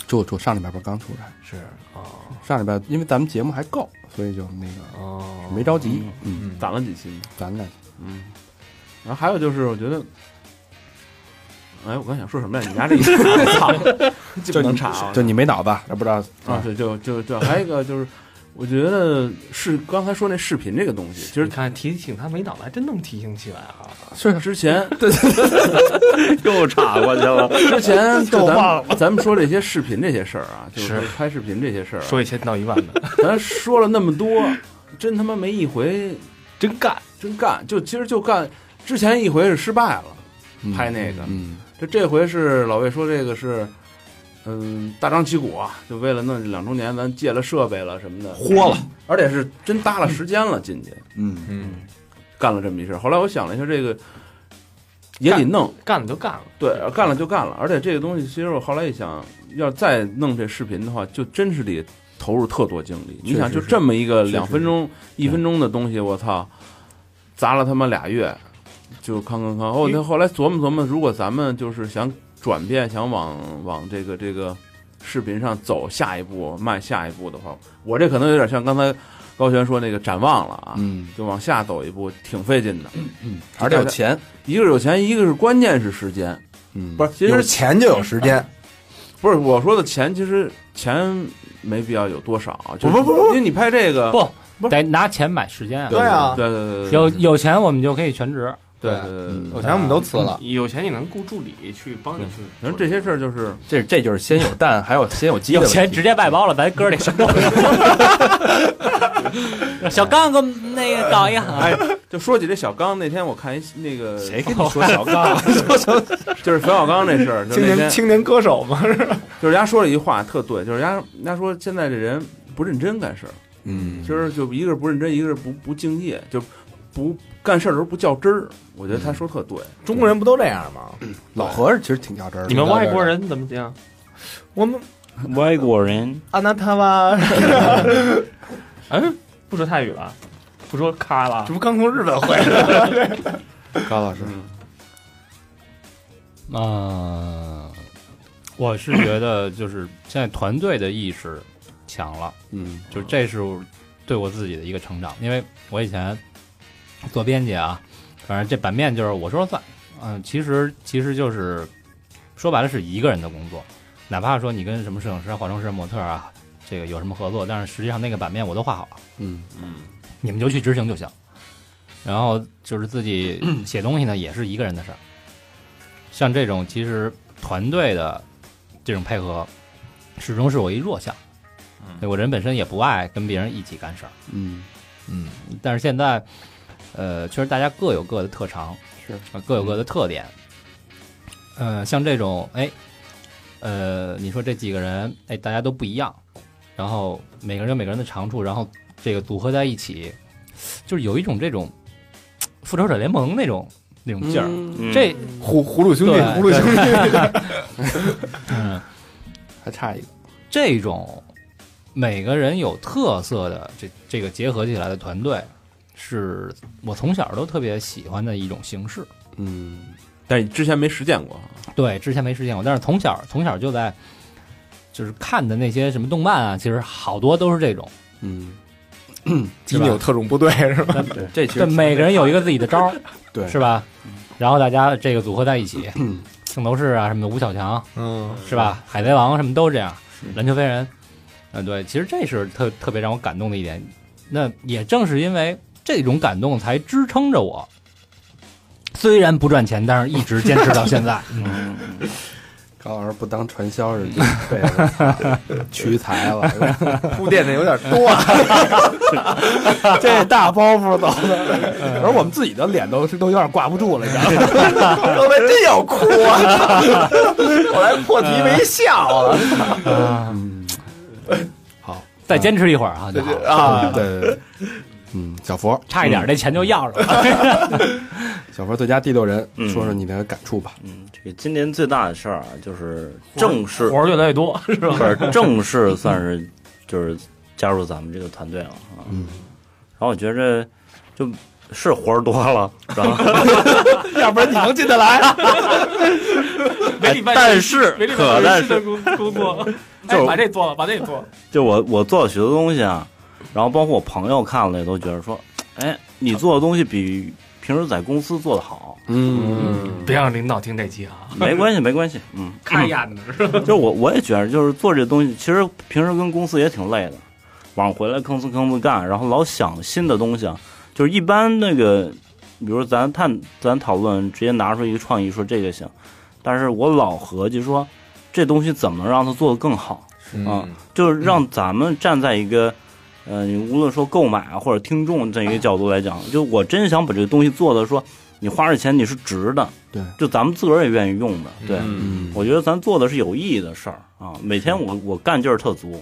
[SPEAKER 5] 就就上礼拜不是刚出差，
[SPEAKER 6] 是啊，
[SPEAKER 5] 上礼拜因为咱们节目还够，所以就那个
[SPEAKER 6] 哦，
[SPEAKER 5] 没着急。嗯，
[SPEAKER 10] 攒了几期嘛。
[SPEAKER 5] 咱俩
[SPEAKER 10] 嗯，然后还有就是，我觉得，哎，我刚想说什么来着？你家这一查，我操，这不能查啊！
[SPEAKER 5] 就你没脑子，那不知道
[SPEAKER 10] 啊，对，就就就还有一个就是，我觉得是刚才说那视频这个东西，其
[SPEAKER 6] 你
[SPEAKER 10] 实
[SPEAKER 6] 看提醒他没脑子，还真能提醒起来啊。
[SPEAKER 10] 之前
[SPEAKER 8] 又插过去了。
[SPEAKER 10] 之前就咱们咱们说这些视频这些事儿啊，就是说拍视频这些事儿啊，
[SPEAKER 6] 说一千道一万的，
[SPEAKER 10] 咱说了那么多，真他妈没一回
[SPEAKER 6] 真干。
[SPEAKER 10] 真干，就其实就干。之前一回是失败了，拍那个，
[SPEAKER 5] 嗯，
[SPEAKER 10] 就这回是老魏说这个是，嗯，大张旗鼓啊，就为了弄两周年，咱借了设备了什么的，豁了，而且是真搭了时间了进去，
[SPEAKER 5] 嗯
[SPEAKER 9] 嗯，
[SPEAKER 10] 干了这么一事儿。后来我想了一下，这个也得弄，
[SPEAKER 6] 干了就干了，
[SPEAKER 10] 对，干了就干了。而且这个东西，其实我后来一想，要再弄这视频的话，就真是得投入特多精力。你想，就这么一个两分钟、一分钟的东西，我操，砸了他妈俩月，就康康康。后他后来琢磨琢磨，如果咱们就是想转变，想往往这个这个视频上走下一步，迈下一步的话，我这可能有点像刚才高璇说那个展望了啊，
[SPEAKER 5] 嗯，
[SPEAKER 10] 就往下走一步，挺费劲的。
[SPEAKER 5] 还得有钱，
[SPEAKER 10] 一个是有钱，一个是关键是时间。
[SPEAKER 5] 嗯，
[SPEAKER 10] 不是，其
[SPEAKER 9] 有
[SPEAKER 10] 实
[SPEAKER 9] 钱就有时间，
[SPEAKER 10] 不是我说的钱，其实钱没必要有多少，啊就是
[SPEAKER 9] 不不不
[SPEAKER 10] 因为你拍这个，
[SPEAKER 7] 不得拿钱买时间啊！
[SPEAKER 9] 对啊，
[SPEAKER 10] 对对对对，
[SPEAKER 7] 有有钱我们就可以全职。
[SPEAKER 10] 对
[SPEAKER 9] 对
[SPEAKER 10] 对对对对，
[SPEAKER 9] 有钱我们都辞了，
[SPEAKER 6] 有钱你能雇助理去帮你去。
[SPEAKER 10] 反正这些事儿就是
[SPEAKER 5] 这这就是先有蛋，还有先有鸡的
[SPEAKER 7] 有
[SPEAKER 5] 问题
[SPEAKER 7] 钱直接外包了，咱哥 儿得收。小刚给我们那个搞一个，
[SPEAKER 9] 哎，
[SPEAKER 10] 就说起这小刚，那天我看一那个
[SPEAKER 5] 谁跟你说小刚？
[SPEAKER 10] 就是冯小刚这事儿，就
[SPEAKER 9] 青
[SPEAKER 10] 那
[SPEAKER 9] 年
[SPEAKER 10] 天
[SPEAKER 9] 青年歌手嘛，
[SPEAKER 10] 就是人家说了一句话特对，就是人家人家说现在这人不认真干事儿，
[SPEAKER 5] 嗯
[SPEAKER 10] 其，实就一个是不认真，一个是不不敬业，就不干事儿的时候不较真儿。我觉得他说特对，
[SPEAKER 9] 中国人不都这样吗？
[SPEAKER 5] 老何其实挺较真儿的。
[SPEAKER 6] 你们外国人怎么讲？
[SPEAKER 9] 我们
[SPEAKER 8] 外国人
[SPEAKER 9] 安娜塔瓦，
[SPEAKER 6] 嗯，不说泰语了，不说咖了
[SPEAKER 9] 这，不刚从日本回来？
[SPEAKER 5] 高老师，
[SPEAKER 10] 嗯，
[SPEAKER 7] 啊、我是觉得就是现在团队的意识强了，
[SPEAKER 5] 嗯
[SPEAKER 7] 就这是对我自己的一个成长，因为我以前做编辑啊，反正这版面就是我说了算，嗯、其实其实就是说白了是一个人的工作，哪怕说你跟什么摄影师、啊、化妆师、模特儿啊，这个有什么合作，但是实际上那个版面我都画好了。
[SPEAKER 5] 嗯
[SPEAKER 7] 你们就去执行就行。然后就是自己写东西呢，也是一个人的事儿。像这种其实团队的这种配合，始终是我一弱项。对我人本身也不爱跟别人一起干事儿，
[SPEAKER 5] 嗯
[SPEAKER 7] 嗯，但是现在，呃，确实大家各有各的特长，
[SPEAKER 5] 是
[SPEAKER 7] 啊各有各的特点。呃，像这种，哎，呃，你说这几个人，哎，大家都不一样，然后每个人有每个人的长处，然后这个组合在一起，就是有一种这种嘖复仇者联盟那种那种劲儿。
[SPEAKER 8] 嗯
[SPEAKER 7] 这
[SPEAKER 9] 葫葫芦兄弟，
[SPEAKER 7] 对
[SPEAKER 9] 葫芦兄弟，
[SPEAKER 7] 嗯，
[SPEAKER 5] 还差一个，
[SPEAKER 7] 这种每个人有特色的这这个结合起来的团队，是我从小都特别喜欢的一种形式。
[SPEAKER 5] 嗯
[SPEAKER 10] 但是你之前没实践过，
[SPEAKER 7] 对，之前没实践过，但是从小从小就在就是看的那些什么动漫啊，其实好多都是这种。
[SPEAKER 5] 嗯，
[SPEAKER 9] 基纽特种部队是吧？
[SPEAKER 5] 这其
[SPEAKER 7] 对，每个人有一个自己的招儿，
[SPEAKER 5] 对嗯
[SPEAKER 7] 是吧？然后大家这个组合在一 起，圣斗士啊什么的，吴小强
[SPEAKER 9] 嗯，
[SPEAKER 7] 是吧？海贼王什么都这样，篮球飞人，嗯，对，其实这是特特别让我感动的一点。那也正是因为这种感动，才支撑着我。虽然不赚钱，但是一直坚持到现在。 嗯，
[SPEAKER 5] 高老师不当传销人就废了，屈才了，
[SPEAKER 9] 铺垫的有点多啊。
[SPEAKER 5] 这大包袱都，而我们自己的脸都是都有点挂不住了，你知道吗？
[SPEAKER 9] 刚才真要哭啊！我还破题没笑了
[SPEAKER 7] 再坚持一会儿啊，就好了
[SPEAKER 9] 啊！
[SPEAKER 5] 对对对，嗯，小佛，
[SPEAKER 7] 差一点这钱就要着了。
[SPEAKER 5] 小佛最佳第六人，
[SPEAKER 8] 嗯
[SPEAKER 5] 说说你的感触吧。
[SPEAKER 8] 嗯，这个今年最大的事儿啊，就是哎正式
[SPEAKER 6] 活儿越来越多，是吧？
[SPEAKER 8] 不是正式算是就是加入咱们这个团队了啊。
[SPEAKER 5] 嗯，
[SPEAKER 8] 然后我觉着就是活儿多了，然后
[SPEAKER 9] 要不然你能进得来？
[SPEAKER 6] 没礼拜
[SPEAKER 8] 哎但是
[SPEAKER 6] 没礼拜
[SPEAKER 8] 可但
[SPEAKER 6] 日
[SPEAKER 8] 是
[SPEAKER 6] 的工工作，
[SPEAKER 8] 就
[SPEAKER 6] 哎，把这做了，把这做了，
[SPEAKER 8] 就我我做了许多东西啊，然后包括我朋友看了也都觉得说，哎，你做的东西比平时在公司做的好，
[SPEAKER 5] 嗯，
[SPEAKER 6] 别让领导听这期啊，
[SPEAKER 8] 没关系没关系，嗯，
[SPEAKER 6] 看眼呢，是吧？
[SPEAKER 8] 就我我也觉得就是做这东西，其实平时跟公司也挺累的，晚上回来吭哧吭哧干，然后老想新的东西啊，就是一般那个，比如咱探咱讨论，直接拿出一个创意说这个行，但是我老合计说这东西怎么能让它做得更好。啊，
[SPEAKER 9] 嗯
[SPEAKER 8] 就是
[SPEAKER 5] 嗯
[SPEAKER 8] 让咱们站在一个，呃，你无论说购买啊或者听众这一个角度来讲，就我真想把这个东西做的说，你花这钱你是值的，
[SPEAKER 5] 对，
[SPEAKER 8] 就咱们自个儿也愿意用的，对，
[SPEAKER 5] 嗯，
[SPEAKER 8] 我觉得咱做的是有意义的事儿啊，每天我我干劲儿特足，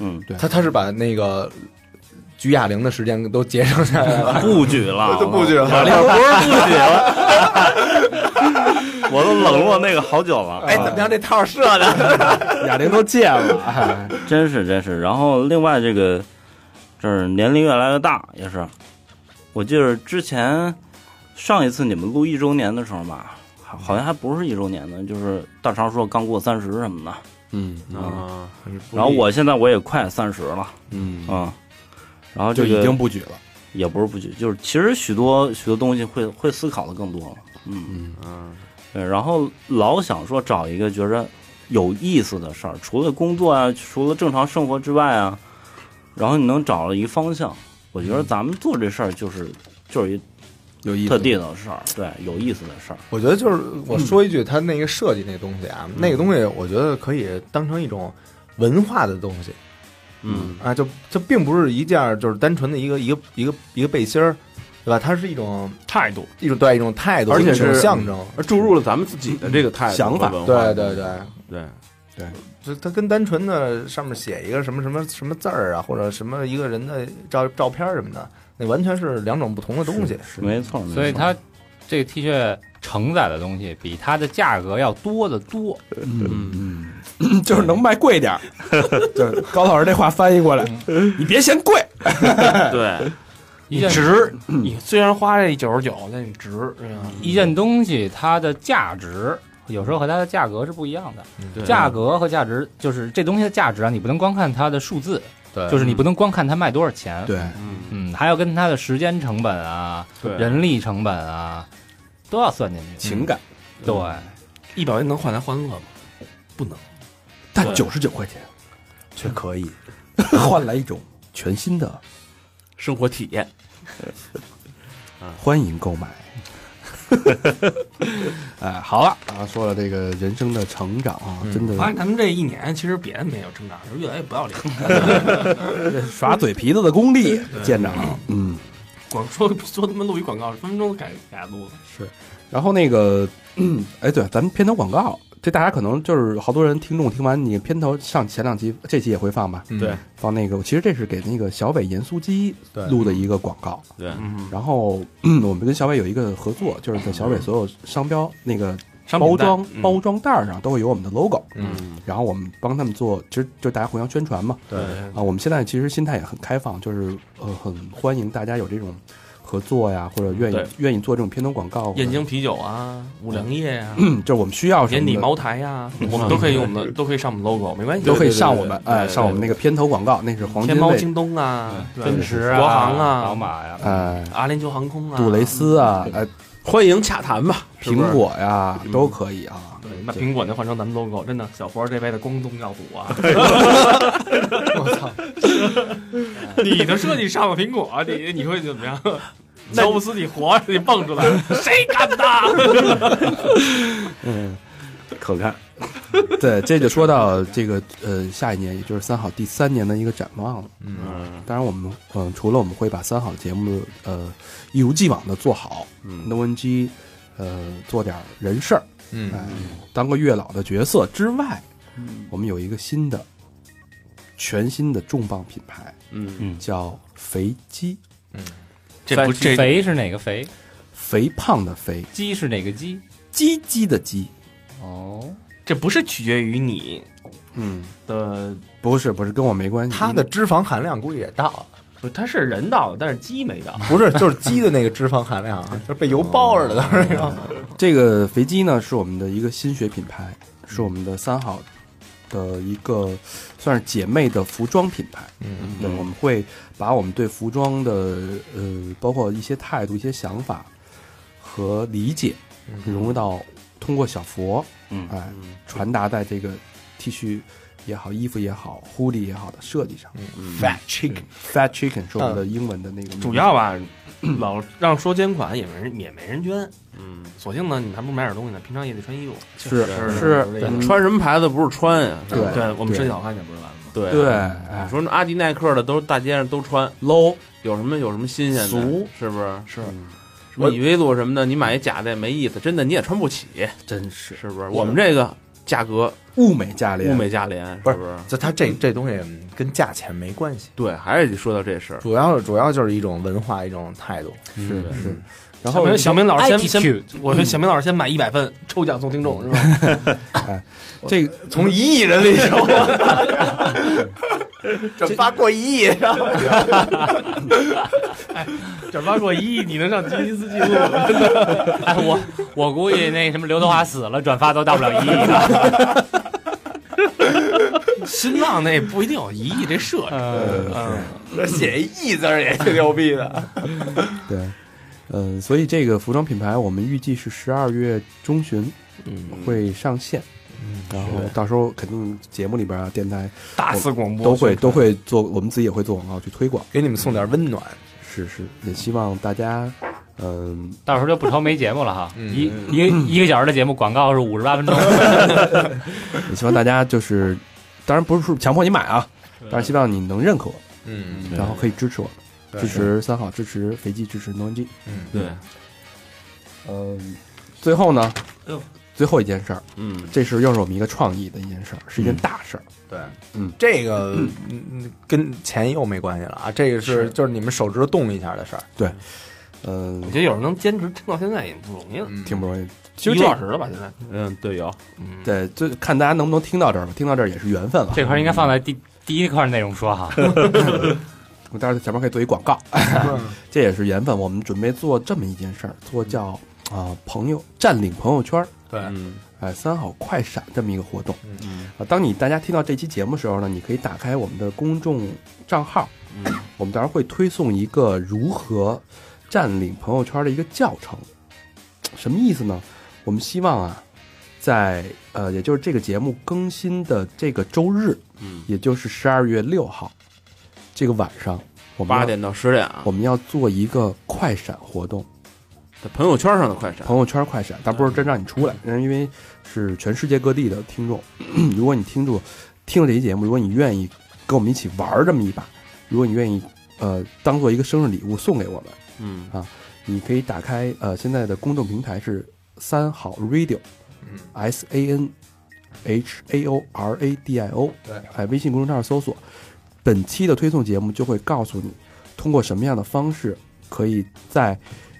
[SPEAKER 8] 嗯，
[SPEAKER 5] 对
[SPEAKER 9] 他他是把那个举哑铃的时间都节省下来了。
[SPEAKER 8] 不举了，
[SPEAKER 9] 都不举了
[SPEAKER 8] 我这不是不举了， 我都冷落那个好久了，
[SPEAKER 9] 哎，怎么样？这套设的？
[SPEAKER 5] 哑铃都戒了，哎
[SPEAKER 8] 真是真是。然后另外这个，就是年龄越来越大，也是。我记得之前上一次你们录一周年的时候吧，好好像还不是一周年呢，就是大长说刚过三十什么的。
[SPEAKER 5] 嗯
[SPEAKER 10] 啊，
[SPEAKER 8] 然后我现在我也快三十了，
[SPEAKER 5] 嗯，
[SPEAKER 8] 嗯，然后
[SPEAKER 5] 就
[SPEAKER 8] 这
[SPEAKER 5] 已经
[SPEAKER 8] 个
[SPEAKER 5] 不举了。
[SPEAKER 8] 也不是不举，就是其实许多许多东西会会思考的更多了，嗯，
[SPEAKER 5] 嗯，
[SPEAKER 8] 对。然后老想说找一个觉着有意思的事儿，除了工作啊，除了正常生活之外啊，然后你能找到一个方向。我觉得咱们做这事儿就是就是一
[SPEAKER 5] 有嗯意思。
[SPEAKER 8] 特地道的事儿，对，有意思的事儿。
[SPEAKER 9] 我觉得就是我说一句，他那个设计那东西啊，那个东西我觉得可以当成一种文化的东西
[SPEAKER 8] 嗯
[SPEAKER 9] 啊，就就并不是一件就是单纯的一个一个一个一个背心儿。对吧？它是一种
[SPEAKER 10] 态度，
[SPEAKER 9] 一种对一种态度，
[SPEAKER 10] 而且
[SPEAKER 9] 一种
[SPEAKER 10] 是
[SPEAKER 9] 象征。
[SPEAKER 10] 而注入了咱们自己的这个态度、
[SPEAKER 5] 想法
[SPEAKER 10] 文化
[SPEAKER 9] 对对对，
[SPEAKER 10] 对，
[SPEAKER 9] 就它跟单纯的上面写一个什么什么什么字儿啊，或者什么一个人的照照片儿什么的，那完全是两种不同的东西。
[SPEAKER 8] 没错，没错
[SPEAKER 7] 所以它这个 T 恤承载的东西比它的价格要多得多。
[SPEAKER 5] 就是能卖贵 点儿。就是高老师这话翻译过来，你别嫌贵，
[SPEAKER 10] 对，
[SPEAKER 7] 一
[SPEAKER 6] 你
[SPEAKER 7] 件
[SPEAKER 6] 值，你虽然花这九十九，但你值，是吧
[SPEAKER 7] 一件东西它的价值有时候和它的价格是不一样的。
[SPEAKER 10] 对
[SPEAKER 7] 价格和价值就是这东西的价值啊，你不能光看它的数字，
[SPEAKER 2] 对
[SPEAKER 7] 就是你不能光看它卖多少钱，
[SPEAKER 5] 对，
[SPEAKER 10] 嗯，
[SPEAKER 7] 嗯，还要跟它的时间成本啊、
[SPEAKER 10] 对，
[SPEAKER 7] 人力成本啊都要算进去。
[SPEAKER 5] 情感，
[SPEAKER 7] 嗯对，
[SPEAKER 6] 一百元能换来欢乐吗？
[SPEAKER 5] 但
[SPEAKER 7] 对
[SPEAKER 5] 九十九块钱却可以 换来一种全新的
[SPEAKER 10] 生活体验，
[SPEAKER 5] 欢迎购买。 哎，好了啊，说了这个人生的成长啊，真
[SPEAKER 6] 发
[SPEAKER 5] 的
[SPEAKER 6] 哎现咱们这一年其实别的没有成长，就是越来越不要脸，
[SPEAKER 5] 耍嘴皮子的功力见长，嗯。
[SPEAKER 6] 光说说他妈录一广告，分分钟改改录了。
[SPEAKER 5] 然后那个， 嗯哎，对，咱们片头广告，这大家可能就是好多人听众听完你片头上前两期，这期也会放吧？
[SPEAKER 10] 嗯对，
[SPEAKER 5] 放那个，其实这是给那个小伟盐酥鸡
[SPEAKER 9] 对
[SPEAKER 5] 录的一个广告。
[SPEAKER 10] 对，
[SPEAKER 6] 嗯，
[SPEAKER 5] 然后、 嗯我们跟小伟有一个合作，就是在小伟所有商标那个
[SPEAKER 6] 商品
[SPEAKER 5] 包
[SPEAKER 6] 袋
[SPEAKER 5] 装、
[SPEAKER 10] 嗯
[SPEAKER 5] 包装袋儿上都会有我们的 logo，
[SPEAKER 10] 嗯，
[SPEAKER 5] 然后我们帮他们做，其实就大家互相宣传嘛。
[SPEAKER 9] 对
[SPEAKER 5] 啊，我们现在其实心态也很开放，就是呃很欢迎大家有这种合作呀，或者愿意
[SPEAKER 10] 对
[SPEAKER 5] 愿意做这种片头广告。
[SPEAKER 6] 燕京啤酒啊，五粮液呀，
[SPEAKER 5] 嗯，就是我们需要什么
[SPEAKER 6] 年底
[SPEAKER 5] 的
[SPEAKER 6] 茅台呀，我们都可以用我们的，都可以上我们 logo，没关系，
[SPEAKER 5] 都可以上
[SPEAKER 6] 对
[SPEAKER 5] 我们
[SPEAKER 6] 对对
[SPEAKER 5] 哎
[SPEAKER 6] 对
[SPEAKER 5] 上我们那个片头广告，那是黄金
[SPEAKER 6] 天猫、
[SPEAKER 5] 位
[SPEAKER 6] 京东啊，对吧
[SPEAKER 7] 奔驰啊、
[SPEAKER 6] 国航啊
[SPEAKER 7] 宝马呀、
[SPEAKER 5] 哎，
[SPEAKER 6] 阿联酋航空啊，
[SPEAKER 5] 杜蕾斯 啊，哎，
[SPEAKER 10] 欢迎洽谈吧，是不
[SPEAKER 5] 苹
[SPEAKER 10] 是，
[SPEAKER 5] 果呀都可以啊。
[SPEAKER 6] 嗯对，那苹果那换成咱们 logo，真的，小佛这辈子光宗耀祖 啊！我操，你的设计上了苹果，你你会怎么 样？乔布斯，你活着，你蹦 出来，谁敢的？
[SPEAKER 8] 可看，
[SPEAKER 5] 对，这就说到这个呃下一年，也就是三好第三年的一个展望了。
[SPEAKER 10] 嗯
[SPEAKER 5] 当然，我们嗯、呃除了我们会把三好的节目呃一如既往的做好，
[SPEAKER 10] 嗯，
[SPEAKER 5] 那文姬呃做点人事儿，
[SPEAKER 9] 嗯
[SPEAKER 5] 哎，当个月老的角色之外，我们有一个新的、全新的重磅品牌
[SPEAKER 10] 嗯
[SPEAKER 5] 叫肥鸡，
[SPEAKER 6] 这不这
[SPEAKER 7] 肥是哪个肥？
[SPEAKER 5] 肥胖的肥，
[SPEAKER 7] 鸡是哪个鸡？
[SPEAKER 5] 鸡鸡的鸡，
[SPEAKER 7] 哦，
[SPEAKER 6] 这不是取决于你
[SPEAKER 5] 嗯，
[SPEAKER 6] 的，
[SPEAKER 5] 不是不是，跟我没关系。
[SPEAKER 9] 它的脂肪含量估计也到了，
[SPEAKER 6] 不它是人到的，但是鸡没到。
[SPEAKER 9] 不是就是鸡的那个脂肪含量啊，就是被油包着的都是那 个。
[SPEAKER 5] 这个肥鸡呢，是我们的一个新血品牌，
[SPEAKER 9] 嗯
[SPEAKER 5] 是我们的三好的一个算是姐妹的服装品牌。
[SPEAKER 9] 嗯，
[SPEAKER 5] 对，我们会把我们对服装的呃，包括一些态度、一些想法和理解，
[SPEAKER 9] 嗯
[SPEAKER 5] 融入到通过小佛，
[SPEAKER 8] 嗯
[SPEAKER 5] 哎，传达在这个 T 恤也好、衣服也好、hoodie 也好的设计上。
[SPEAKER 9] fat chicken，
[SPEAKER 5] Fat Chicken 是我
[SPEAKER 9] 呃
[SPEAKER 5] 们的英文的那个名字
[SPEAKER 6] 主要 吧，老让说捐款也没人也没人捐，
[SPEAKER 10] 嗯，
[SPEAKER 6] 索性呢，你还不如买点东西呢，平常也得穿衣服。
[SPEAKER 5] 是
[SPEAKER 10] 是
[SPEAKER 6] 这
[SPEAKER 5] 对
[SPEAKER 6] 个
[SPEAKER 10] 你穿什么牌子不是穿呀？是吧
[SPEAKER 6] 对我们设计好看点不是完了吗？
[SPEAKER 10] 对
[SPEAKER 5] 对，
[SPEAKER 10] 对，
[SPEAKER 5] 哎
[SPEAKER 9] 嗯
[SPEAKER 10] 你说那阿迪耐克的都大街上都穿 low，有什么有什么新鲜的？
[SPEAKER 5] 俗
[SPEAKER 10] 是不是？嗯
[SPEAKER 6] 是
[SPEAKER 10] 什么以维路什么的，你买一假的也没意思，真的你也穿不起，
[SPEAKER 5] 真是
[SPEAKER 10] 是不是？我们这个价格
[SPEAKER 5] 物美价廉，
[SPEAKER 10] 物美价廉，是
[SPEAKER 9] 不是
[SPEAKER 10] 不是？
[SPEAKER 9] 这它这这东西跟价钱没关系，
[SPEAKER 10] 对，还是得说到这事儿。
[SPEAKER 9] 主要主要就是一种文化，一种态度。
[SPEAKER 10] 是的，
[SPEAKER 5] 是。然
[SPEAKER 6] 然
[SPEAKER 5] 后
[SPEAKER 6] 后小明
[SPEAKER 7] 哎
[SPEAKER 6] 老师先
[SPEAKER 7] Attitude
[SPEAKER 6] 先，我说小明老师先买一百份，抽奖送听众是吧？
[SPEAKER 5] 这个
[SPEAKER 9] 从一亿人里头，转发过一亿，然后
[SPEAKER 6] 转发过一亿，你能上吉尼斯纪录？真的，
[SPEAKER 7] 哎，我我估计那什么刘德华死了，转发都到不了一亿了。
[SPEAKER 6] 新浪那不一定有一亿这设置，嗯，
[SPEAKER 9] 写一亿字儿也挺牛逼的。
[SPEAKER 5] 对，呃，所以这个服装品牌我们预计是十二月中旬
[SPEAKER 6] 嗯
[SPEAKER 5] 会上线，然后到时候肯定节目里边啊，电台
[SPEAKER 6] 大肆广播
[SPEAKER 5] 都会都会做，我们自己也会做广告去推广。
[SPEAKER 9] 给你们送点温暖，
[SPEAKER 5] 是是，也希望大家，嗯、
[SPEAKER 7] 到时候就不愁没节目了哈，
[SPEAKER 9] 嗯
[SPEAKER 7] 一一个一个小时的节目，广告是五十八分钟。
[SPEAKER 5] 嗯也希望大家就是，当然不是说强迫你买啊，但是希望你能认可我，
[SPEAKER 9] 嗯，
[SPEAKER 5] 然后可以支持我。支持三好，支持肥鸡，支持挪文鸡。
[SPEAKER 10] 对，
[SPEAKER 5] 嗯，最后呢，
[SPEAKER 6] 哎呦
[SPEAKER 5] 最后一件事儿，
[SPEAKER 10] 嗯，
[SPEAKER 5] 这是又是我们一个创意的一件事儿，是一件大事儿。
[SPEAKER 9] 对，
[SPEAKER 5] 嗯，
[SPEAKER 9] 这个嗯嗯跟钱又没关系了啊，这个是就是你们手指头动一下的事儿，
[SPEAKER 5] 嗯
[SPEAKER 6] 我，觉得有人能坚持听到现在也不容易
[SPEAKER 9] 嗯
[SPEAKER 6] 了，
[SPEAKER 5] 挺不容易。
[SPEAKER 6] 一
[SPEAKER 5] 其
[SPEAKER 6] 个
[SPEAKER 5] 实这
[SPEAKER 6] 小时了吧？现在，
[SPEAKER 10] 嗯，对，有，
[SPEAKER 6] 嗯，
[SPEAKER 5] 对，就看大家能不能听到这儿吧。听到这儿也是缘分了。
[SPEAKER 7] 这块儿应该放在第第一块内容说哈。
[SPEAKER 5] 我待会儿前面可以做一广告，这也是缘分。我们准备做这么一件事儿，做叫啊、朋友占领朋友圈儿，
[SPEAKER 9] 对
[SPEAKER 10] 嗯
[SPEAKER 5] 哎、三好快闪这么一个活动。
[SPEAKER 10] 嗯
[SPEAKER 5] 啊，当你大家听到这期节目的时候呢，你可以打开我们的公众账号，
[SPEAKER 10] 嗯
[SPEAKER 5] 我们到时候会推送一个如何占领朋友圈的一个教程。什么意思呢？我们希望啊，在呃，也就是这个节目更新的这个周日，
[SPEAKER 10] 嗯，
[SPEAKER 5] 也就是十二月六号这个晚上，我们要
[SPEAKER 10] 八点到十点啊
[SPEAKER 5] 我，们要做一个快闪活动，
[SPEAKER 10] 在朋友圈上的快闪，
[SPEAKER 5] 朋友圈快闪，但不是真让你出来，因为是全世界各地的听众。 如果你听住听了这期节目，如果你愿意跟我们一起玩儿这么一把，如果你愿意呃当做一个生日礼物送给我们，
[SPEAKER 10] 嗯
[SPEAKER 5] 你可以打开呃现在的公众平台是三好 radio，
[SPEAKER 9] 嗯
[SPEAKER 5] ，S A N H A O R A D I O，
[SPEAKER 9] 对，
[SPEAKER 5] 哎，微信公众号搜索，本期的推送节目就会告诉你，通过什么样的方式可以在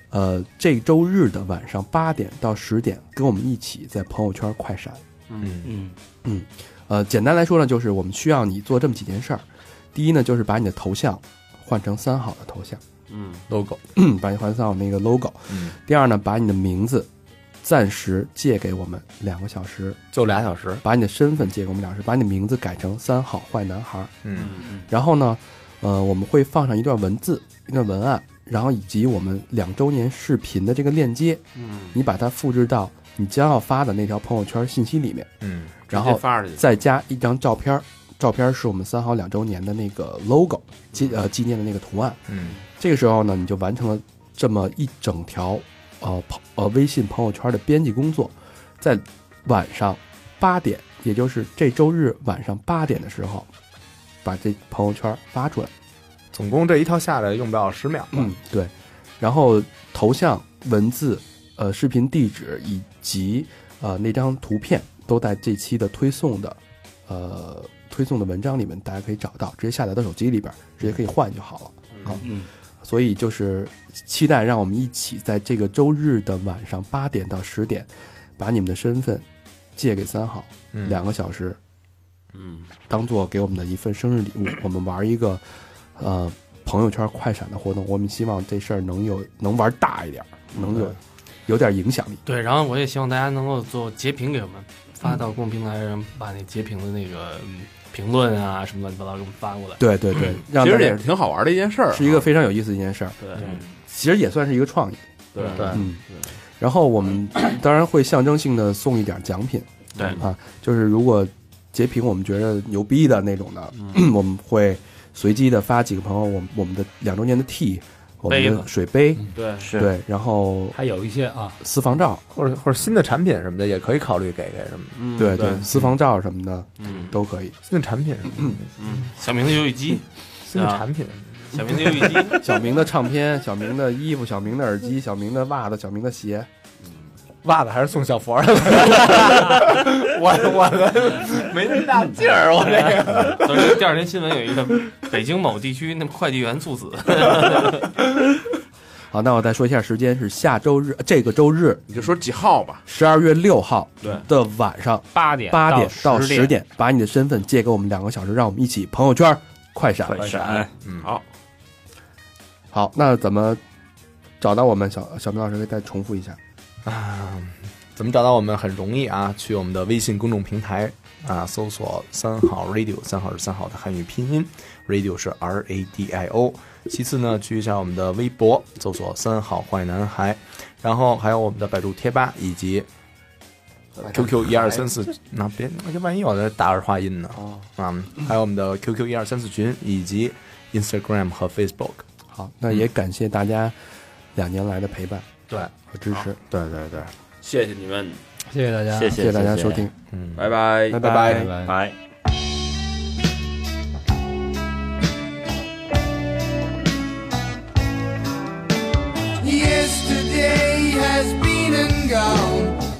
[SPEAKER 5] 呃这周日的晚上八点到十点跟我们一起在朋友圈快闪。
[SPEAKER 10] 嗯
[SPEAKER 8] 嗯，
[SPEAKER 5] 呃，简单来说呢，就是我们需要你做这么几件事儿。第一呢，就是把你的头像换成三好的头像。
[SPEAKER 10] 嗯
[SPEAKER 9] logo，
[SPEAKER 5] 把你换上我们那个 logo。
[SPEAKER 9] 嗯，
[SPEAKER 5] 第二呢，把你的名字暂时借给我们两个小时，
[SPEAKER 9] 就俩小时，
[SPEAKER 5] 把你的身份借给我们两个小时，把你的名字改成三好坏男孩。
[SPEAKER 9] 嗯，
[SPEAKER 10] 嗯
[SPEAKER 5] 然后呢，呃，我们会放上一段文字、一段文案，然后以及我们两周年视频的这个链接，
[SPEAKER 10] 嗯，
[SPEAKER 5] 你把它复制到你将要发的那条朋友圈信息里面，
[SPEAKER 9] 嗯，
[SPEAKER 5] 然
[SPEAKER 10] 直
[SPEAKER 5] 后
[SPEAKER 10] 接发出去，
[SPEAKER 5] 再加一张照片儿。照片儿是我们三好两周年的那个 logo，纪呃纪念的那个图案。
[SPEAKER 9] 嗯，
[SPEAKER 5] 这个时候呢，你就完成了这么一整条呃朋呃微信朋友圈的编辑工作，在晚上八点，也就是这周日晚上八点的时候，把这朋友圈发出来。
[SPEAKER 9] 总共这一套下来用不到十秒吧，
[SPEAKER 5] 嗯，对。然后头像、文字、呃视频地址以及呃那张图片都在这期的推送的呃推送的文章里面，大家可以找到，直接下载到手机里边，直接可以换就好了。
[SPEAKER 8] 嗯，
[SPEAKER 5] 所以就是期待让我们一起在这个周日的晚上八点到十点，把你们的身份借给三好，
[SPEAKER 9] 嗯
[SPEAKER 5] 两个小时
[SPEAKER 10] 嗯
[SPEAKER 5] 当做给我们的一份生日 礼物，我们玩一个呃朋友圈快闪的活动。我们希望这事儿能有能玩大一点，
[SPEAKER 10] 嗯
[SPEAKER 5] 能有有点影响力。
[SPEAKER 6] 对，然后我也希望大家能够做截屏给我们发到公众平台上，把那截屏的那个嗯评论啊什么乱七八糟给我们发过来。
[SPEAKER 5] 对对对，嗯让
[SPEAKER 10] 其
[SPEAKER 5] 大
[SPEAKER 10] 实也
[SPEAKER 5] 家
[SPEAKER 10] 是挺好玩的一件事儿啊，
[SPEAKER 5] 是一个非常有意思的一件事儿，
[SPEAKER 10] 对
[SPEAKER 5] 其实也算是一个创意。
[SPEAKER 10] 对
[SPEAKER 9] 对
[SPEAKER 5] 嗯，然后我 们当然会象征性的送一点奖品，
[SPEAKER 6] 对
[SPEAKER 5] 啊，就是如果截屏我们觉得牛逼的那种的，
[SPEAKER 10] 嗯
[SPEAKER 5] 我们会随机的发几个朋友我们我们的两周年的 T，我们
[SPEAKER 6] 杯
[SPEAKER 5] 的
[SPEAKER 6] 子
[SPEAKER 5] 水杯，
[SPEAKER 10] 嗯对，
[SPEAKER 8] 是，
[SPEAKER 5] 对，然后
[SPEAKER 7] 还有一些啊，
[SPEAKER 5] 私房照，
[SPEAKER 9] 或者或者新的产品什么的也可以考虑给给什么的，
[SPEAKER 10] 嗯
[SPEAKER 5] 对
[SPEAKER 10] 对，
[SPEAKER 5] 私房照什么的
[SPEAKER 10] 嗯
[SPEAKER 5] 都可以。
[SPEAKER 9] 新的产品什么的，
[SPEAKER 10] 嗯
[SPEAKER 6] 小明的游戏机，
[SPEAKER 9] 新的产品，
[SPEAKER 6] 小明的游戏机，
[SPEAKER 5] 小明的唱片， 小明的衣服，小明的耳机，小明的袜子，小明的鞋，
[SPEAKER 9] 袜子还是送小佛的，我我的没那大劲儿，我这个
[SPEAKER 6] 昨天第二天新闻有一个北京某地区那快递员猝死，
[SPEAKER 5] 好，那我再说一下时间，是下周日，这个周日
[SPEAKER 10] 你就说几号吧，
[SPEAKER 5] 十二月六号
[SPEAKER 10] 对
[SPEAKER 5] 的晚上
[SPEAKER 7] 八点
[SPEAKER 5] 八点到
[SPEAKER 7] 十
[SPEAKER 5] 十，点，把你的身份借给我们两个小时，让我们一起朋友圈快闪。
[SPEAKER 8] 快闪，
[SPEAKER 10] 好，
[SPEAKER 5] 好，那怎么找到我们？小小明老师可以再重复一下。
[SPEAKER 9] 啊，怎么找到我们很容易啊？去我们的微信公众平台啊，搜索“三好 radio”，三好是三好的汉语拼音，radio 是 R A D I O。其次呢，去一下我们的微博，搜索“三好坏男孩”，然后还有我们的百度贴吧以及 QQ 一二三四，那别这万一有的打儿化音呢
[SPEAKER 5] 哦，
[SPEAKER 9] 啊，还有我们的 QQ 一二三四群以及 Instagram 和 Facebook。
[SPEAKER 5] 好，那也感谢大家两年来的陪伴
[SPEAKER 9] 对，
[SPEAKER 5] 和支持，
[SPEAKER 9] 对对对，
[SPEAKER 10] 谢谢你们，
[SPEAKER 7] 谢谢大家，
[SPEAKER 8] 谢
[SPEAKER 5] 谢
[SPEAKER 8] 谢
[SPEAKER 5] 大家收听，，
[SPEAKER 9] 嗯，
[SPEAKER 10] 拜拜。
[SPEAKER 5] 拜
[SPEAKER 9] 拜
[SPEAKER 7] 拜拜。
[SPEAKER 8] 拜。
[SPEAKER 11] Thank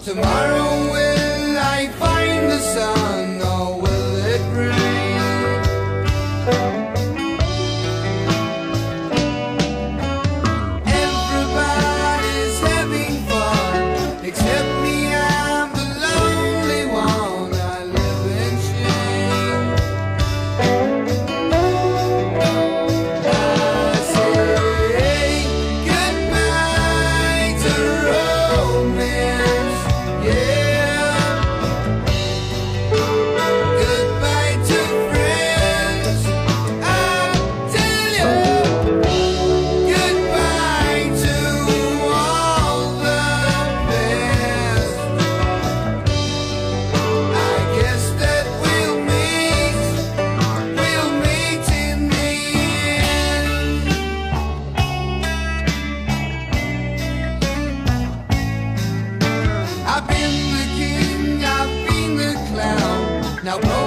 [SPEAKER 7] Tomorrow will I find the sun Oh, or will it rain? Everybody's having fun except me. I'm the lonely one. I live in shame. I say goodbye to romance. Yeah. Goodbye to friends. I tell you, goodbye to all the past. I guess that we'll meet, we'll meet in the end. I've been the king, I've been the clown. Now.